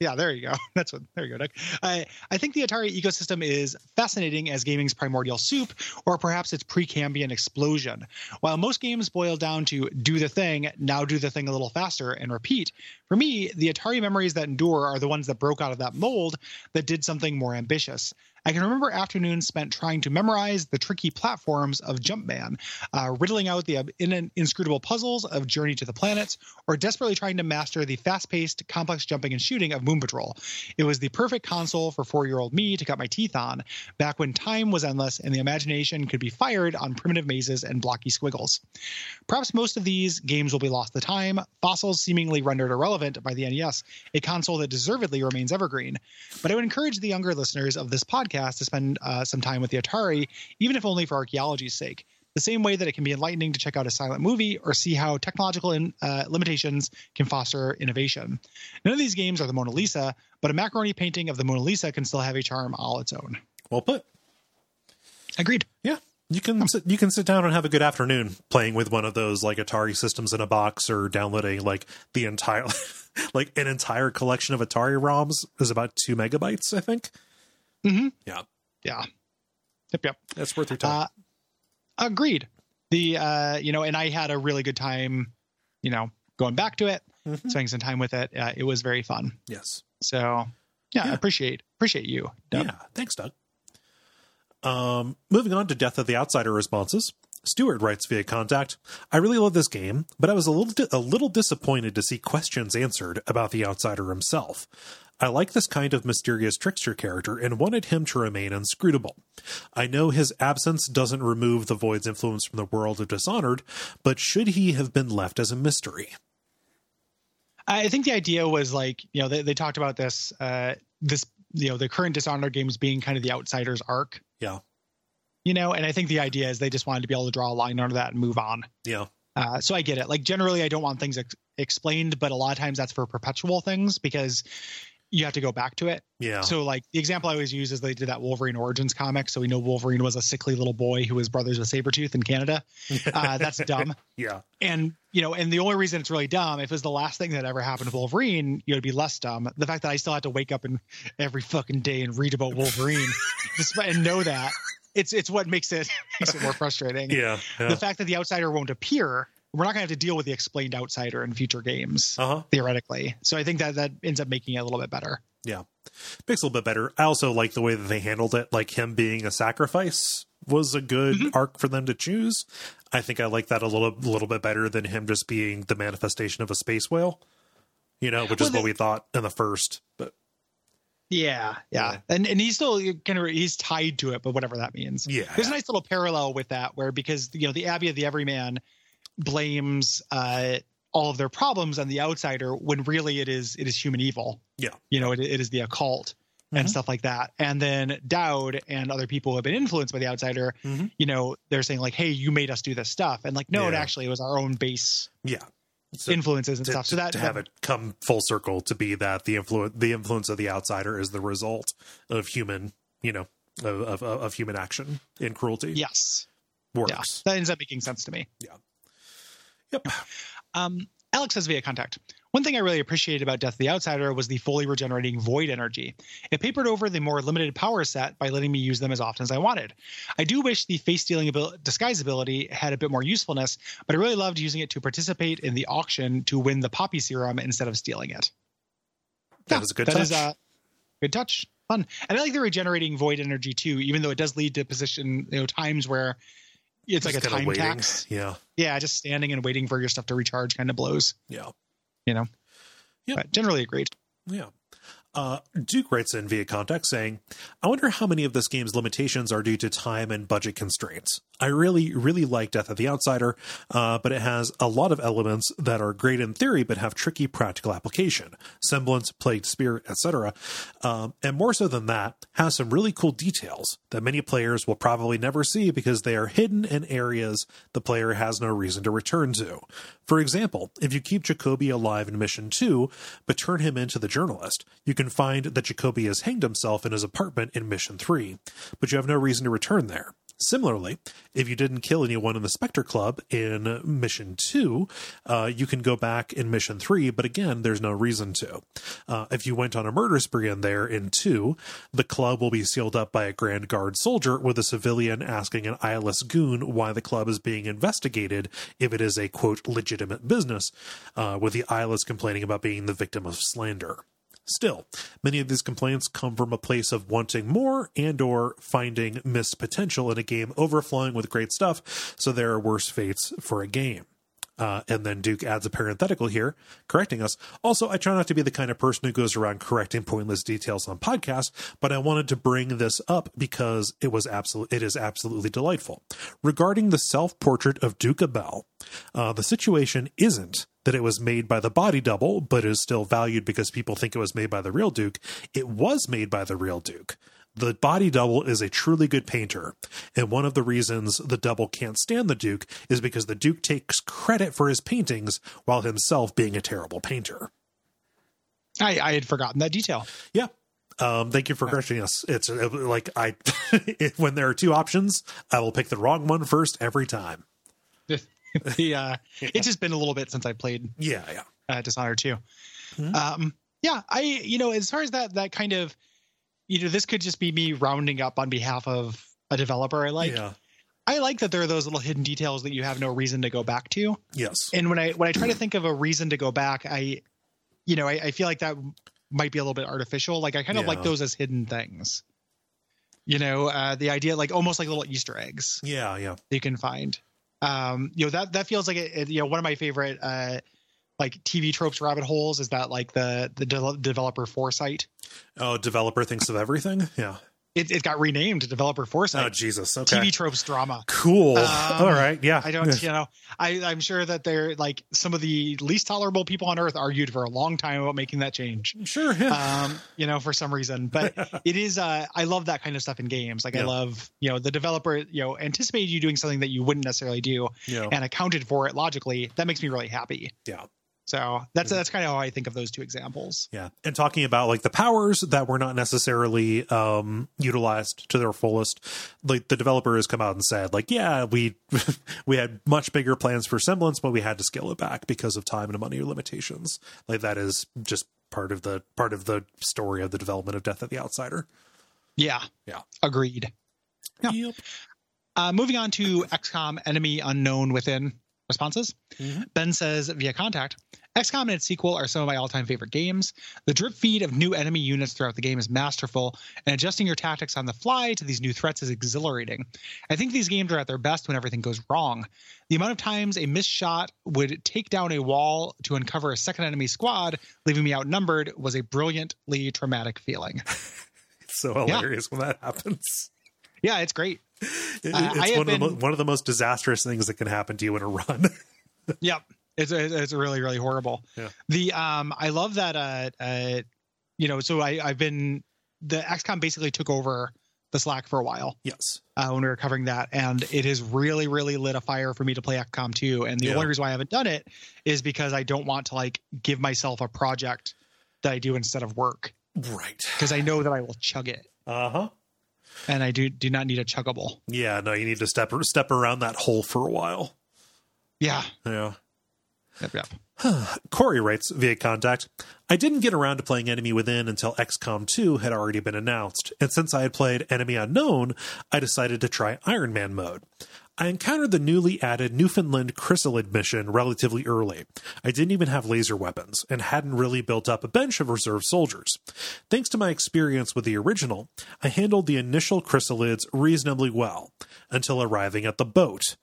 Speaker 2: yeah, there you go. That's what. There you go, Doug. I I think the Atari ecosystem is fascinating as gaming's primordial soup, or perhaps its Precambrian explosion. While most games boil down to do the thing, now do the thing a little faster and repeat. For me, the Atari memories that endure are the ones that broke out of that mold that did something more ambitious. I can remember afternoons spent trying to memorize the tricky platforms of Jumpman, uh, riddling out the ob- in- inscrutable puzzles of Journey to the Planets, or desperately trying to master the fast paced, complex jumping and shooting of Moon Patrol. It was the perfect console for four year old me to cut my teeth on, back when time was endless and the imagination could be fired on primitive mazes and blocky squiggles. Perhaps most of these games will be lost to time, fossils seemingly rendered irrelevant by the NES, a console that deservedly remains evergreen. But I would encourage the younger listeners of this podcast to spend uh, some time with the Atari, even if only for archaeology's sake. The same way that it can be enlightening to check out a silent movie or see how technological in, uh, limitations can foster innovation. None of these games are the Mona Lisa, but a macaroni painting of the Mona Lisa can still have a charm all its own.
Speaker 1: well put
Speaker 2: Agreed.
Speaker 1: Yeah, you can sit, you can sit down and have a good afternoon playing with one of those like Atari systems in a box or downloading like the entire like an entire collection of Atari ROMs is about two megabytes, I think.
Speaker 2: Mm-hmm.
Speaker 1: Yeah,
Speaker 2: Yeah. Yep. Yep.
Speaker 1: that's worth your time.
Speaker 2: Uh, agreed. The uh, you know, and I had a really good time, you know, going back to it,
Speaker 1: Mhm.
Speaker 2: spending some time with it. Uh, it was very fun.
Speaker 1: yes.
Speaker 2: So yeah,
Speaker 1: Yeah.
Speaker 2: I appreciate appreciate you. Doug.
Speaker 1: Yeah. Thanks, Doug. Um, moving on to Death of the Outsider responses. Stewart writes via contact. I really love this game, but I was a little di- a little disappointed to see questions answered about the outsider himself. I like this kind of mysterious trickster character and wanted him to remain inscrutable. I know his absence doesn't remove the void's influence from the world of Dishonored, but should he have been left as a mystery?
Speaker 2: I think the idea was like, you know, they, they talked about this, uh, this, you know, the current Dishonored games being kind of the outsider's arc.
Speaker 1: Yeah.
Speaker 2: You know, and I think the idea is they just wanted to be able to draw a line under that and move on.
Speaker 1: Yeah,
Speaker 2: Uh, so I get it. Like generally, I don't want things ex- explained, but a lot of times that's for perpetual things because you have to go back to it.
Speaker 1: yeah,
Speaker 2: So like the example I always use is they did that Wolverine Origins comic. So we know Wolverine was a sickly little boy who was brothers with Sabretooth in Canada. Uh, that's dumb.
Speaker 1: yeah,
Speaker 2: and you know and the only reason it's really dumb if it was the last thing that ever happened to wolverine you would be less dumb the fact that i still had to wake up and every fucking day and read about wolverine despite- and know that it's it's what makes it makes it more frustrating
Speaker 1: yeah,
Speaker 2: the fact that the outsider won't appear we're not going to have to deal with the explained outsider in future games
Speaker 1: Uh huh.
Speaker 2: theoretically so i think that that ends up making it a little bit better
Speaker 1: makes it a little bit better. I also like the way that they handled it, like him being a sacrifice was a good
Speaker 2: Mm-hmm.
Speaker 1: arc for them to choose. I think I like that a little little bit better than him just being the manifestation of a space whale. You know, which is
Speaker 2: Well,
Speaker 1: what
Speaker 2: the-
Speaker 1: we thought in the first. But
Speaker 2: Yeah, yeah,
Speaker 1: Yeah.
Speaker 2: and and he's still kind of he's tied to it, but whatever that means.
Speaker 1: yeah,
Speaker 2: There's a nice little parallel with that where because you know the Abbey of the Everyman blames uh, all of their problems on the outsider when really it is it is human evil.
Speaker 1: Yeah.
Speaker 2: you know it, it is the occult and
Speaker 1: Mhm.
Speaker 2: stuff like that. And then Dowd and other people who have been influenced by the outsider.
Speaker 1: Mhm.
Speaker 2: You know they're saying like, hey, you made us do this stuff, and like no, it
Speaker 1: Yeah.
Speaker 2: actually was our own base
Speaker 1: yeah. So
Speaker 2: influences and
Speaker 1: to,
Speaker 2: stuff. So
Speaker 1: to-
Speaker 2: that,
Speaker 1: to have
Speaker 2: that-
Speaker 1: it come full circle to be that the influence the influence of the outsider is the result of human, you know, of of, of human action and cruelty
Speaker 2: yes, yeah,
Speaker 1: works.
Speaker 2: that ends up making sense to me.
Speaker 1: Yep.
Speaker 2: Um, Alex says via contact. One thing I really appreciated about Death of the Outsider was the fully regenerating void energy. It papered over the more limited power set by letting me use them as often as I wanted. I do wish the face stealing abil- disguise ability had a bit more usefulness, but I really loved using it to participate in the auction to win the poppy serum instead of stealing it.
Speaker 1: That
Speaker 2: Yeah,
Speaker 1: was a good
Speaker 2: That
Speaker 1: touch.
Speaker 2: is uh, good touch, fun, and I like the regenerating void energy too. Even though it does lead to position, you know, times where it's like
Speaker 1: Just
Speaker 2: a
Speaker 1: kinda
Speaker 2: time
Speaker 1: waiting.
Speaker 2: tax.
Speaker 1: Yeah.
Speaker 2: Yeah, just standing and waiting for your stuff to recharge kind of blows.
Speaker 1: Yeah. Yep.
Speaker 2: But generally agreed.
Speaker 1: Yeah. Uh, Duke writes in via contact saying, I wonder how many of this game's limitations are due to time and budget constraints. I really, really like Death of the Outsider, uh, but it has a lot of elements that are great in theory but have tricky practical application semblance, plagued spirit, etc. Um, and more so than that, has some really cool details that many players will probably never see because they are hidden in areas the player has no reason to return to. For example, if you keep Jacoby alive in Mission 2, but turn him into the journalist, you can find that Jacoby has hanged himself in his apartment in Mission 3, but you have no reason to return there. Similarly, if you didn't kill anyone in the Spectre Club in Mission 2, uh, you can go back in Mission 3, but again, there's no reason to. Uh, if you went on a murder spree in there in 2, the club will be sealed up by a Grand Guard soldier, with a civilian asking an eyeless goon why the club is being investigated if it is a quote legitimate business, uh, with the eyeless complaining about being the victim of slander. Still, many of these complaints come from a place of wanting more and or finding missed potential in a game overflowing with great stuff, so there are worse fates for a game. Uh, and then Duke adds a parenthetical here, correcting us. Also, I try not to be the kind of person who goes around correcting pointless details on podcasts, but I wanted to bring this up because it was absolute. It is absolutely delightful. Regarding the self-portrait of Duke Abel, uh, the situation isn't that it was made by the body double, but is still valued because people think it was made by the real Duke. It was made by the real Duke. The body double is a truly good painter, and one of the reasons the double can't stand the Duke is because the Duke takes credit for his paintings while himself being a terrible painter.
Speaker 2: I, I had forgotten that detail.
Speaker 1: Yeah. Um, thank you for correcting us. It's uh, like I, it, when there are two options, I will pick the wrong one first every time.
Speaker 2: The, uh, It's just been a little bit since I played
Speaker 1: Yeah, yeah,
Speaker 2: uh, Dishonored 2.
Speaker 1: Hmm.
Speaker 2: Um, yeah, I you know as far as that that kind of you know this could just be me rounding up on behalf of a developer I like.
Speaker 1: yeah,
Speaker 2: I like that there are those little hidden details that you have no reason to go back to.
Speaker 1: yes,
Speaker 2: And when I when I try to think of a reason to go back, I you know I, I feel like that might be a little bit artificial. Like I kind of
Speaker 1: Yeah.
Speaker 2: like those as hidden things. You know, uh, the idea like almost like little Easter eggs.
Speaker 1: yeah, yeah.
Speaker 2: that you can find. Um, you know that that feels like it, it- you know one of my favorite uh, like TV tropes rabbit holes is that like the the de- developer foresight.
Speaker 1: Oh, developer thinks of everything. Yeah.
Speaker 2: It, it got renamed to developer
Speaker 1: Oh,
Speaker 2: foresight.
Speaker 1: Jesus. Okay.
Speaker 2: TV tropes drama.
Speaker 1: Cool.
Speaker 2: Um,
Speaker 1: All right. Yeah.
Speaker 2: I don't, you know, I, I'm sure that they're like some of the least tolerable people on earth argued for a long time about making that change.
Speaker 1: Sure. Yeah.
Speaker 2: um, you know, for some reason. But it is, uh, I love that kind of stuff in games. Like I
Speaker 1: Yeah.
Speaker 2: love, you know, the developer, you know, anticipated you doing something that you wouldn't necessarily do,
Speaker 1: yeah.
Speaker 2: and accounted for it logically, that makes me really happy.
Speaker 1: Yeah.
Speaker 2: So that's
Speaker 1: Mhm.
Speaker 2: that's kind of how I think of those two examples.
Speaker 1: Yeah. And talking about like the powers that were not necessarily um utilized to their fullest, like the developer has come out and said, like, yeah, we we had much bigger plans for semblance, but we had to scale it back because of time and money limitations. Like that is just part of the part of the story of the development of Death of the Outsider.
Speaker 2: Yeah.
Speaker 1: Yeah.
Speaker 2: Agreed. Yeah.
Speaker 1: Yep.
Speaker 2: Uh, moving on to XCOM Enemy Unknown Within. responses.
Speaker 1: Mhm.
Speaker 2: Ben says via contact, XCOM and its sequel are some of my all-time favorite games. The drip feed of new enemy units throughout the game is masterful, and adjusting your tactics on the fly to these new threats is exhilarating. I think these games are at their best when everything goes wrong. The amount of times a missed shot would take down a wall to uncover a second enemy squad, leaving me outnumbered, was a brilliantly traumatic feeling.
Speaker 1: It's so
Speaker 2: Yeah.
Speaker 1: hilarious when that happens.
Speaker 2: Yeah, it's great.
Speaker 1: It-
Speaker 2: I- I
Speaker 1: it's
Speaker 2: have
Speaker 1: one, of the mo-
Speaker 2: been-
Speaker 1: one of the most disastrous things that can happen to you in a run.
Speaker 2: Yep. It's, it's really, really horrible.
Speaker 1: Yeah.
Speaker 2: The um, I love that. Uh, uh, you know, so I I've been the XCOM basically took over the Slack for a while
Speaker 1: yes.
Speaker 2: uh, when we were covering that, and it has really, really lit a fire for me to play XCOM 2. And the
Speaker 1: Yeah.
Speaker 2: only reason why I haven't done it is because I don't want to like give myself a project that I do instead of work
Speaker 1: Right.
Speaker 2: because I know that I will chug it,
Speaker 1: Uh huh.
Speaker 2: and I do do not need a chuggable.
Speaker 1: Yeah. No, you need to step step around that hole for a while.
Speaker 2: Yeah.
Speaker 1: Yeah.
Speaker 2: Yep. Yep.
Speaker 1: Corey writes via contact I didn't get around to playing Enemy Within until XCOM 2 had already been announced, and since I had played Enemy Unknown, I decided to try Iron Man mode. I encountered the newly added Newfoundland Chrysalid mission relatively early. I didn't even have laser weapons and hadn't really built up a bench of reserve soldiers. Thanks to my experience with the original, I handled the initial chrysalids reasonably well until arriving at the boat.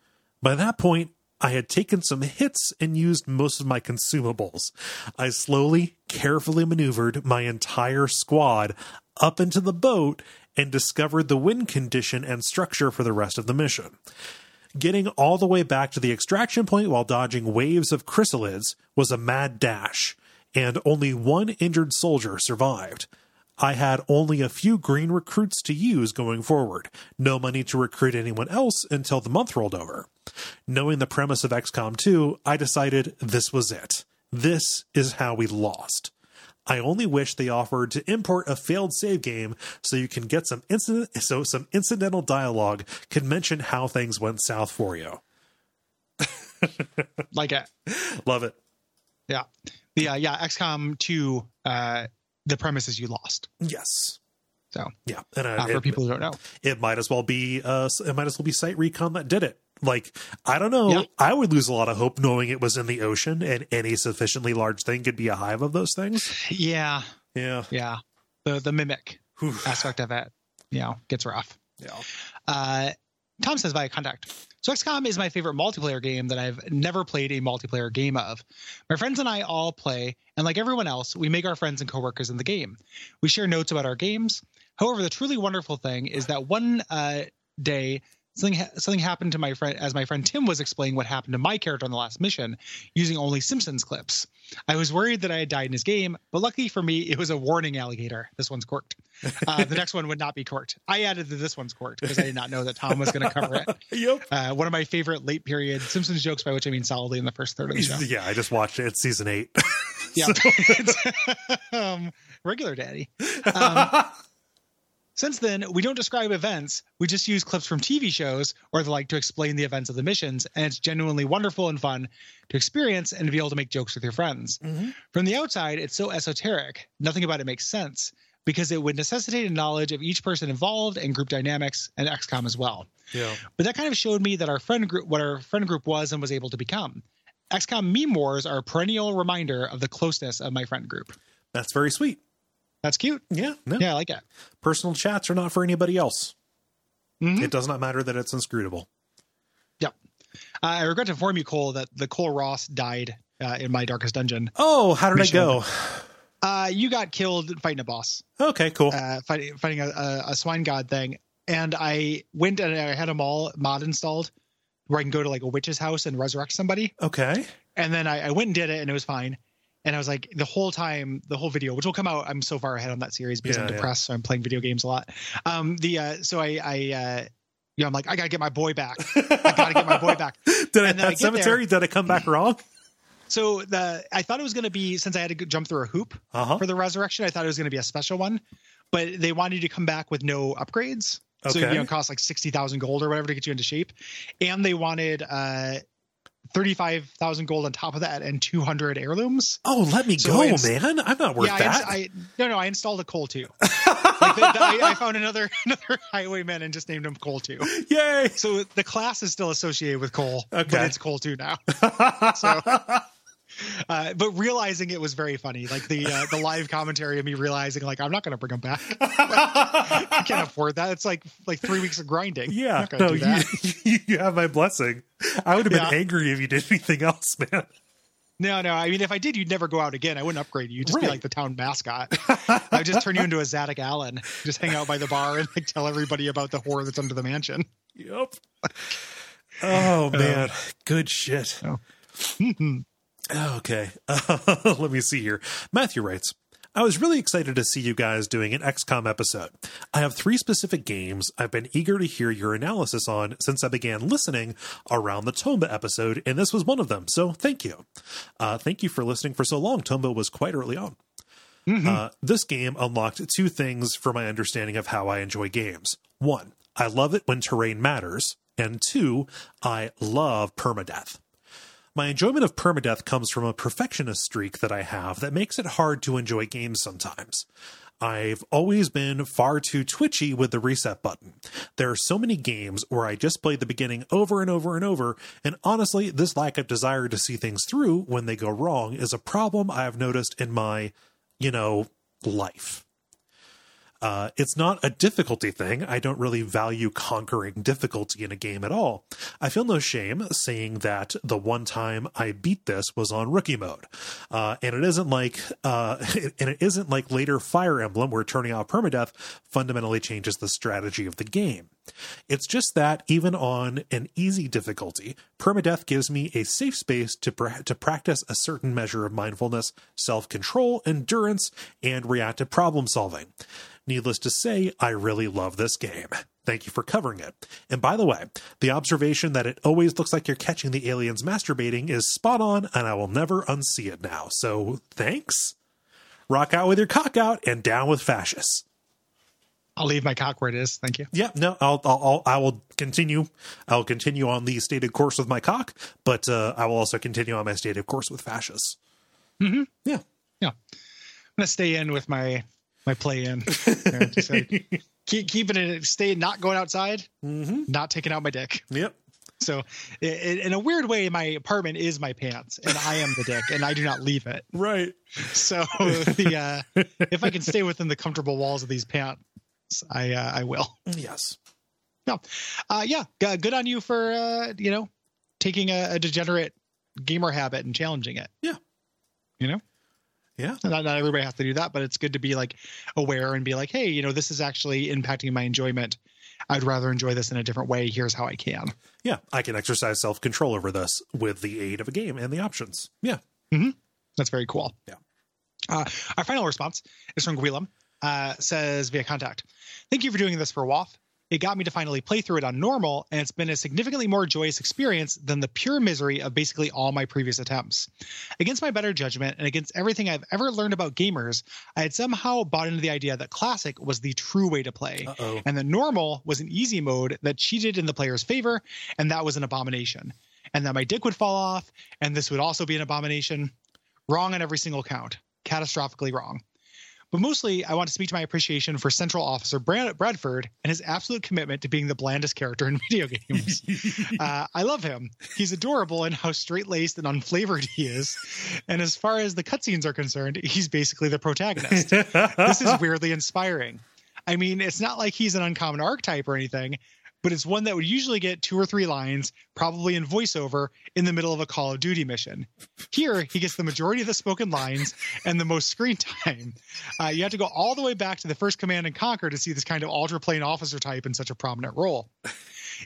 Speaker 1: By that point, I had taken some hits and used most of my consumables. I slowly, carefully maneuvered my entire squad up into the boat and discovered the wind condition and structure for the rest of the mission. Getting all the way back to the extraction point while dodging waves of chrysalids was a mad dash, and only one injured soldier survived. I had only a few green recruits to use going forward, no money to recruit anyone else until the month rolled over. Knowing the premise of XCOM 2, I decided this was it. This is how we lost. I only wish they offered to import a failed save game so you can get some incident so some incidental dialogue could mention how things went south for you.
Speaker 2: Like it.
Speaker 1: Love it.
Speaker 2: Yeah. The uh, yeah XCOM 2. Uh, the premise is you lost.
Speaker 1: Yes.
Speaker 2: So
Speaker 1: Yeah. And uh,
Speaker 2: uh, for
Speaker 1: it,
Speaker 2: people who don't know.
Speaker 1: it might as well be uh it might as well be site recon that did it. Like I don't know,
Speaker 2: Yeah.
Speaker 1: I would lose a lot of hope knowing it was in the ocean and any sufficiently large thing could be a hive of those things.
Speaker 2: Yeah,
Speaker 1: Yeah.
Speaker 2: yeah. The the mimic
Speaker 1: Whew.
Speaker 2: aspect of it, you know, gets rough.
Speaker 1: Yeah.
Speaker 2: Uh, Tom says via contact. So XCOM is my favorite multiplayer game that I've never played a multiplayer game of. My friends and I all play, and like everyone else, we make our friends and coworkers in the game. We share notes about our games. However, the truly wonderful thing is that one uh, day something ha- something happened to my friend as my friend Tim was explaining what happened to my character on the last mission using only Simpsons clips. I was worried that I had died in his game, but luckily for me, it was a warning alligator. This one's corked. Uh, the next one would not be corked. I added that this one's corked because I did not know that Tom was going to cover it.
Speaker 1: Yep.
Speaker 2: Uh, one of my favorite late period Simpsons jokes, by which I mean solidly in the first third of the show.
Speaker 1: Yeah, I just watched it. It's season eight.
Speaker 2: Yeah. It's, um, regular daddy. Um, Since then, we don't describe events. We just use clips from TV shows or the like to explain the events of the missions, and it's genuinely wonderful and fun to experience and to be able to make jokes with your friends.
Speaker 1: Mhm.
Speaker 2: From the outside, it's so esoteric. Nothing about it makes sense because it would necessitate a knowledge of each person involved and group dynamics and XCOM as well.
Speaker 1: yeah.
Speaker 2: But that kind of showed me that our friend group, what our friend group was and was able to become. XCOM meme wars are a perennial reminder of the closeness of my friend group.
Speaker 1: That's very sweet.
Speaker 2: That's cute.
Speaker 1: Yeah. No.
Speaker 2: Yeah, I like it.
Speaker 1: Personal chats are not for anybody else.
Speaker 2: Mhm.
Speaker 1: It does not matter that it's inscrutable.
Speaker 2: Uh, I regret to inform you, Cole, that the Cole Ross died uh, in my darkest dungeon.
Speaker 1: Oh, how did
Speaker 2: Mission
Speaker 1: I go?
Speaker 2: Uh, you got killed fighting a boss,
Speaker 1: Okay, cool.
Speaker 2: uh, fighting, fighting a, a, a swine god thing, and I went and I had a mall mod installed where I can go to like a witch's house and resurrect somebody.
Speaker 1: okay.
Speaker 2: And then I, I went and did it, and it was fine. And I was like, the whole time, the whole video, which will come out. I'm so far ahead on that series because
Speaker 1: Yeah,
Speaker 2: I'm
Speaker 1: yeah.
Speaker 2: depressed, so I'm playing video games a lot. Um, the uh, so I, I, uh, you know, I'm like, I gotta get my boy back. I gotta get my boy back.
Speaker 1: Did I
Speaker 2: And then
Speaker 1: that
Speaker 2: I get Mm-hmm.
Speaker 1: cemetery? Did I come back wrong?
Speaker 2: So the I thought it was gonna be since I had to go- jump through a hoop
Speaker 1: Uh huh.
Speaker 2: for the resurrection, I thought it was gonna be a special one, but they wanted you to come back with no upgrades. So you
Speaker 1: Okay.
Speaker 2: know, it cost like sixty thousand gold or whatever to get you into shape, and they wanted uh, thirty five thousand gold on top of that and two hundred heirlooms.
Speaker 1: Oh, let me
Speaker 2: So
Speaker 1: go,
Speaker 2: it's-
Speaker 1: man. I'm not worth
Speaker 2: yeah,
Speaker 1: that.
Speaker 2: I, ins- I no no I installed a coal too. I, I found another another highwayman and just named him Cole too.
Speaker 1: Yay!
Speaker 2: So the class is still associated with Cole, but
Speaker 1: Okay.
Speaker 2: it's Cole too now. So- Uh, but realizing it was very funny, like the uh, the live commentary of me realizing, like I'm not going to bring him back. I can't afford that. It's like like three weeks of grinding. I'm
Speaker 1: yeah,
Speaker 2: not gonna
Speaker 1: no,
Speaker 2: do
Speaker 1: you,
Speaker 2: that.
Speaker 1: you have my blessing. I would have been
Speaker 2: Yeah.
Speaker 1: angry if you did anything else, man.
Speaker 2: no, no. I mean, if I did, you'd never go out again. I wouldn't upgrade you. You'd just be
Speaker 1: Right.
Speaker 2: like the town mascot. I'd just turn you into a Zadok Allen. Just hang out by the bar and like tell everybody about the horror that's under the mansion.
Speaker 1: Yep. Oh man, good shit. Oh, Okay. let me see here. Matthew writes I was really excited to see you guys doing an XCOM episode. I have three specific games I've been eager to hear your analysis on since I began listening around the Tomba episode, and this was one of them, so thank you. Uh, thank you for listening for so long. Tomba was quite early on. Uh, this game unlocked two things for my understanding of how I enjoy games. One, I love it when terrain matters, and two, I love permadeath. My enjoyment of permadeath comes from a perfectionist streak that I have that makes it hard to enjoy games sometimes. I've always been far too twitchy with the reset button. There are so many games where I just play the beginning over and over and over, and honestly, this lack of desire to see things through when they go wrong is a problem I have noticed in my, you know, life. Uh, it's not a difficulty thing. I don't really value conquering difficulty in a game at all. I feel no shame saying that the one time I beat this was on rookie mode, uh, and it isn't like uh, and it isn't like later Fire Emblem where turning off permadeath fundamentally changes the strategy of the game. It's just that even on an easy difficulty, permadeath gives me a safe space to pra- to practice a certain measure of mindfulness, self control, endurance, and reactive problem solving. Needless to say, I really love this game. Thank you for covering it. And by the way, the observation that it always looks like you're catching the aliens masturbating is spot on, and I will never unsee it now. So thanks. Rock out with your cock out and down with fascists.
Speaker 2: I'll leave my cock where it is. Thank you.
Speaker 1: Yeah, no, I'll, I'll, I'll I will continue. I'll continue on the stated course with my cock, but uh, I will also continue on my stated course with fascists. Mm-hmm. Yeah.
Speaker 2: I'm gonna stay in with my my play in. Just like, keep keeping it stay not going outside,
Speaker 1: Mm-hmm.
Speaker 2: not taking out my dick.
Speaker 1: Yep.
Speaker 2: So i i- in a weird way, my apartment is my pants, and I am the dick, and I do not leave it.
Speaker 1: Right.
Speaker 2: So the uh, if I can stay within the comfortable walls of these pants, I uh, I will.
Speaker 1: Yes.
Speaker 2: No, uh, yeah, g- good on you for uh, you know taking a, a degenerate gamer habit and challenging it.
Speaker 1: Yeah.
Speaker 2: you know,
Speaker 1: Yeah.
Speaker 2: not not everybody has to do that, but it's good to be like aware and be like, hey, you know, this is actually impacting my enjoyment. I'd rather enjoy this in a different way. Here's how I can.
Speaker 1: Yeah. I can exercise self control over this with the aid of a game and the options. Yeah.
Speaker 2: That's very cool.
Speaker 1: Yeah.
Speaker 2: Uh, our final response is from Guillem. Uh, says via contact, thank you for doing this for WAF. It got me to finally play through it on normal, and it's been a significantly more joyous experience than the pure misery of basically all my previous attempts. Against my better judgment and against everything I've ever learned about gamers, I had somehow bought into the idea that classic was the true way to play,
Speaker 1: Uh-oh.
Speaker 2: and that normal was an easy mode that cheated in the player's favor, and that was an abomination, and that my dick would fall off, and this would also be an abomination wrong on every single count, catastrophically wrong. But mostly, I want to speak to my appreciation for Central Officer Brad- Bradford and his absolute commitment to being the blandest character in video games. uh, I love him. He's adorable in how straight laced and unflavored he is. And as far as the cutscenes are concerned, he's basically the protagonist. this is weirdly inspiring. I mean, it's not like he's an uncommon archetype or anything, but it's one that would usually get two or three lines, probably in voiceover, in the middle of a Call of Duty mission. Here, he gets the majority of the spoken lines and the most screen time. Uh, you have to go all the way back to the first Command and Conquer to see this kind of ultra plane officer type in such a prominent role.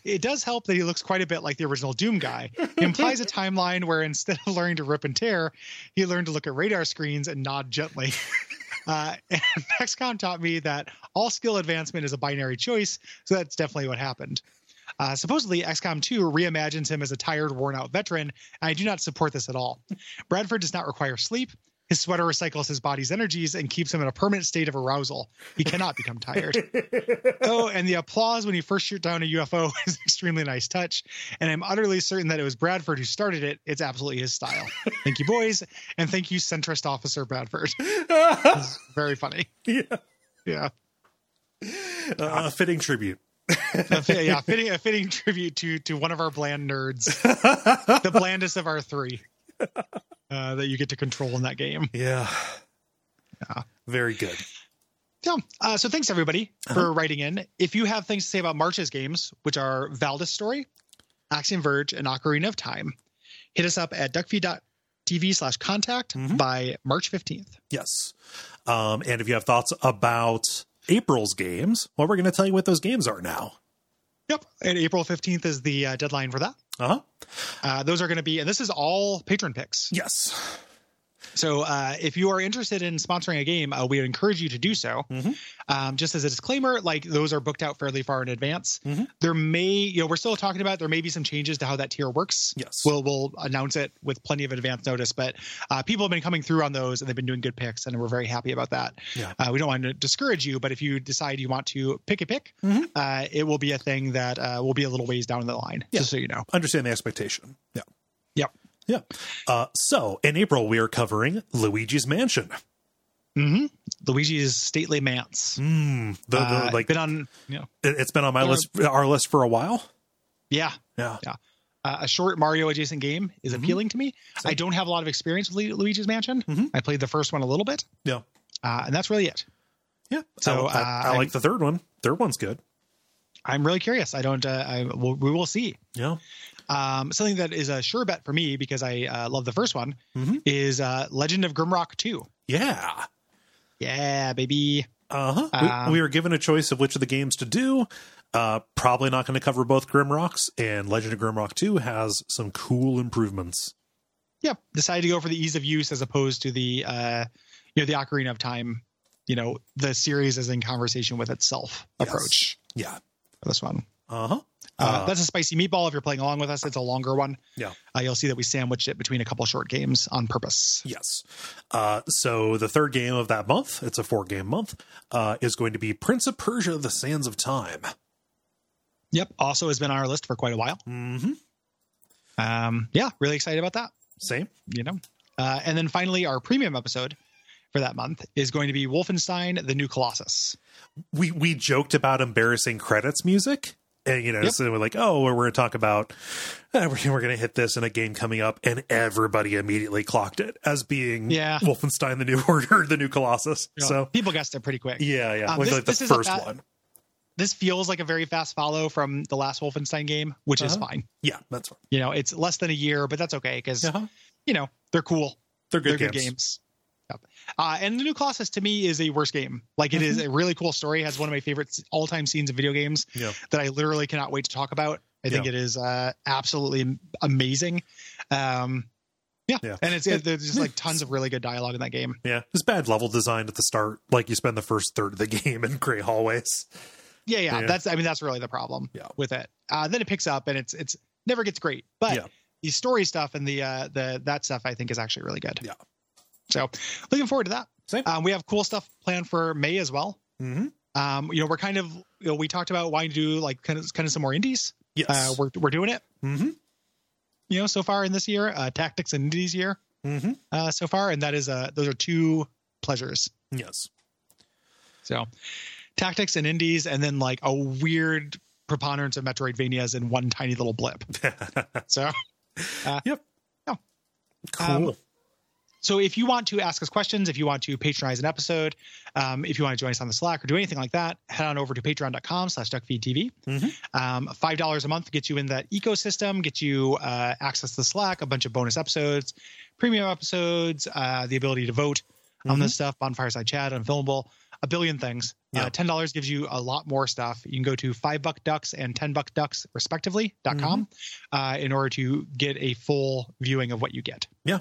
Speaker 2: It does help that he looks quite a bit like the original Doom guy. It implies a timeline where instead of learning to rip and tear, he learned to look at radar screens and nod gently. Uh, and Maxcom taught me that all skill advancement is a binary choice, so that's definitely what happened. Uh, supposedly, XCOM 2 reimagines him as a tired, worn out veteran. I do not support this at all. Bradford does not require sleep. His sweater recycles his body's energies and keeps him in a permanent state of arousal. He cannot become tired. oh, and the applause when you first shoot down a UFO is an extremely nice touch. And I'm utterly certain that it was Bradford who started it. It's absolutely his style. Thank you, boys. And thank you, centrist officer Bradford. Very funny.
Speaker 1: yeah.
Speaker 2: Yeah.
Speaker 1: uh, fitting tribute.
Speaker 2: a, fi- yeah, fitting, a fitting tribute to to one of our bland nerds, the blandest of our three uh, that you get to control in that game.
Speaker 1: yeah.
Speaker 2: Yeah.
Speaker 1: Very good.
Speaker 2: So, uh, so thanks everybody for writing in. If you have things to say about March's games, which are Valda's Story, Axiom Verge, and Ocarina of Time, hit us up at duckfeed.tv slash contact
Speaker 1: Mhm.
Speaker 2: by March 15th.
Speaker 1: Yes. Um, and if you have thoughts about April's games, well, we're going to tell you what those games are now.
Speaker 2: Yep. And April 15th is the uh, deadline for that.
Speaker 1: Uh huh.
Speaker 2: Uh, those are going to be, and this is all patron picks.
Speaker 1: Yes.
Speaker 2: So uh, if you are interested in sponsoring a game, uh, we would encourage you to do so.
Speaker 1: Mhm.
Speaker 2: Um, just as a disclaimer, like those are booked out fairly far in advance.
Speaker 1: Mhm.
Speaker 2: There may, you know, we're still talking about it. there may be some changes to how that tier works.
Speaker 1: Yes.
Speaker 2: We'll we'll announce it with plenty of advance notice, but uh, people have been coming through on those and they've been doing good picks, and we're very happy about that.
Speaker 1: Yeah.
Speaker 2: Uh, we don't want to discourage you, but if you decide you want to pick a pick,
Speaker 1: Mhm.
Speaker 2: uh, it will be a thing that uh, will be a little ways down the line,
Speaker 1: Yeah.
Speaker 2: just so you know.
Speaker 1: understand the expectation. Yeah.
Speaker 2: Yep.
Speaker 1: Yeah. Uh, so in April, we are covering Luigi's Mansion.
Speaker 2: hmm Luigi's stately manse.
Speaker 1: Mm, the, the,
Speaker 2: Uh,
Speaker 1: like
Speaker 2: been on, you know,
Speaker 1: it- it's been on my
Speaker 2: Or-
Speaker 1: list, our list for a while.
Speaker 2: yeah.
Speaker 1: Yeah.
Speaker 2: Uh, a short Mario adjacent game is
Speaker 1: Mhm.
Speaker 2: appealing to me.
Speaker 1: Same.
Speaker 2: I don't have a lot of experience with Lu- Luigi's Mansion.
Speaker 1: Mhm.
Speaker 2: I played the first one a little bit,
Speaker 1: Yeah.
Speaker 2: uh, and that's really it.
Speaker 1: Yeah.
Speaker 2: So,
Speaker 1: I, I-
Speaker 2: uh,
Speaker 1: I
Speaker 2: I'm-
Speaker 1: like the third one. Third one's good.
Speaker 2: I'm really curious. I don't. Uh, I we'll, we will see.
Speaker 1: Yeah.
Speaker 2: Um, something that is a sure bet for me because I uh, love the first one
Speaker 1: Mhm.
Speaker 2: is uh, Legend of Grimrock 2.
Speaker 1: Yeah.
Speaker 2: Yeah, baby.
Speaker 1: Uh-huh.
Speaker 2: Um,
Speaker 1: we, we are given a choice of which of the games to do. Uh, probably not going to cover both Grimrocks, and Legend of Grimrock 2 has some cool improvements.
Speaker 2: Yeah, decided to go for the ease of use as opposed to the uh, you know the Ocarina of Time. You know the series is in conversation with itself
Speaker 1: Yes.
Speaker 2: approach
Speaker 1: Yeah.
Speaker 2: for this one.
Speaker 1: Uh-huh.
Speaker 2: Uh, that's a spicy meatball. If you're playing along with us, it's a longer one.
Speaker 1: Yeah.
Speaker 2: uh, you'll see that we sandwiched it between a couple short games on purpose.
Speaker 1: Yes. Uh, so the third game of that month, it's a four game month, uh, is going to be Prince of Persia, The Sands of Time.
Speaker 2: Yep. Also has been on our list for quite a while.
Speaker 1: Mm-hmm.
Speaker 2: Um, yeah, really excited about that.
Speaker 1: Same.
Speaker 2: You know, uh, and then finally our premium episode for that month is going to be Wolfenstein: The New Colossus.
Speaker 1: We we joked about embarrassing credits music. And you know,
Speaker 2: Yep.
Speaker 1: so we're like, oh, we're, we're gonna talk about uh, we're, we're gonna hit this in a game coming up, and everybody immediately clocked it as being
Speaker 2: Yeah.
Speaker 1: Wolfenstein the New Order, the new Colossus.
Speaker 2: You know,
Speaker 1: So
Speaker 2: people guessed it pretty quick.
Speaker 1: yeah, yeah.
Speaker 2: Um,
Speaker 1: like,
Speaker 2: this-
Speaker 1: like the
Speaker 2: this is a
Speaker 1: first
Speaker 2: fa-
Speaker 1: one.
Speaker 2: This feels like a very fast follow from the last Wolfenstein game, which is
Speaker 1: Uh-huh.
Speaker 2: fine.
Speaker 1: Yeah, that's fine.
Speaker 2: You know, it's less than a year, but that's okay because
Speaker 1: Uh-huh.
Speaker 2: you know they're cool.
Speaker 1: They're good
Speaker 2: they're
Speaker 1: games.
Speaker 2: good games. Yep. Uh, and the new Colossus to me is a worse game. Like it is
Speaker 1: Mm-hmm.
Speaker 2: a really cool story. Has one of my favorite all time scenes in video games
Speaker 1: Yeah.
Speaker 2: that I literally cannot wait to talk about. I think
Speaker 1: Yeah.
Speaker 2: it is uh, absolutely amazing. Um, yeah.
Speaker 1: Yeah.
Speaker 2: and it's
Speaker 1: It-
Speaker 2: there's just like tons of really good dialogue in that game.
Speaker 1: Yeah, it's bad level design at the start. Like you spend the first third of the game in gray hallways.
Speaker 2: Yeah, yeah,
Speaker 1: Yeah.
Speaker 2: That's I mean that's really the problem
Speaker 1: Yeah.
Speaker 2: with it. Uh, then it picks up and it's it's never gets great, but
Speaker 1: Yeah.
Speaker 2: the story stuff and the uh, the that stuff I think is actually really good.
Speaker 1: Yeah.
Speaker 2: So looking forward to that.
Speaker 1: Same.
Speaker 2: Um, we have cool stuff planned for May as well.
Speaker 1: Mm-hmm.
Speaker 2: um you know we're kind of you know we talked about wanting to do like kind of kind of some more indies
Speaker 1: Yes.
Speaker 2: uh we're, we're doing it
Speaker 1: mm-hmm.
Speaker 2: you know so far in this year uh tactics and indies year
Speaker 1: Mm-hmm.
Speaker 2: uh so far and that is uh those are two pleasures
Speaker 1: Yes.
Speaker 2: so tactics and indies and then like a weird preponderance of metroidvanias in one tiny little blip so Um,
Speaker 1: cool.
Speaker 2: so if you want to ask us questions if you want to patronize an episode um, if you want to join us on the slack or do anything like that head on over to patreon.com slash duckfeedtv
Speaker 1: Mhm.
Speaker 2: um, five dollars a month gets you in that ecosystem gets you uh, access to the slack a bunch of bonus episodes premium episodes uh, the ability to vote on
Speaker 1: Mhm.
Speaker 2: this stuff on fireside chat on filmable a billion things
Speaker 1: Yeah.
Speaker 2: uh, ten dollars gives you a lot more stuff you can go to five buck ducks and ten buck ducks respectively dot com uh, in order to get a full viewing of what you get
Speaker 1: Yeah.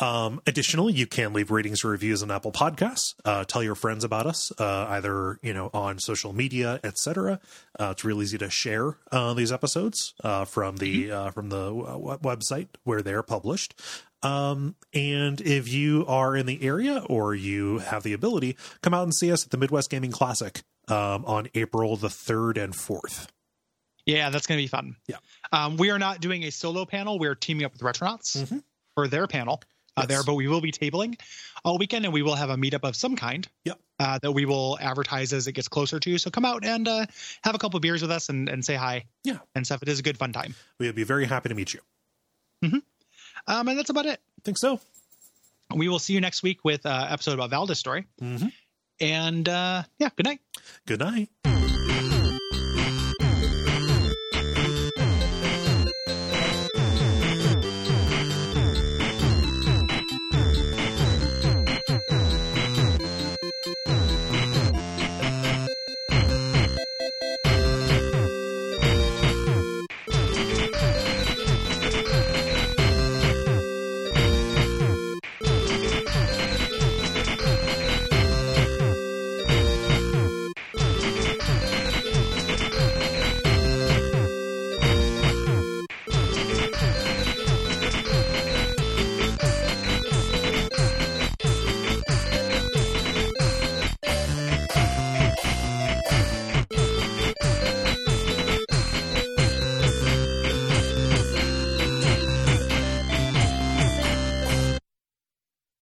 Speaker 1: Um, additionally, you can leave ratings or reviews on Apple Podcasts. Uh, tell your friends about us, uh, either you know on social media, etc. Uh, it's real easy to share uh, these episodes uh, from the uh, from the w- w- website where they are published. Um, and if you are in the area or you have the ability, come out and see us at the Midwest Gaming Classic um, on April the third and fourth.
Speaker 2: Yeah, that's going to be fun.
Speaker 1: Yeah.
Speaker 2: Um, we are not doing a solo panel. We're teaming up with Retronauts
Speaker 1: Mhm.
Speaker 2: for their panel. uh,
Speaker 1: Yes.
Speaker 2: there, but we will be tabling all weekend, and we will have a meetup of some kind.
Speaker 1: Yep.
Speaker 2: Uh, that we will advertise as it gets closer to. So come out and uh, have a couple beers with us and, and say hi.
Speaker 1: Yeah.
Speaker 2: And stuff. It is a good fun time.
Speaker 1: We'd be very happy to meet you.
Speaker 2: Um, and that's about it.
Speaker 1: Think so?
Speaker 2: We will see you next week with uh, episode about Valdez story.
Speaker 1: Mhm.
Speaker 2: And uh, yeah, good night.
Speaker 1: Good night.